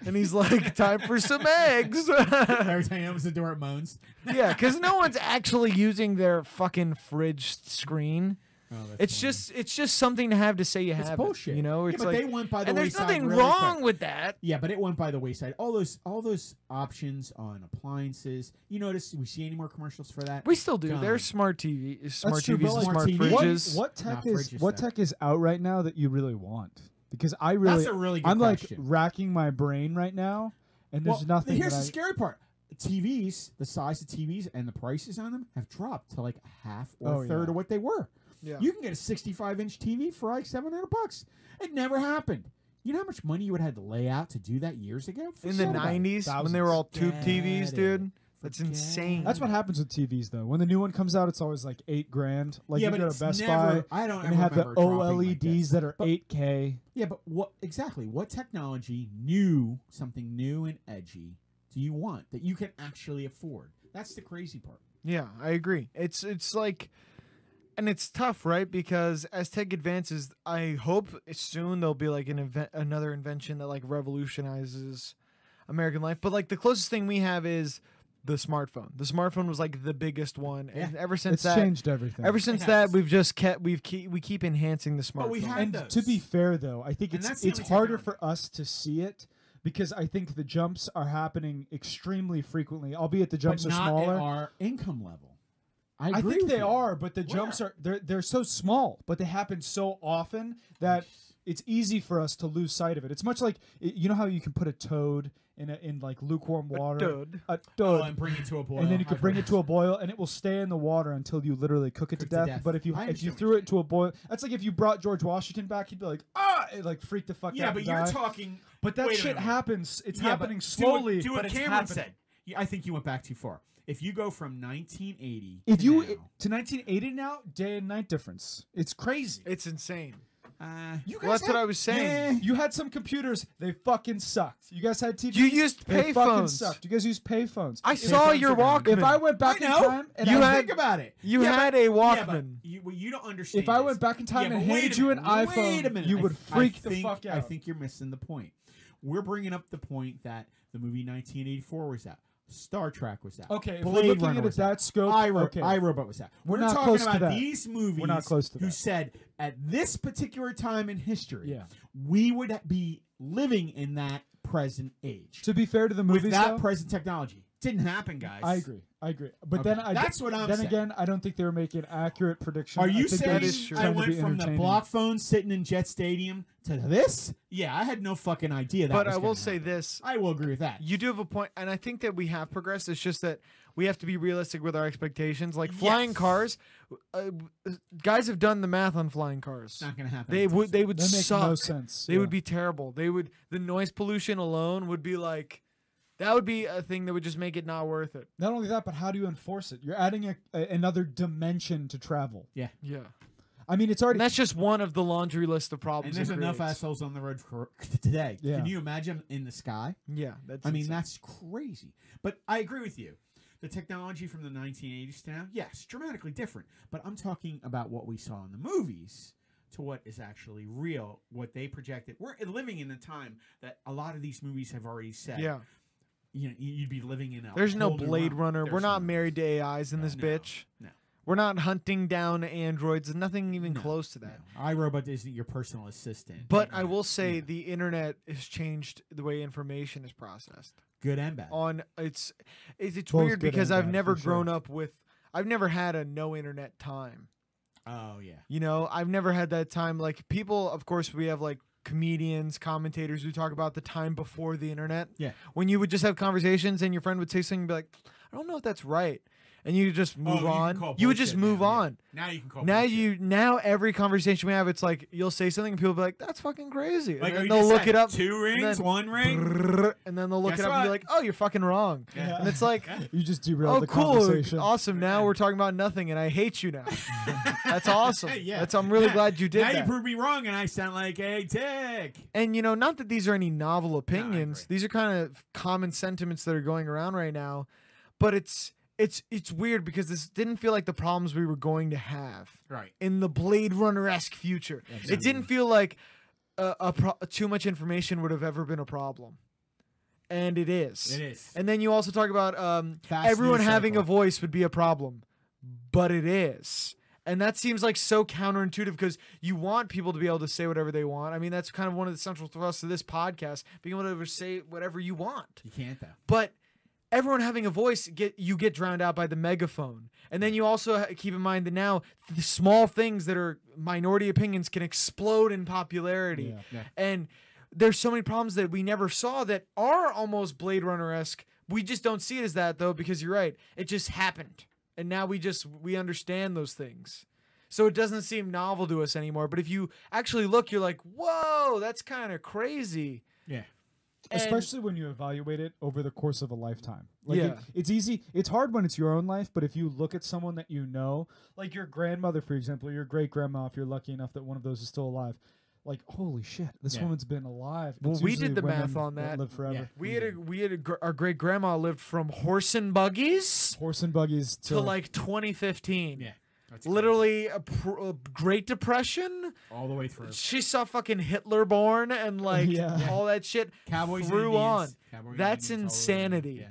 And he's like, "Time for some eggs." <laughs> Every time it opens the door, it moans. Oh, yeah, because no one's actually using their fucking fridge s- screen. Oh, that's It's funny. just, it's just something to have to say you it's have. it, bullshit. you know, Yeah, it's but like, they went by the and there's wayside nothing really wrong quick. with that. Yeah, but it went by the wayside. All those all those options on appliances. You notice we see any more commercials for that? We still do. They're Gone. smart TV, smart true, TVs, but and like- smart TV what, fridges. what Nah, tech fridge is is what that. tech is out right now that you really want? Because I really, That's a really good I'm question. like racking my brain right now, and there's well, nothing. Here's that the I- scary part: TVs, the size of TVs and the prices on them have dropped to like half or Oh, a third yeah. of what they were. Yeah. You can get a 65 inch TV for like 700 bucks. It never happened. You know how much money you would have had to lay out to do that years ago? in the Forget about it. nineties when they were all tube TVs, Forget dude. it. That's Forget insane. it. That's what happens with TVs though. When the new one comes out, it's always like eight grand. Like yeah, you but go it's to Best never, Buy I don't and they have ever the E remember it dropping like OLEDs that. that are But- eight K. Yeah, but what exactly? What technology, new, something new and edgy, do you want that you can actually afford? That's the crazy part. Yeah, I agree. It's it's like, and it's tough, right? Because as tech advances, I hope soon there'll be like an event, another invention that like revolutionizes American life. But like the closest thing we have is the smartphone. The smartphone was like the biggest one, and ever since It's that, changed everything. ever since It that, has. we've just kept we've keep we keep enhancing the smartphone. But we had and to those. be fair though, I think And it's that's the it's only harder technology. for us to see it because I think the jumps are happening extremely frequently, albeit the jumps but are not smaller. at our income level. I, I agree think with they you. are, but the jumps are they're they're so small, but they happen so often that it's easy for us to lose sight of it. It's much like y- you know how you can put a toad in a, in like lukewarm water, toad. a Oh, toad, and bring it to a boil. and then you can I've bring heard it to a boil, and it will stay in the water until you literally cook it to Cook to death. death. But if you I if you understand what threw you're it to a boil, that's like if you brought George Washington back, he'd be like ah, it like freaked the fuck Yeah, out. but and you're die. talking. But that wait a shit minute. happens. It's Yeah, but happening do what- slowly. Do what but it's Cameron happening. said. You- I think you went back too far. If you go from 1980, If to you now, to 1980 now, day and night difference. It's crazy. It's insane. uh, You Well, that's had- what I was saying. Yeah. You had some computers. They fucking sucked. You guys had TVs. You used They fucking payphones. sucked. You guys used payphones. I saw phones your are gone. Walkman. if I went back in know. time and You I had- think about it. you Yeah, had but- a yeah, but Walkman. you, well, you don't understand. if I this. went back in time Yeah, and but wait handed a you an minute, wait a iPhone, minute. you I- would I freak the think- fuck out. I think you're missing the point. We're bringing up the point that the movie 1984 was that. Star Trek was that. okay, if we're Blade looking Runner at it was that scope, I, Ro- okay. I Robot was that. We're We're, not talking close to about that. these movies. not close to Who that. said at this particular time in history, Yeah. we would be living in that present age to be fair to the with movies, that though, present technology. Didn't happen, guys. I agree. I agree. But Okay. then I That's what I'm then saying. again, I don't think they were making accurate predictions. Are I you think they were saying is just true. I trying to went be from the entertaining. block phone sitting in Jet Stadium to this? Yeah, I had no fucking idea that. but was I will gonna say happen. this: I will agree with that. you do have a point, and I think that we have progressed. It's just that we have to be realistic with our expectations. Like flying Yes. cars, uh, guys have done the math on flying cars. It's not gonna happen. They would they would That makes suck. no sense. They yeah. would be terrible. They would the noise pollution alone would be like that would be a thing that would just make it not worth it. Not only that, but how do you enforce it? You're adding a, a, another dimension to travel. Yeah, I mean, it's already and that's just one of the laundry list of And problems. there's it enough creates. assholes on the road for, <laughs> today. Yeah. Can you imagine in the sky? Yeah, that's. I mean, insane. that's crazy. But I agree with you. The technology from the 1980s to now, yes, dramatically different. But I'm talking about what we saw in the movies to what is actually real, what they projected. We're living in a time that a lot of these movies have already said. yeah. you know, you- you'd be living in a. There's no whole new Blade realm. Runner. We're There's not no- married <laughs> to AIs in this No, bitch. no. We're not hunting down androids. Nothing even No, close to that. No. iRobot isn't your personal assistant. But Yeah. I will say Yeah. the internet has changed the way information is processed. good and bad. On it's it's, it's Both weird good because and I've bad, never for grown up with I've never had a no internet time. Oh yeah. You know, I've never had that time like people of course we have like comedians, commentators who talk about the time before the internet. Yeah. When you would just have conversations and your friend would say something and be like, I don't know if that's right. And you just move Oh, you can on. call you would just bullshit now, move yeah. on. Now you can call. Now bullshit. you now every conversation we have, it's like you'll say something and people be like, "That's fucking crazy," and like then are you they'll just look saying it up, Two and rings, then- one ring. and then they'll look Guess it up and be what? like, "Oh, you're fucking wrong," <laughs> Yeah. and it's like, <laughs> you just derailed "Oh, the cool, conversation. awesome." Now we're talking about nothing, and I hate you now. <laughs> That's awesome. Yeah. That's I'm really Yeah. glad you did now that. you proved me wrong, and I sound like a dick. and you know, not that these are any novel opinions; agree. these are kind of common sentiments that are going around right now. But it's it's it's weird because this didn't feel like the problems we were going to have. Right. in the Blade Runner esque future. It didn't feel like a, a pro- too much information would have ever been a problem, and it is. It is. And then you also talk about um, Fast everyone news having a cycle. voice would be a problem, but it is. And that seems like so counterintuitive because you want people to be able to say whatever they want. I mean, that's kind of one of the central thrusts of this podcast: being able to say whatever you want You can't though. but everyone having a voice get you get drowned out by the megaphone and then you also ha- keep in mind that now the small things that are minority opinions can explode in popularity Yeah. Yeah. and there's so many problems that we never saw that are almost blade runner-esque we just don't see it as that though because you're right it just happened and now we just we understand those things so it doesn't seem novel to us anymore but if you actually look you're like whoa that's kind of crazy Yeah. And- especially when you evaluate it over the course of a lifetime. Like it- Yeah. it's easy. It's hard when it's your own life, but if you look at someone that you know, like your grandmother, for example, or your great grandma, if you're lucky enough that one of those is still alive, like holy shit, this Yeah. woman's been alive. Well, It's we usually did the women math on that. live forever. Yeah. We had a we had a, gr- our great grandma lived from horse and buggies Horse and buggies to like 2015. Yeah. That's crazy. Literally a, pr- a Great Depression. all the <laughs> way through. She saw fucking Hitler born and like Yeah. all that shit. Cowboys and through Indians. on. Cowboys and That's Indians all the way through. insanity. Yeah.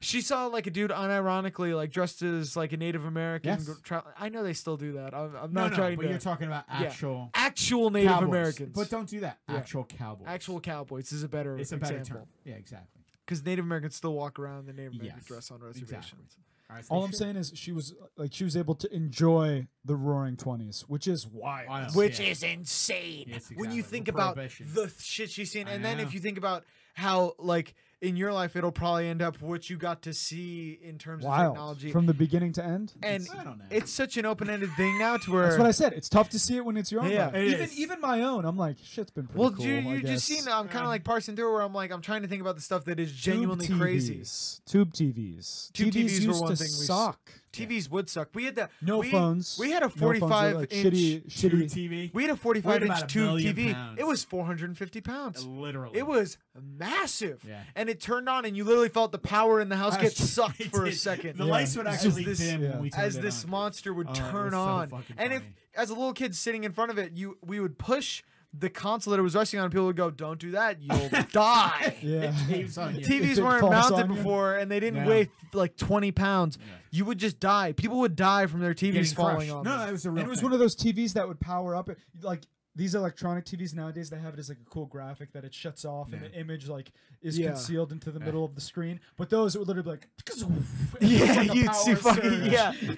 She saw like a dude unironically like dressed as like a Native American. Yes. go- Tra- I know they still do that. I'm, I'm No, not no, trying but to. you're talking about Yeah. actual actual Native cowboys. Americans. But don't do that. Yeah. Actual cowboys. actual cowboys is a better It's a better term. example Yeah, exactly. because Native Americans still walk around the Native American Yes, dress on exactly. reservations. Alright, so All they I'm should- saying is she was like she was able to enjoy the Roaring Twenties, which is wild. Wild. Which Yeah. is insane Yes, when you exactly. think We're about prohibition. the th- shit she's seen, I and then if know. you think about how like in your life it'll probably end up what you got to see in terms of Wild. technology. From the beginning to end. and I don't know. it's such an open-ended thing now to where That's what I said. It's tough to see it when it's your own. Yeah. life. It even is. even my own. I'm like, shit's been pretty well, cool. you, I you just guess. seen. uh, I'm kind of like parsing through where I'm like, I'm trying to think about the stuff that is genuinely Tube crazy. TVs. Tube TVs. Tube TVs were used one to thing we- suck. TVs would suck. We had that. No we, phones. We had a No phones, they were, 45 like, inch. shitty, Two shitty. TV. We had a 45 about inch a tube million TV. pounds. It was 450 pounds. Literally. It was massive. Yeah. And it turned on, and you literally felt the power in the house <laughs> get Actually, sucked it for a did. second. The Yeah. lights would As actually this- dim yeah. when we turned as it this on. monster would Oh, it turn was so on. fucking and if funny. as a little kid sitting in front of it, you we would push the console that it was resting on, and people would go, Don't do that, <laughs> you'll die. Yeah. <laughs> Tapes on you. TVs If it weren't falls mounted on you. before and they didn't No. weigh like 20 pounds. You would just die. People would die from their TVs Getting falling crushed. on. them. No, <laughs> that was a And real. it was thing. one of those TVs that would power up. It, like these electronic TVs nowadays, they have it as like a cool graphic that it shuts off and Yeah. the image like is Yeah. concealed into the middle of the screen. But those, it would literally be like, <laughs> yeah, like a you'd see power surge. fucking yeah. <laughs>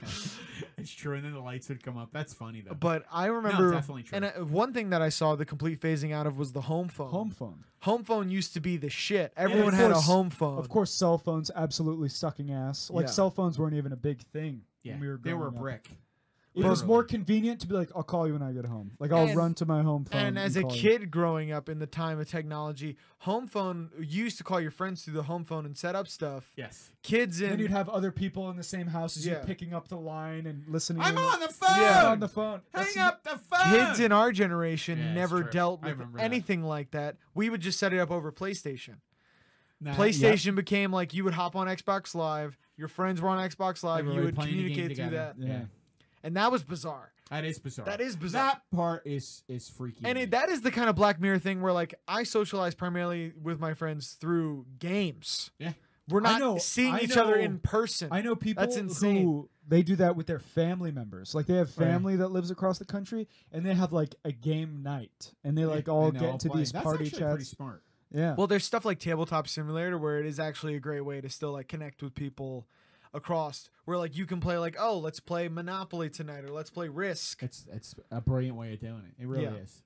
It's true, and then the lights would come up. That's funny though. But I remember, definitely true. and I, one thing that I saw the complete phasing out of was the home phone. home phone. Home phone used to be the shit. Everyone had a course. home phone. Of course, cell phones absolutely sucking ass. Like Yeah. cell phones weren't even a big thing. yeah, when we were they were a growing up. brick. It was Literally. more convenient to be like, I'll call you when I get home. Like I'll And- run to my home phone. And as a call you. kid growing up in the time of technology, home phone you used to call your friends through the home phone and set up stuff. Yes. Kids then you'd in have other people in the same house as you Yeah. picking up the line and listening. I'm in. on the phone. Yeah, on the phone. That's- Hang up the phone. kids in our generation Ah! Yeah, it's never true. dealt I with remember that. Uh, anything like that. We would just set it up over PlayStation. Nah, PlayStation became like you would hop on Xbox Live, your friends were on Xbox Live, Like, you we're would playing the game communicate through together. that. Yeah. And that was bizarre. That is bizarre. That is bizarre. That part is is freaky. And to it, me. that is the kind of Black Mirror thing where like I socialize primarily with my friends through games. Yeah. We're I not know- seeing I each other know- in person. I know people That's insane. who they do that with their family members. Like they have Right. family that lives across the country, and they have like a game night, and they like all And they're get into playing. these That's party actually Pretty chats. smart. Yeah, Well, there's stuff like Tabletop Simulator where it is actually a great way to still like connect with people across where like you can play like, oh, let's play Monopoly tonight or let's play Risk. It's it's a brilliant way of doing it. It really Yeah. is.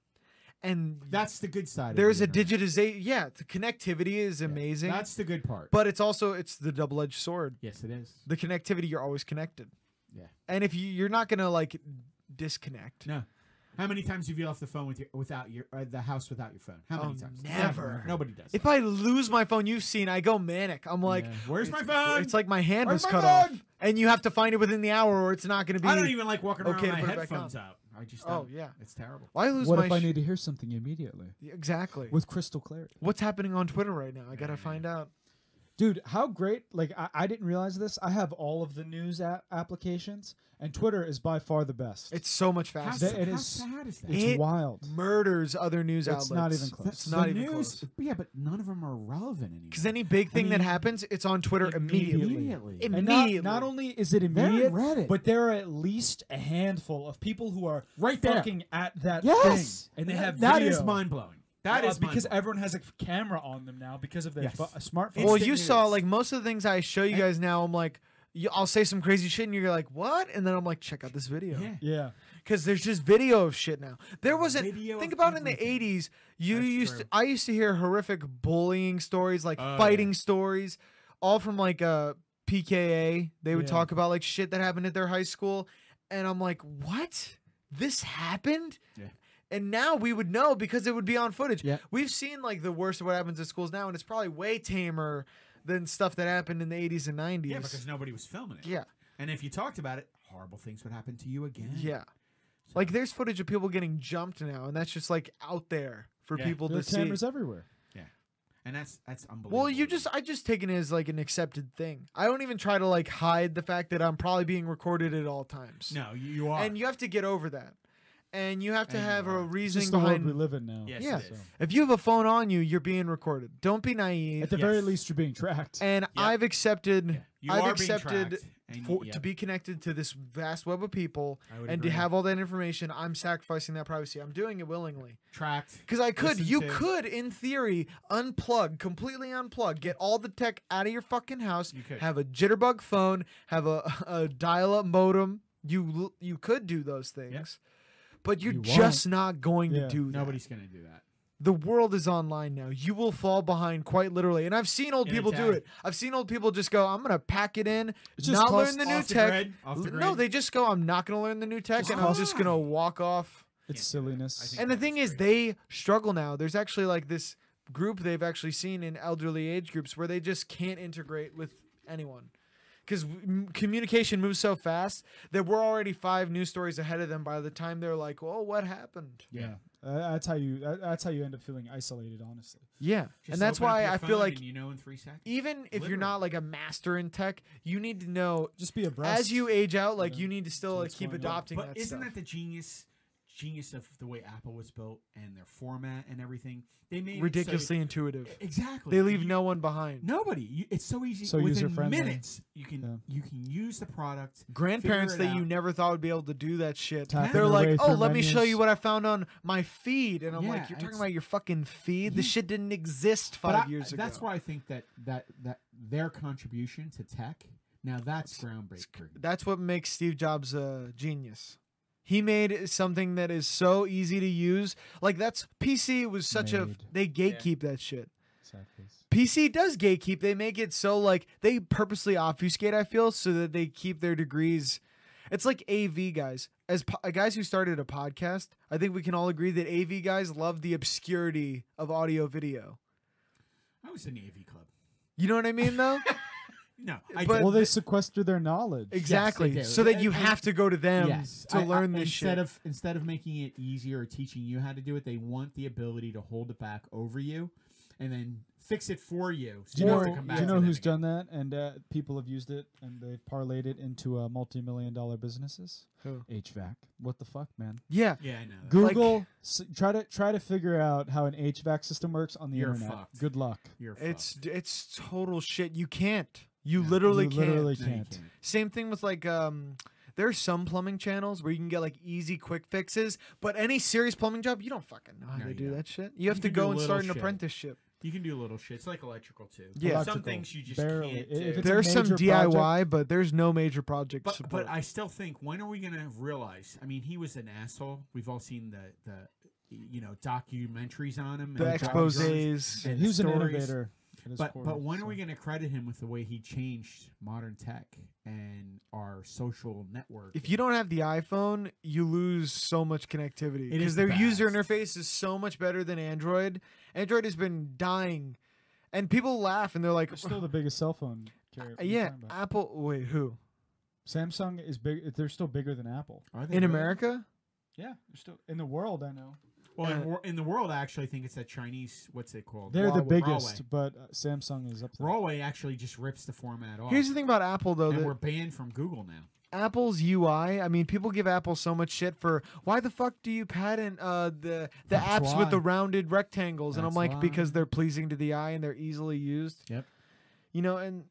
And That's the good side. there's a of the internet. digitization. Yeah, the connectivity is amazing. That's the good part. but it's also it's the double-edged sword. yes, it is. The connectivity you're always connected. Yeah. And if you you're not going to like disconnect. No. How many times have you left the phone with your, without your uh, the house without your phone? How many Oh, times? never. Nobody does. If I lose my phone, you've seen I go manic. I'm like, Yeah. where's my it's- phone? It's like my hand Where's was my cut phone? off, and you have to find it within the hour, or it's not going to be. I don't e- even like walking around okay to with my put it back headphones out. I just Oh, don't. yeah. it's terrible. Why lose what my? if I sh- need to hear something immediately exactly. with crystal clarity? What's happening on Twitter right now? I gotta find out. Dude, how great! Like I, I didn't realize this. I have all of the news app applications, and Twitter is by far the best. It's so much How, faster. That- sa- it how is- sad is that? It's it- wild. Murders other news outlets. It's not even close. It's not the even news, close. Yeah, but none of them are relevant anymore. Because any big thing that mean, happens, it's on Twitter immediately. immediately. Im- And not, Immediately. not only is it They're on immediate, Reddit. but there are at least a handful of people who are Right there. fucking at that yes, thing, and they have that video. is mind blowing. That Uh, is because mind-blowing. everyone has a f- camera on them now because of their Yes. fu- smartphone. Well, Instant you saw news. like most of the things I show you guys now. I'm like, you, I'll say some crazy shit, and you're like, what? And then I'm like, check out this video. Yeah. yeah, because there's just video of shit now. There wasn't. Video think of about in the everything. '80s. You That's used. true. To, I used to hear horrific bullying stories, like Oh, fighting stories, all from like uh, PKA. They would Yeah. talk about like shit that happened at their high school, and I'm like, what? This happened. Yeah. And now we would know because it would be on footage. Yeah. We've seen like the worst of what happens at schools now, and it's probably way tamer than stuff that happened in the 80s and 90s. Yeah, because nobody was filming it. yeah. and if you talked about it, horrible things would happen to you again. Yeah. Like there's footage of people getting jumped now, and that's just like out there for Yeah. people there are to see. cameras everywhere. and that's that's unbelievable. Well, you just I just take it as like an accepted thing. I don't even try to like hide the fact that I'm probably being recorded at all times. no, you, you are. And you have to get over that. and you have to And you have a are. It's reasoning just the world we behind. live in now. Yes, Yeah. it is. If you have a phone on you, you're being recorded. Don't be At naive. the very Yes. least, you're being tracked. And I've accepted. You I've are being accepted tracked, and for, yeah, to be connected to this vast web of people I would and agree. to have all that information, I'm sacrificing that privacy. I'm doing it willingly tracked. because I could. Listen you to- could, in theory, unplug completely, unplug, get all the tech out of your fucking house, You could. have a jitterbug phone, have a, <laughs> a dial-up modem. You l- you could do those things, but you're You won't. just not going Yeah. to do that. Nobody's gonna do that. the world is online now. You will fall behind quite literally. And I've seen old In a people do tab. it. I've seen old people just go, I'm going to pack it in, It just not costs- learn the new off the tech. grid, off the L- No, grid. they just go, I'm not going to learn the new tech Just and I'm cost- just going to walk off. it's Can't do that. I silliness. think- And the that thing was is, they struggle now. There's actually like this group they've actually seen in elderly age groups where they just can't integrate with anyone. Because communication moves so fast that we're already five news stories ahead of them by the time they're like, "Well, what happened?" yeah. Uh, that's how you. that- that's how you end up feeling isolated. Honestly, Yeah, Just and that's open up why your I phone feel like and you know in three seconds. even if you're not like a master in tech, you need to know just be abreast. as you age out. Like Yeah. you need to still So like it's keep going up. adopting But that isn't stuff. that the genius genius of the way Apple was built and their format and everything? They made it so- ridiculously intuitive. exactly. They leave You- no one behind. nobody. You, it's so easy. So Within user-friendly. minutes, you can Yeah. you can use the product. Grandparents figure it that you out. never thought would be able to do that shit. Tapping They're their way like, oh, through let me show menus. you what I found on my feed. And I'm Yeah, like, you're talking it's- about your fucking feed? This Yeah. shit didn't exist But five I- years ago. That's why I think that that that their contribution to tech now that's groundbreaking. That's what makes Steve Jobs a genius. He made something that is so easy to use. Like that's PC was such a Made. they gatekeep that shit. Sideways. PC does gatekeep. They make it so like they purposely obfuscate. I feel so that they keep their degrees. It's like AV guys. As po- uh, guys who started a podcast, I think we can all agree that AV guys love the obscurity of audio video. I was in the AV club. You know what I <laughs> mean, though. No, I But- but Well, they sequester their knowledge. exactly. do. so that you And- have to go to them yes, to I- I- learn this instead shit. of instead of making it easier or teaching you how to do it, they want the ability to hold it back over you, and then fix it for you. So Do you don't you know, have to do come back you to know them who's again. done that? And uh, people have used it, and they've parlayed it into uh, multi-million dollar businesses. Who? HVAC. What the fuck, man? yeah. yeah, I know. that. Google. s- try to try to figure out how an HVAC system works on the You're internet. fucked. Good luck. You're fucked. It's d- it's total shit. You can't. You No, literally you can't. literally No, you can't. can't. Same thing with like um there's some plumbing channels where you can get like easy quick fixes, but any serious plumbing job, you don't fucking know how No, to you do don't. that shit. You have to can do go and little start an shit. apprenticeship. You can do little shit. It's like electrical too. Yeah. some Electrical, things you just barely. can't I- if do. it's a There's some major DIY, project- but there's no major project But, support. but I still think when are we gonna realize? I mean, he was an asshole. We've all seen the the you know documentaries on him. the and exposés. and he was an stories. innovator. at his But core, but when are so- we gonna credit him with the way he changed modern tech and our social network? If you don't have the iPhone, you lose so much connectivity It because is their user vast. interface is so much better than Android. Android has been dying, and people laugh and they're like, They're still the biggest cell phone carrier. What are you Uh, "Yeah, talking about? Apple." Wait, who Samsung is big. They're still bigger than Apple. Are they in really? America? Yeah, they're still in the world. I know well, Uh, in, wor- in the world, I actually think it's that Chinese. What's it called? they're the Huawei- biggest, Huawei. but uh, Samsung is up there. Huawei actually just rips the format off. Here's the thing about Apple though: and that we're banned from Google now. Apple's UI. I mean, people give Apple so much shit for why the fuck do you patent uh, the the apps That's with the why. rounded rectangles? and I'm That's like, why. because they're pleasing to the eye and they're easily used. Yep. You know, and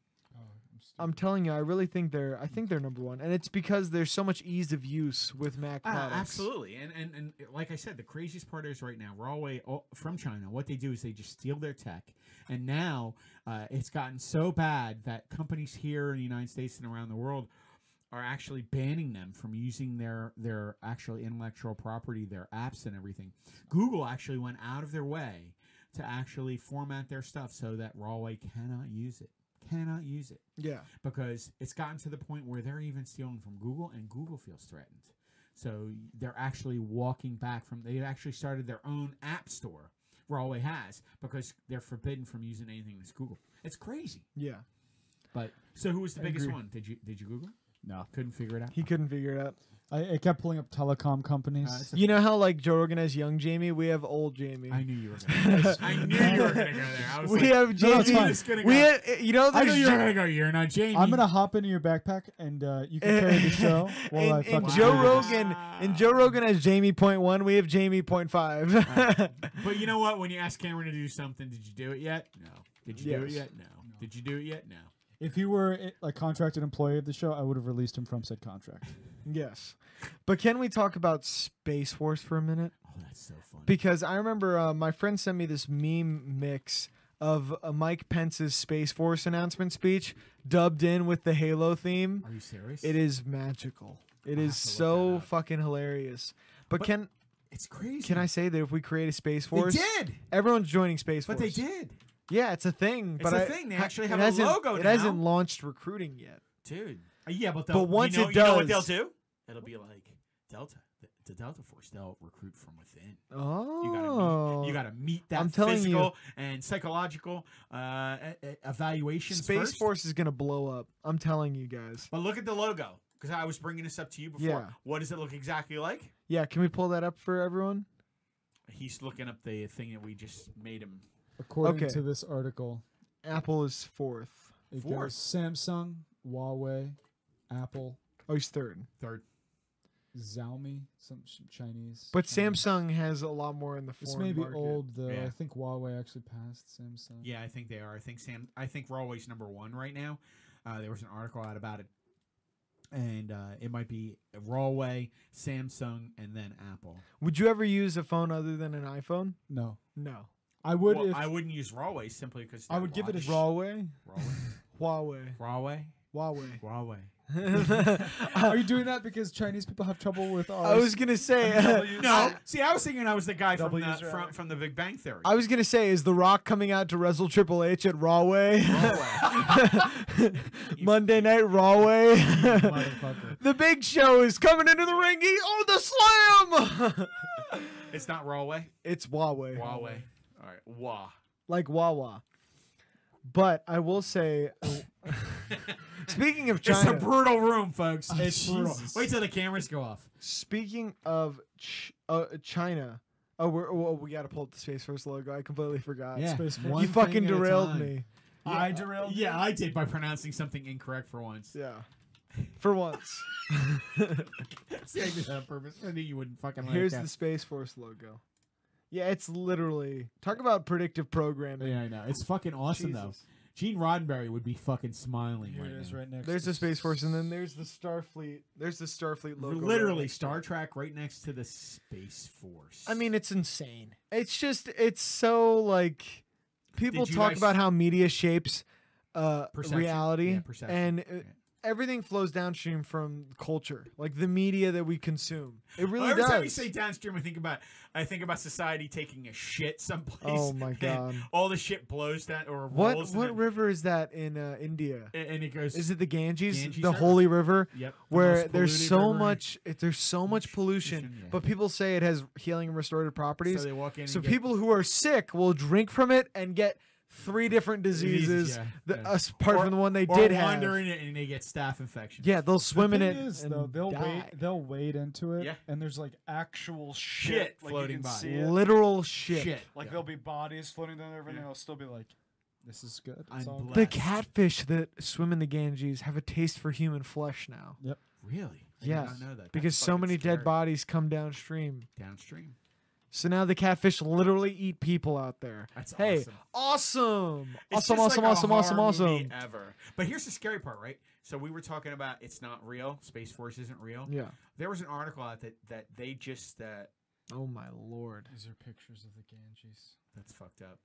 I'm telling you, I really think they're I think they're number one, and it's because there's so much ease of use with Mac Ah, products. absolutely, and, and and like I said, the craziest part is right now Huawei all, from China. What they do is they just steal their tech, and now uh, it's gotten so bad that companies here in the United States and around the world are actually banning them from using their their actual intellectual property, their apps, and everything. Google actually went out of their way to actually format their stuff so that Huawei cannot use it, cannot use it Yeah. because it's gotten to the point where they're even stealing from Google and Google feels threatened. So they're actually walking back from they actually started their own app store. Huawei has because they're forbidden from using anything that's Google. It's crazy. Yeah. But so who was the I biggest agree. one? Did you did you Google? No. Couldn't figure it out. He couldn't figure it out. I, I kept pulling up telecom companies. Uh, it's a- You know how like Joe Rogan has young Jamie, we have old Jamie. I knew you were <laughs> gonna. go there. I knew you were gonna go there. I was we like, have No, it's Jamie. fine. It's gonna we go. have, you know I there's knew you were Ja- gonna go. You're not Jamie. I'm gonna hop into your backpack and uh, you can carry <laughs> the show while I Eh, and, fucking and do Joe this. Rogan and Joe Rogan has Jamie point one. We have Jamie point five. But you know what? When you ask Cameron to do something, did you do it yet? No. Did you do it Yes. yet? No. Did you do it yet? No. If he were i- a contracted employee of the show, I would have released him from said contract. <laughs> yes, but can we talk about Space Force for a minute? Oh, that's so funny. Because I remember uh, my friend sent me this meme mix of uh, Mike Pence's Space Force announcement speech dubbed in with the Halo theme. Are you serious? It is magical. It is to look that so up. fucking hilarious. But, can It's crazy. can I say that if we create a Space They Force, did, everyone's joining Space but they Force. did, Yeah, it's a thing. but a I- thing. They ha- actually it have a hasn't- logo It now. hasn't launched recruiting yet. dude. Uh, yeah, but, But once you know, it you know what they'll does- do? It'll be like Delta, the, the Delta Force. They'll recruit from within. Oh, You gotta meet, you gotta meet that I'm telling you. physical and psychological uh, e- e- evaluations Space first. Force is gonna blow up. I'm telling you guys. But look at the logo, because I was bringing this up to you before. Yeah. What does it look exactly like? Yeah, can we pull that up for everyone? He's looking up the thing that we just made him. According Okay. to this article, Apple is fourth. it Fourth. goes Samsung, Huawei, Apple, Oh, he's third. Third. Xiaomi, some ch- Chinese. But Chinese. Samsung has a lot more in the This foreign may be market. old though. Yeah. I think Huawei actually passed Samsung. Yeah, I think they are. I think Sam. I think Huawei's number one right now. Uh, there was an article out about it, and uh, it might be Huawei, Samsung, and then Apple. Would you ever use a phone other than an iPhone? No, No. I would Well, if I wouldn't use Huawei simply because I would give it a sh- Huawei. Huawei. Huawei. <laughs> <laughs> Huawei. Huawei. Huawei. Are you doing that because Chinese people have trouble with ours? I was gonna say. No, see, I was thinking I was the guy from Double the, user from, error. from the Big Bang Theory. <laughs> I was gonna say, is The Rock coming out to wrestle Triple H at Rawway? <laughs> Huawei. <laughs> Monday Night Rawway. Motherfucker. <laughs> the Big Show is coming into the ring. He, oh, the slam! <laughs> it's not Huawei. it's Huawei. Huawei. All right. Wah. like Wawa. But I will say, speaking of It's a China, brutal room, folks. Oh, It's brutal. Jesus. Wait till the cameras go off. speaking of ch- uh, China, oh, we're, oh, we got to pull up the Space Force logo. I completely forgot. Space Force. You fucking derailed me. I derailed. Yeah, I did by pronouncing something incorrect for <laughs> once. Yeah. For once, See, I did that on purpose. I knew you wouldn't fucking like here's the Space Force logo. Yeah, it's literally talk about predictive programming. Yeah, I know. It's fucking awesome though. Jesus. Gene Roddenberry would be fucking smiling Here right it is, now. right next. There's to the Space Force, and then there's the Starfleet. There's the Starfleet logo. right Literally next to Star it. Trek right next to the Space Force. I mean, it's insane. It's just, it's so like people Did you talk guys- about how media shapes uh, Perception. reality Yeah, perception. and uh, Yeah. everything flows downstream from culture, like the media that we consume. It really Well, every does. time you say downstream, I think about I think about society taking a shit someplace. Oh my and God. <laughs> All the shit blows down or what rolls. what and, river is that in uh, India? then- and it goes. Is it the Ganges, Ganges the River. holy river? Yep. the Where most there's polluted so river. much, it, there's so much pollution, pollution, yeah. but people say it has healing and restorative So properties. they walk in. and So get- people who are sick will drink from it and get three different Diseases, diseases, yeah, the, yeah. apart from the one they or did have. wander in it and they get staph infection. Yeah, they'll The swim in thing it is, and though, they'll die. wade. They'll wade into it, Yeah. and there's like actual shit, Shit like, you floating can by. see it. Literal shit. uh, shit. uh, Like Yeah. there'll be bodies floating down there, and they'll still be like, "This is good." It's I'm all good." blessed. The catfish that swim in the Ganges have a taste for human flesh now Really? I did Yeah, not know that. That's because so fucking many scary. dead bodies come downstream. downstream. So now the catfish literally eat people out there. That's hey, awesome. awesome. Awesome, It's just awesome, like a awesome, awesome, horror movie awesome. Ever. But here's the scary part, right? So we were talking about it's not real. Space Force isn't real. Yeah. There was an article out that that they just uh, Oh my lord. These are pictures of the Ganges. that's fucked up.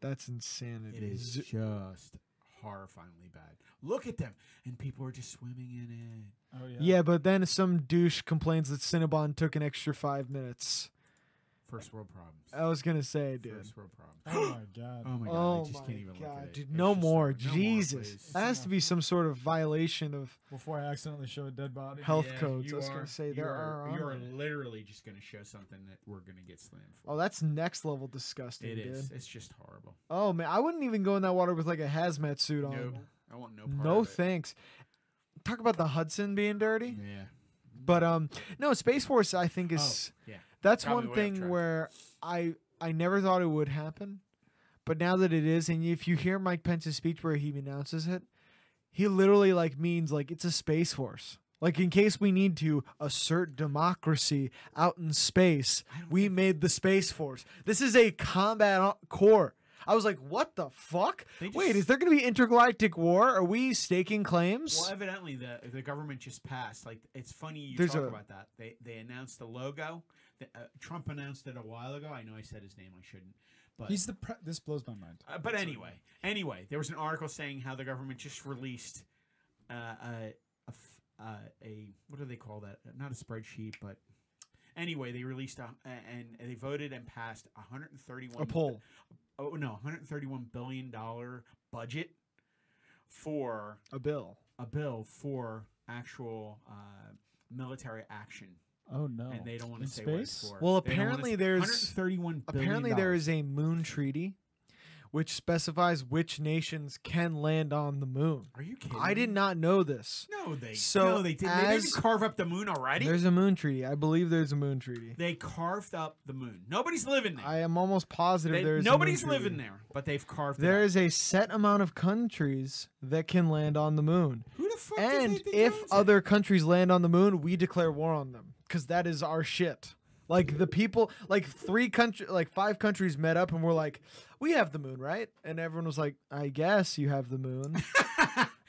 That's insanity. It is Zo- just horrifyingly bad. Look at them, and people are just swimming in it. Oh yeah. Yeah, but then some douche complains that Cinnabon took an extra five minutes. First world problems. I was gonna say, dude. First world problems. <gasps> Oh my god. <gasps> Oh my god! Oh I just my can't even look at god, it. dude! It's No just more, horrible. No Jesus! please. that has to be some sort of violation of Before I accidentally show a dead body. health Yeah, codes. I you was are- gonna say you there are, are. you are on it. literally just going to show something that we're going to get slammed for. Oh, that's next level disgusting, it dude. is. It's just horrible. Oh man, I wouldn't even go in that water with like a hazmat suit on. No, I want no part um, No of it. thanks. Talk about the Hudson being dirty. Yeah. But um, no, Space Force I think is Oh, yeah. that's Probably one way off thing track. where I I never thought it would happen, but now that it is, and if you hear Mike Pence's speech where he announces it, he literally like means like it's a Space Force. Like in case we need to assert democracy out in space, we made the Space Force. This is a combat o- corps. I was like, what the fuck? They Wait, just- is there going to be intergalactic war? Are we staking claims? Well, evidently the the government just passed. Like it's funny you There's talk a- about that. They they announced the logo. The, uh, Trump announced it a while ago. I know I said his name. I shouldn't. But He's the pre- this blows my mind. uh, but anyway, anyway, there was an article saying how the government just released uh, a, a f- uh, a what do they call that? Uh, Not a spreadsheet, but anyway, they released a, and they voted and passed 131 a poll. Oh no, 131 billion dollar budget for A bill. a bill for actual uh, military action, Oh no! and they don't want In to say what it's space? for. Well, They don't wanna apparently say- there's- 131 billion Apparently, there is a moon treaty which specifies which nations can land on the moon. Are you kidding? I did not know this. No, they. So, no, they didn't. They as- didn't carve up the moon already. There's a moon treaty. I believe there's a moon treaty. They carved up the moon. Nobody's living there. I am almost positive They- there is. nobody's a moon treaty. living there, but they've carved. There it is a set amount of countries that can land on the moon, Up. Who the fuck? does and Nathan if Jones at? <laughs> other countries land on the moon, we declare war on them because that is our shit. Like the people, like three country, like five countries met up and were like, "We have the moon, right?" And everyone was like, "I guess you have the moon."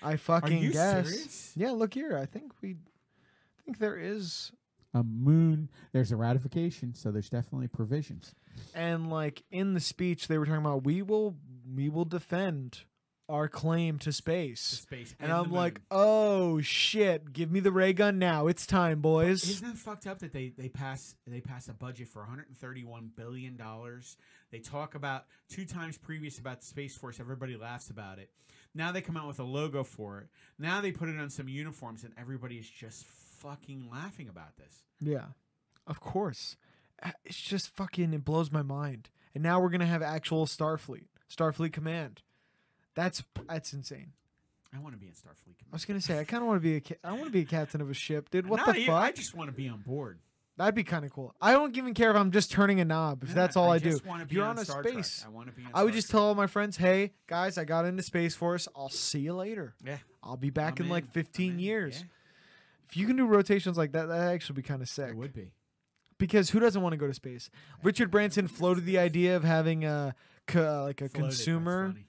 I fucking you guess. serious? Yeah, look here. I think we I think there is A moon. There's a ratification, so there's definitely provisions. and like in the speech they were talking about we will we will defend our claim to The space. space And the I'm like, moon. "Oh shit, give me the ray gun now. It's time, boys." Isn't that fucked up that they they pass they pass a budget for 131 billion dollars? They talk about two times previous about the space force. Everybody laughs about it. Now they come out with a logo for it. Now they put it on some uniforms, and everybody is just fucking laughing about this. Yeah. Of course. Uh, It's just fucking it blows my mind. And now we're going to have actual Starfleet. Starfleet command. That's that's insane. I want to be in Starfleet. I was gonna say I kind of want to be a ca- I want to be a captain of a ship, dude. What Nah, the you- fuck? I just want to be on board. That'd be kind of cool. I don't even care if I'm just turning a knob. If that's all I, do, Just wanna be you're on, on, a Star Trek. space. I want to be. On I would Star just Trek. tell all my friends, "Hey guys, I got into Space Force. I'll see you later. Yeah. I'll be back I'm in like I'm 15 in, years." yeah. If you can do rotations like that, that actually be kind of sick. It would be. Because who doesn't want to go to space? Richard Branson floated the idea of having a co- uh, like a Floated, that's consumer funny.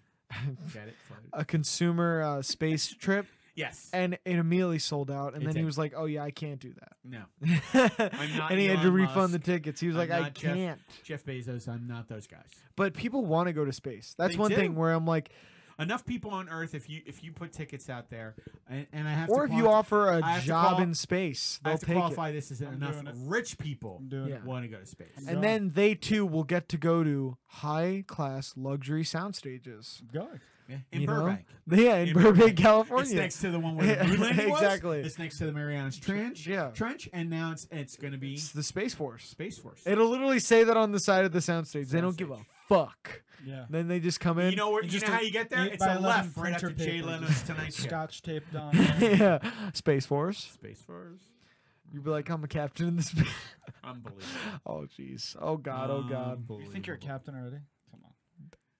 Get it? Floated. <laughs> a consumer uh, space trip, Yes. and it immediately sold out. And It then he did. was like, "Oh yeah, I can't do that." No. not <laughs> and he had to Elon refund the Musk. tickets. He was I'm like, "I not Jeff- can't." Jeff Bezos, I'm not those guys. But people want to go to space. That's They one do. thing where I'm like, Enough people on Earth. If you if you put tickets out there, and, and I have or if to you quanti- offer I a have to job qual- in space, I they'll have to take it. qualify this as enough doing it. rich people I'm doing Yeah. it. want to go to space. I'm And then they too will get to go to high class luxury sound stages. I'm going. Yeah. In you know? Burbank, Yeah, in, In Burbank, Burbank. it's California. next to the <laughs> one where the moon landing was. Exactly. It's next to the Marianas Trench. yeah. Trench, and now it's it's going to be It's the Space Force. Space Force. It'll literally say that on the side of the soundstage. They don't give a Soundstage. fuck. Yeah. Then they just come in. <laughs> you know where? and You just know how a you get there? eight It's by a 11 left right printer after Jay paper, Leno's just Tonight Show. Scotch taped <laughs> on. yeah, Space Force. Space Force. You'd be like, I'm a captain in the space. Unbelievable. <laughs> oh jeez. Oh god. Oh god. Um, you think you're a captain already? Come on.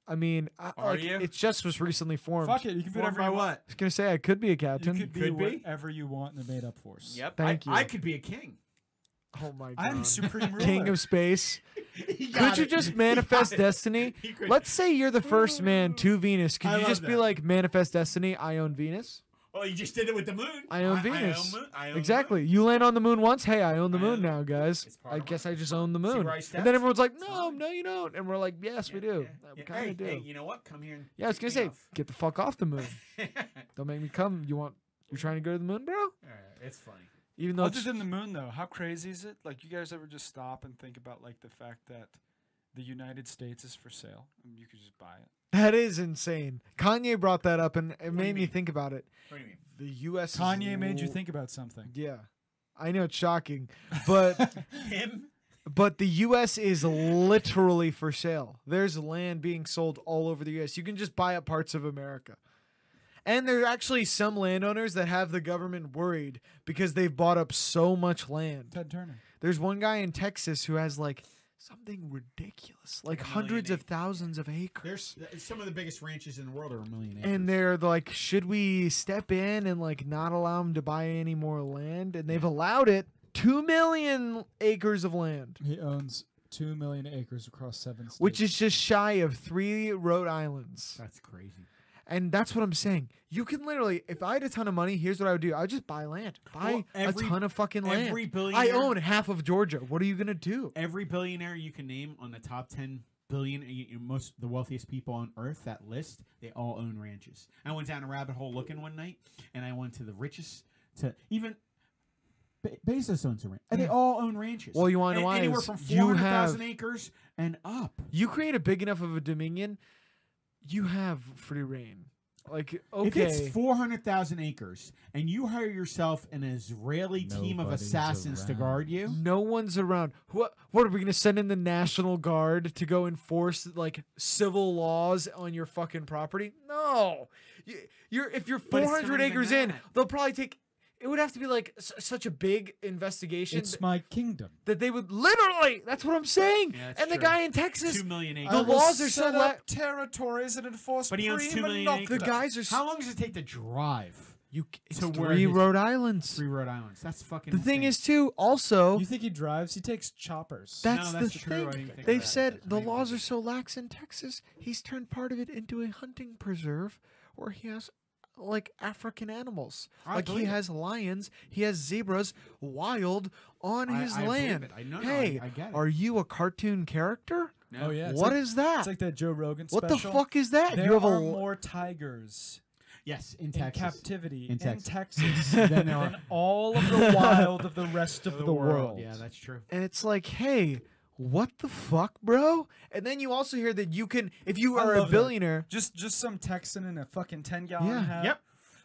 I mean, I, Are like, you? it just was recently formed. Fuck it. You can be Formed whatever by you want. what? I was gonna say I could be a You captain. could be Could be. whatever you want in the made-up force. Yep. Thank I, I you. could be <laughs> a king. Oh my god. I'm supreme <laughs> ruler. King of space. He Could got you <laughs> it. just He manifest got it. destiny? He could- Let's say you're the first man Mm. to Venus. Could I you love just be that. like manifest destiny? I own Venus. Well, Oh, you just did it with the moon. I own I, Venus. I own moon. I own moon. Exactly. You land on the moon once. Hey, I own the I moon own- now, guys. it's part I of guess mine. I just own the where moon. I And stepped? then everyone's like, It's "No, mine. no, you don't." And we're like, "Yes, we do. Yeah, We yeah. kind Hey, of do." hey, you know what? Come here. And Yeah, I was gonna say, kick me off. get the fuck off the moon. <laughs> Alright, Don't make me come. You want? You're trying to go to the moon, bro? it's funny. Even though Other it's- than the moon, though, how crazy is it? Like, you guys ever just stop and think about like the fact that the United States is for sale and you could just buy it? that is insane. Kanye brought that up, and it do you made me mean? think about it. What do you mean? The U.S. is Kanye made you lo- think about something. Yeah, I know it's shocking, <laughs> but Him? but the U.S. is literally for sale. There's land being sold all over the U.S. You can just buy up parts of America, And there are actually some landowners that have the government worried because they've bought up so much land. Ted Turner. There's one guy in Texas who has like something ridiculous, like million hundreds of acres, thousands of acres. There's th- some of the biggest ranches in the world are a million acres. and they're like, should we step in and like not allow them to buy any more land? Mm. And they've allowed it. Two million acres of land, He owns two million acres across seven states. which is just shy of three Rhode Islands. That's crazy. And that's what I'm saying. You can literally, if I had a ton of money, here's what I would do. I would just buy land. Buy Well, every- a ton of fucking land. Every I billionaire, own half of Georgia. What are you gonna do? every billionaire you can name on the top ten billion, y- y- most the wealthiest people on earth. That list, they all own ranches. I went down a rabbit hole looking one night, and I went to the richest to even. Be- Bezos owns a ranch, and they all own ranches. Hmm. Well, you wanna know And why Anywhere is from you four hundred thousand have- acres and up. You create a big enough of a dominion, you have free reign. Like If it's okay, 400,000 acres and you hire yourself an Israeli team of Nobody's assassins to guard you, no one's around. What? What are we gonna send in the National Guard to go enforce like civil laws on your fucking property? No, you, you're if you're But it's not 400 even acres in, that. they'll probably take. It would have to be like s- such a big investigation. It's my kingdom. that they would literally. That's what I'm saying. Yeah, that's and the true. guy in Texas, 2 million acres. the laws are so set la- up territories and enforce But he owns two million pre-monopoly- acres. the guys are s- How long does it take to drive you. c- It's to where three his- Rhode Islands. three Rhode Islands? That's fucking The thing insane. is, too. Also, You think he drives? He takes choppers. No, that's, that's the true. I didn't thing. think about They've that. said That's the amazing. laws are so lax in Texas. He's turned part of it into a hunting preserve, where he has like African animals. I like he believe it. has lions, he has zebras wild on I- his I believe land. it. I know, no, I- hey, I get it. are you a cartoon character? No. Oh yeah. What is it's like, that? It's like that Joe Rogan what special. the fuck is that? There you have are a more tigers Yes, in in Texas. captivity In in Texas. Texas, <laughs> Then than there are- all of the wild of the rest of the, world. Yeah, that's true. and it's like, hey, what the fuck, bro? And then you also hear that you can, if you I are a love that. billionaire, Just just some Texan in a fucking ten gallon Yeah. hat. Yep.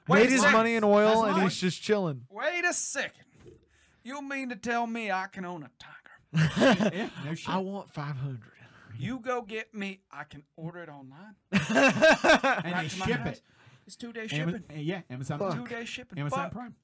made his money in oil, and mine. he's just <laughs> chilling. Wait a second. You mean to tell me I can own a tiger? Yeah, no shit. I want five hundred. You go get me. I can order it online. and Right they to my ship house. it. It's two day Ama- shipping. uh, yeah, Amazon Fuck. Two Prime. day shipping. Amazon Fuck. Prime.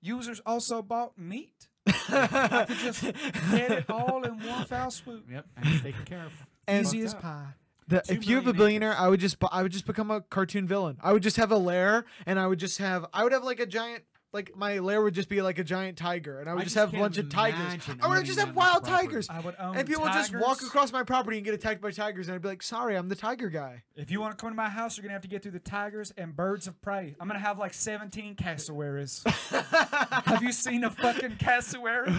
Users also bought meat. <laughs> I <laughs> could just get it all in one foul swoop. Yep, and it's taken care of. And- Fucked Easy as up. pie. The, Two if you have a million billionaire, I would just bu- I would just become a cartoon villain. I would just have a lair, and I would just have I would have like a giant like my lair would just be like a giant tiger, and I would I just, just have a can't bunch of tigers. imagine I would owning just that have much wild property. tigers, I would own and people would just walk tigers. across my property and get attacked by tigers, and I'd be like, "Sorry, I'm the tiger <laughs> guy." If you want to come to my house, you're gonna have to get through the tigers and birds of prey. I'm gonna have like 17 cassowaries. <laughs> have you seen a fucking cassowary?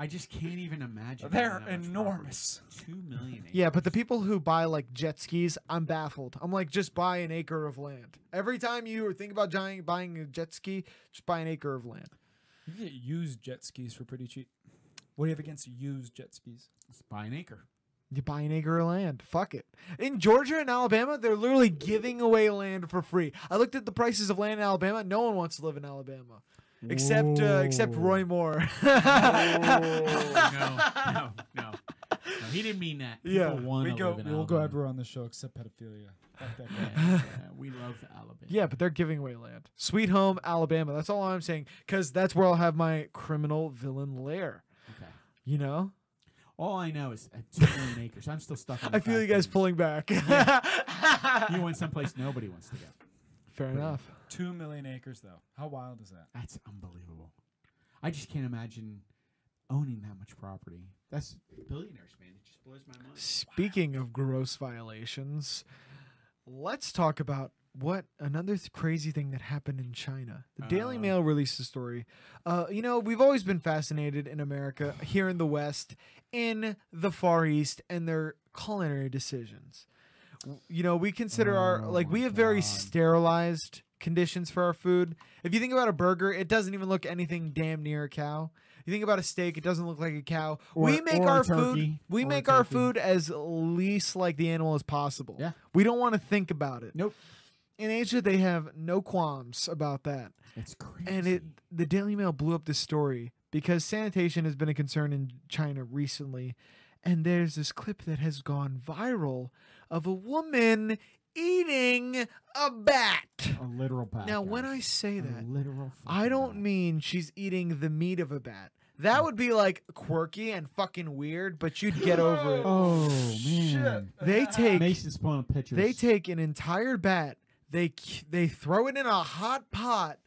I just can't even imagine. They're having that much enormous. property. Two million. Acres. Yeah, but the people who buy like jet skis, I'm baffled. I'm like, just buy an acre of land. Every time you think about buying buying a jet ski, just buy an acre of land. You can get used jet skis for pretty cheap. What do you have against used jet skis? Let's buy an acre. You buy an acre of land. Fuck it. In Georgia and Alabama, they're literally giving away land for free. I looked at the prices of land in Alabama. No one wants to live in Alabama, except uh, except Roy Moore. no, no, no. No, He didn't mean that. People Yeah. wanna we go. live in We'll go Alabama. everywhere on the show except pedophilia. <laughs> Fuck that guy. Yeah, yeah, we love Alabama. <laughs> yeah, but they're giving away land. Sweet home Alabama. That's all I'm saying, because that's where I'll have my criminal villain lair. Okay. You know, All I know is uh, two million acres. I'm still stuck. On the I feel fact you guys that pulling back. <laughs> You went someplace nobody wants to go. Fair enough. Two million acres, though. How wild is that? That's unbelievable. I just can't imagine owning that much property. That's billionaires, man. It just blows my mind. Speaking of gross violations, let's talk about what another th- crazy thing that happened in China. The Daily Uh. Mail released a story. Uh, you know, we've always been fascinated in America, here in the West, in the Far East, and their culinary decisions. W- You know, we consider our Oh like my we have very God. sterilized conditions for our food. If you think about a burger, it doesn't even look anything damn near a cow. You think about a steak, it doesn't look like a cow. Or- we make or a our food turkey. we Or a make our turkey. food as least like the animal as possible. Yeah. We don't want to think about it. Nope. In Asia they have no qualms about that. It's crazy. And it the Daily Mail blew up this story because sanitation has been a concern in China recently. And there's this clip that has gone viral of a woman eating a bat. A literal bat. Now, when guys. I say A that, literal. I fucking don't bat. mean she's eating the meat of a bat. That would be like quirky and fucking weird, but you'd get over <laughs> it. Oh Shit. man. They take Mason's pulling up pictures. they take an entire bat, they k- they throw it in a hot pot,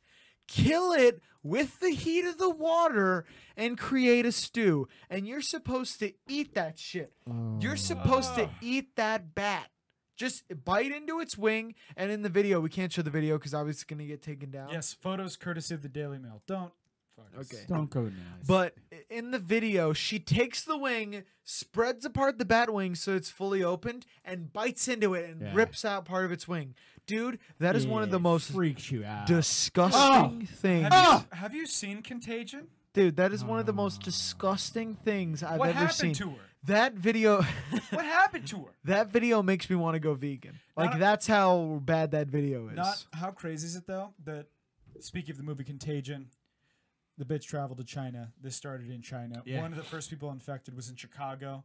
kill it with the heat of the water and create a stew. And you're supposed to eat that shit. Oh. You're supposed to eat that bat. Just bite into its wing, and in the video, we can't show the video because obviously it's gonna get taken down. Yes, photos courtesy of the Daily Mail. Don't. fuck us. Okay. Don't go nice. But i- in the video, she takes the wing, spreads apart the bat wing so it's fully opened, and bites into it and Yeah. rips out part of its wing. Dude, that is one of the It most freaks you out. disgusting Ah! things. Have, Ah! you, have you seen Contagion? Dude, that is one Ah. of the most disgusting things I've what ever happened seen. to her? that video <laughs> What happened to her? that video makes me want to go vegan. Like Not- that's how bad that video is. Not how crazy is it though that speaking of the movie Contagion, the bitch traveled to China. This started in China. Yeah. One of the first people infected was in Chicago.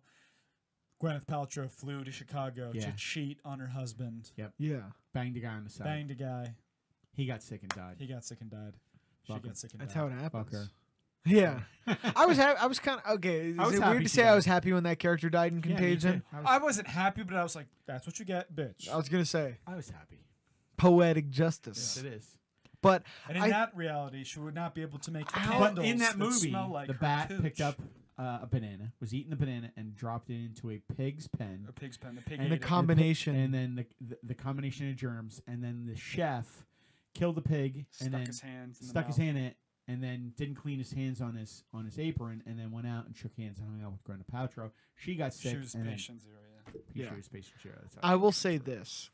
Gwyneth Paltrow flew to Chicago Yeah. to cheat on her husband. yeah. Banged a guy on the side. Banged a guy. He got sick and died. He got sick and died. She Fuck him. got sick and That's died. how it happens. Fucker. <laughs> Yeah. I was ha- I was kind of okay. Is I was it happy weird to she say I died. was happy when that character died in Yeah, me Contagion? too. I was, I wasn't happy, but I was like, "That's what you get, bitch." I was gonna say I was happy. poetic justice, Yes, it is. but and in I- that reality, she would not be able to make the How- But candles in that movie, smell like the her bat cooch. picked up uh, a banana, was eating the banana, and dropped it into a pig's pen. a pig's pen. The pig And the ate it. combination. and then the, the the combination of germs, and then the chef killed the pig, stuck and then his hands. In the stuck his mouth. hand in it, and then didn't clean his hands on his on his apron, and then went out and shook hands and hung out with Gwyneth Paltrow. She got sick, She was and patient zero. Yeah. then Yeah. she was patient zero. That's how I will say this: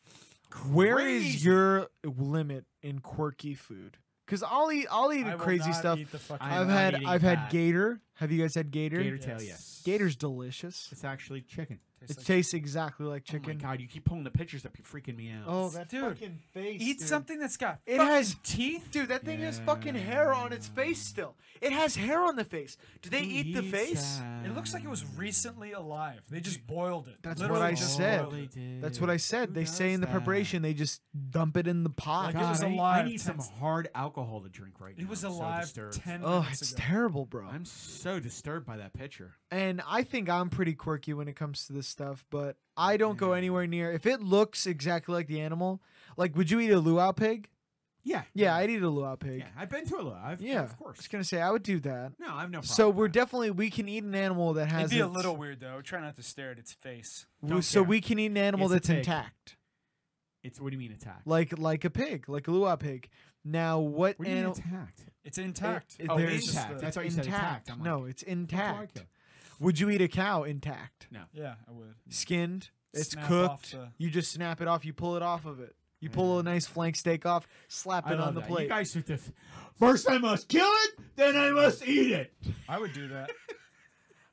Where Crazy. is your limit in quirky food? Because I'll eat I'll eat I will crazy not stuff. eat the fucking I'm I've not had eating I've had that. gator. Have you guys had gator? Gator tail, Yes. yes. Gator's delicious. It's actually chicken. It Tastes like- Oh tastes exactly like Chicken. chicken. God, you keep pulling the pictures up. You're freaking me out. Oh, that Dude, fucking face! Eat dude. something that's got It fucking has- teeth. Dude, that thing has fucking hair on its face still. It has hair on the face. Do they eat the face? It looks like it was recently alive. They just boiled it. That's Literally what I just said. boiled it. That's what I said. They say in the preparation they just dump it in the pot. Like, it was I- alive I need some 10 hard alcohol to drink right now. It was I'm so alive disturbed. ten oh, minutes it's ago. terrible, bro. I'm so disturbed by that picture. and I think I'm pretty quirky when it comes to this stuff, but I don't go anywhere near. If it looks exactly like the animal, like would you eat a luau pig? Yeah. Yeah, I'd eat a luau pig. Yeah, I've been to a lot. I've, Yeah, of course. I was gonna say I would do that. No, I've no problem. So we're with that. definitely we can eat an animal that has It'd be a its- little weird though. Try not to stare at its face. w- don't so care. we can eat an animal It's a that's pig. intact, It's what do you mean attack? like like a pig, like a luau pig. Now what what do you mean animal? attacked? It's intact. it- Oh, there's- it's intact. just the- That's why you said Intact? attacked. I'm like, no, it's "Fuck do I intact. care?" Would you eat a cow intact? yeah, I would. Skinned, it's Snap off cooked. the- You just snap it off. You pull it off of it. You pull a nice flank steak off, slap I it love on the that. plate. You guys with this. First I must kill it, then I must eat it. I would do <laughs> that.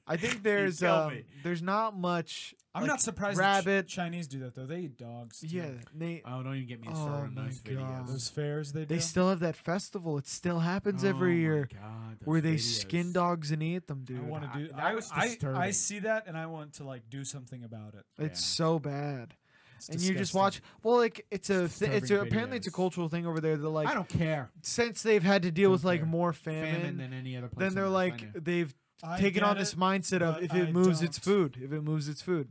I <laughs> think there's tell um, me. there's not much. I'm like, not surprised. that Ch- Rabbit. Chinese do that though. They eat dogs. Too. yeah, they Oh, don't even get me Oh started on my those God. videos. Those fairs they do. they still have that festival. It still happens Oh every my year God, those where they videos. skin dogs and eat them, dude. I want I- to do. that I, was I, I disturbing. see that and I want to like do something about it. It's Yeah. so bad. It's and you just disgusting. watch. Well, like it's a It's thi- it's a, disturbing apparently it's a videos. cultural thing over there. They're I like don't care. since they've had to deal with Don't like care. more Famine, famine, than any other place. then on they're earth, I like know. they've I taken get on this it, mindset of but if it I moves don't. its food, if it moves its food.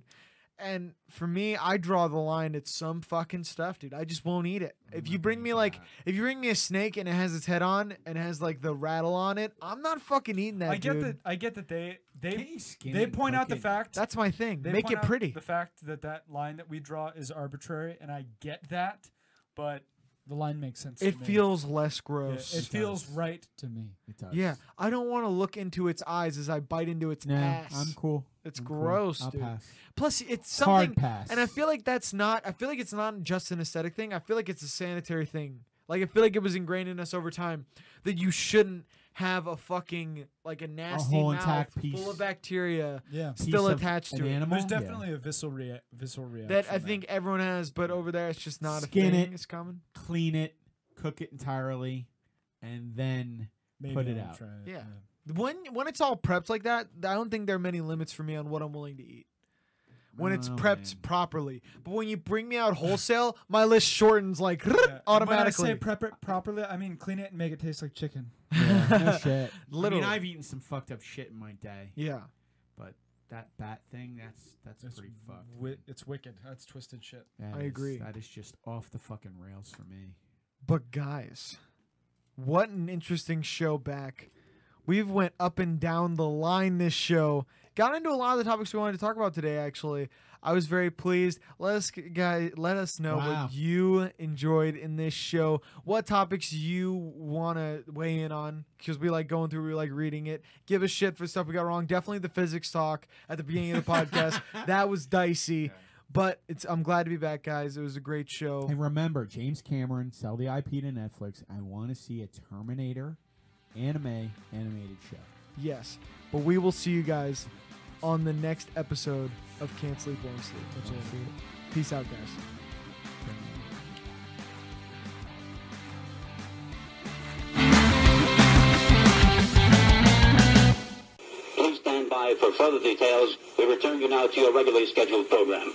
And for me, I draw the line at some fucking stuff, dude. I just won't eat it. If you bring me like, if you bring me a snake and it has its head on and it has like the rattle on it, I'm not fucking eating that, I get dude. that. I get that they Can't they you skin they and point out the cook it? fact That's my thing. they Make point it out pretty. The fact that that line that we draw is arbitrary, and I get that, but the line makes sense. It to me. feels less Yeah, gross. it feels right. to me. It does. Yeah, I don't want to look into its eyes as I bite into its No, ass. I'm cool. It's I'm cool. gross, I'll dude. pass. Plus, it's Hard something, pass. and I feel like that's not. I feel like it's not just an aesthetic thing. I feel like it's a sanitary thing. Like I feel like it was ingrained in us over time that you shouldn't have a fucking like a nasty whole mouth intact piece- full of bacteria Yeah. Piece still of attached an to it. animal. There's Yeah. definitely a visceral rea- visceral reaction. That I there. think everyone has, but over there it's just not a Skin thing. it. It's common. clean it, cook it entirely, and then Maybe put it I'll out. try it, Yeah. <laughs> When when it's all prepped like that, I don't think there are many limits for me on what I'm willing to eat. when Oh, it's prepped properly. But when you bring me out wholesale, my list shortens like <laughs> automatically. When I say prep it properly, I mean clean it and make it taste like chicken. <laughs> no shit. Literally. I mean, I've eaten some fucked up shit in my day, yeah. but that bat thing, that's that's, pretty fucked. wi- it's wicked. That's twisted shit. That I is- agree. That is just off the fucking rails for me. But guys, what an interesting show back. We've went up and down the line this show. Got into a lot of the topics we wanted to talk about today actually. I was very pleased. Let us guys let us know Wow. what you enjoyed in this show. What topics you want to weigh in on cuz we like going through we like reading it. Give us shit for stuff we got wrong. Definitely the physics talk at the beginning of the podcast. that was dicey. But it's I'm glad to be back guys. It was a great show. And remember, James Cameron, sell the IP to Netflix. I want to see a Terminator anime animated show. Yes. But we will see you guys on the next episode of Can't Sleep Won't Sleep. Peace out, guys. Please stand by for further details. We return you now to your regularly scheduled program.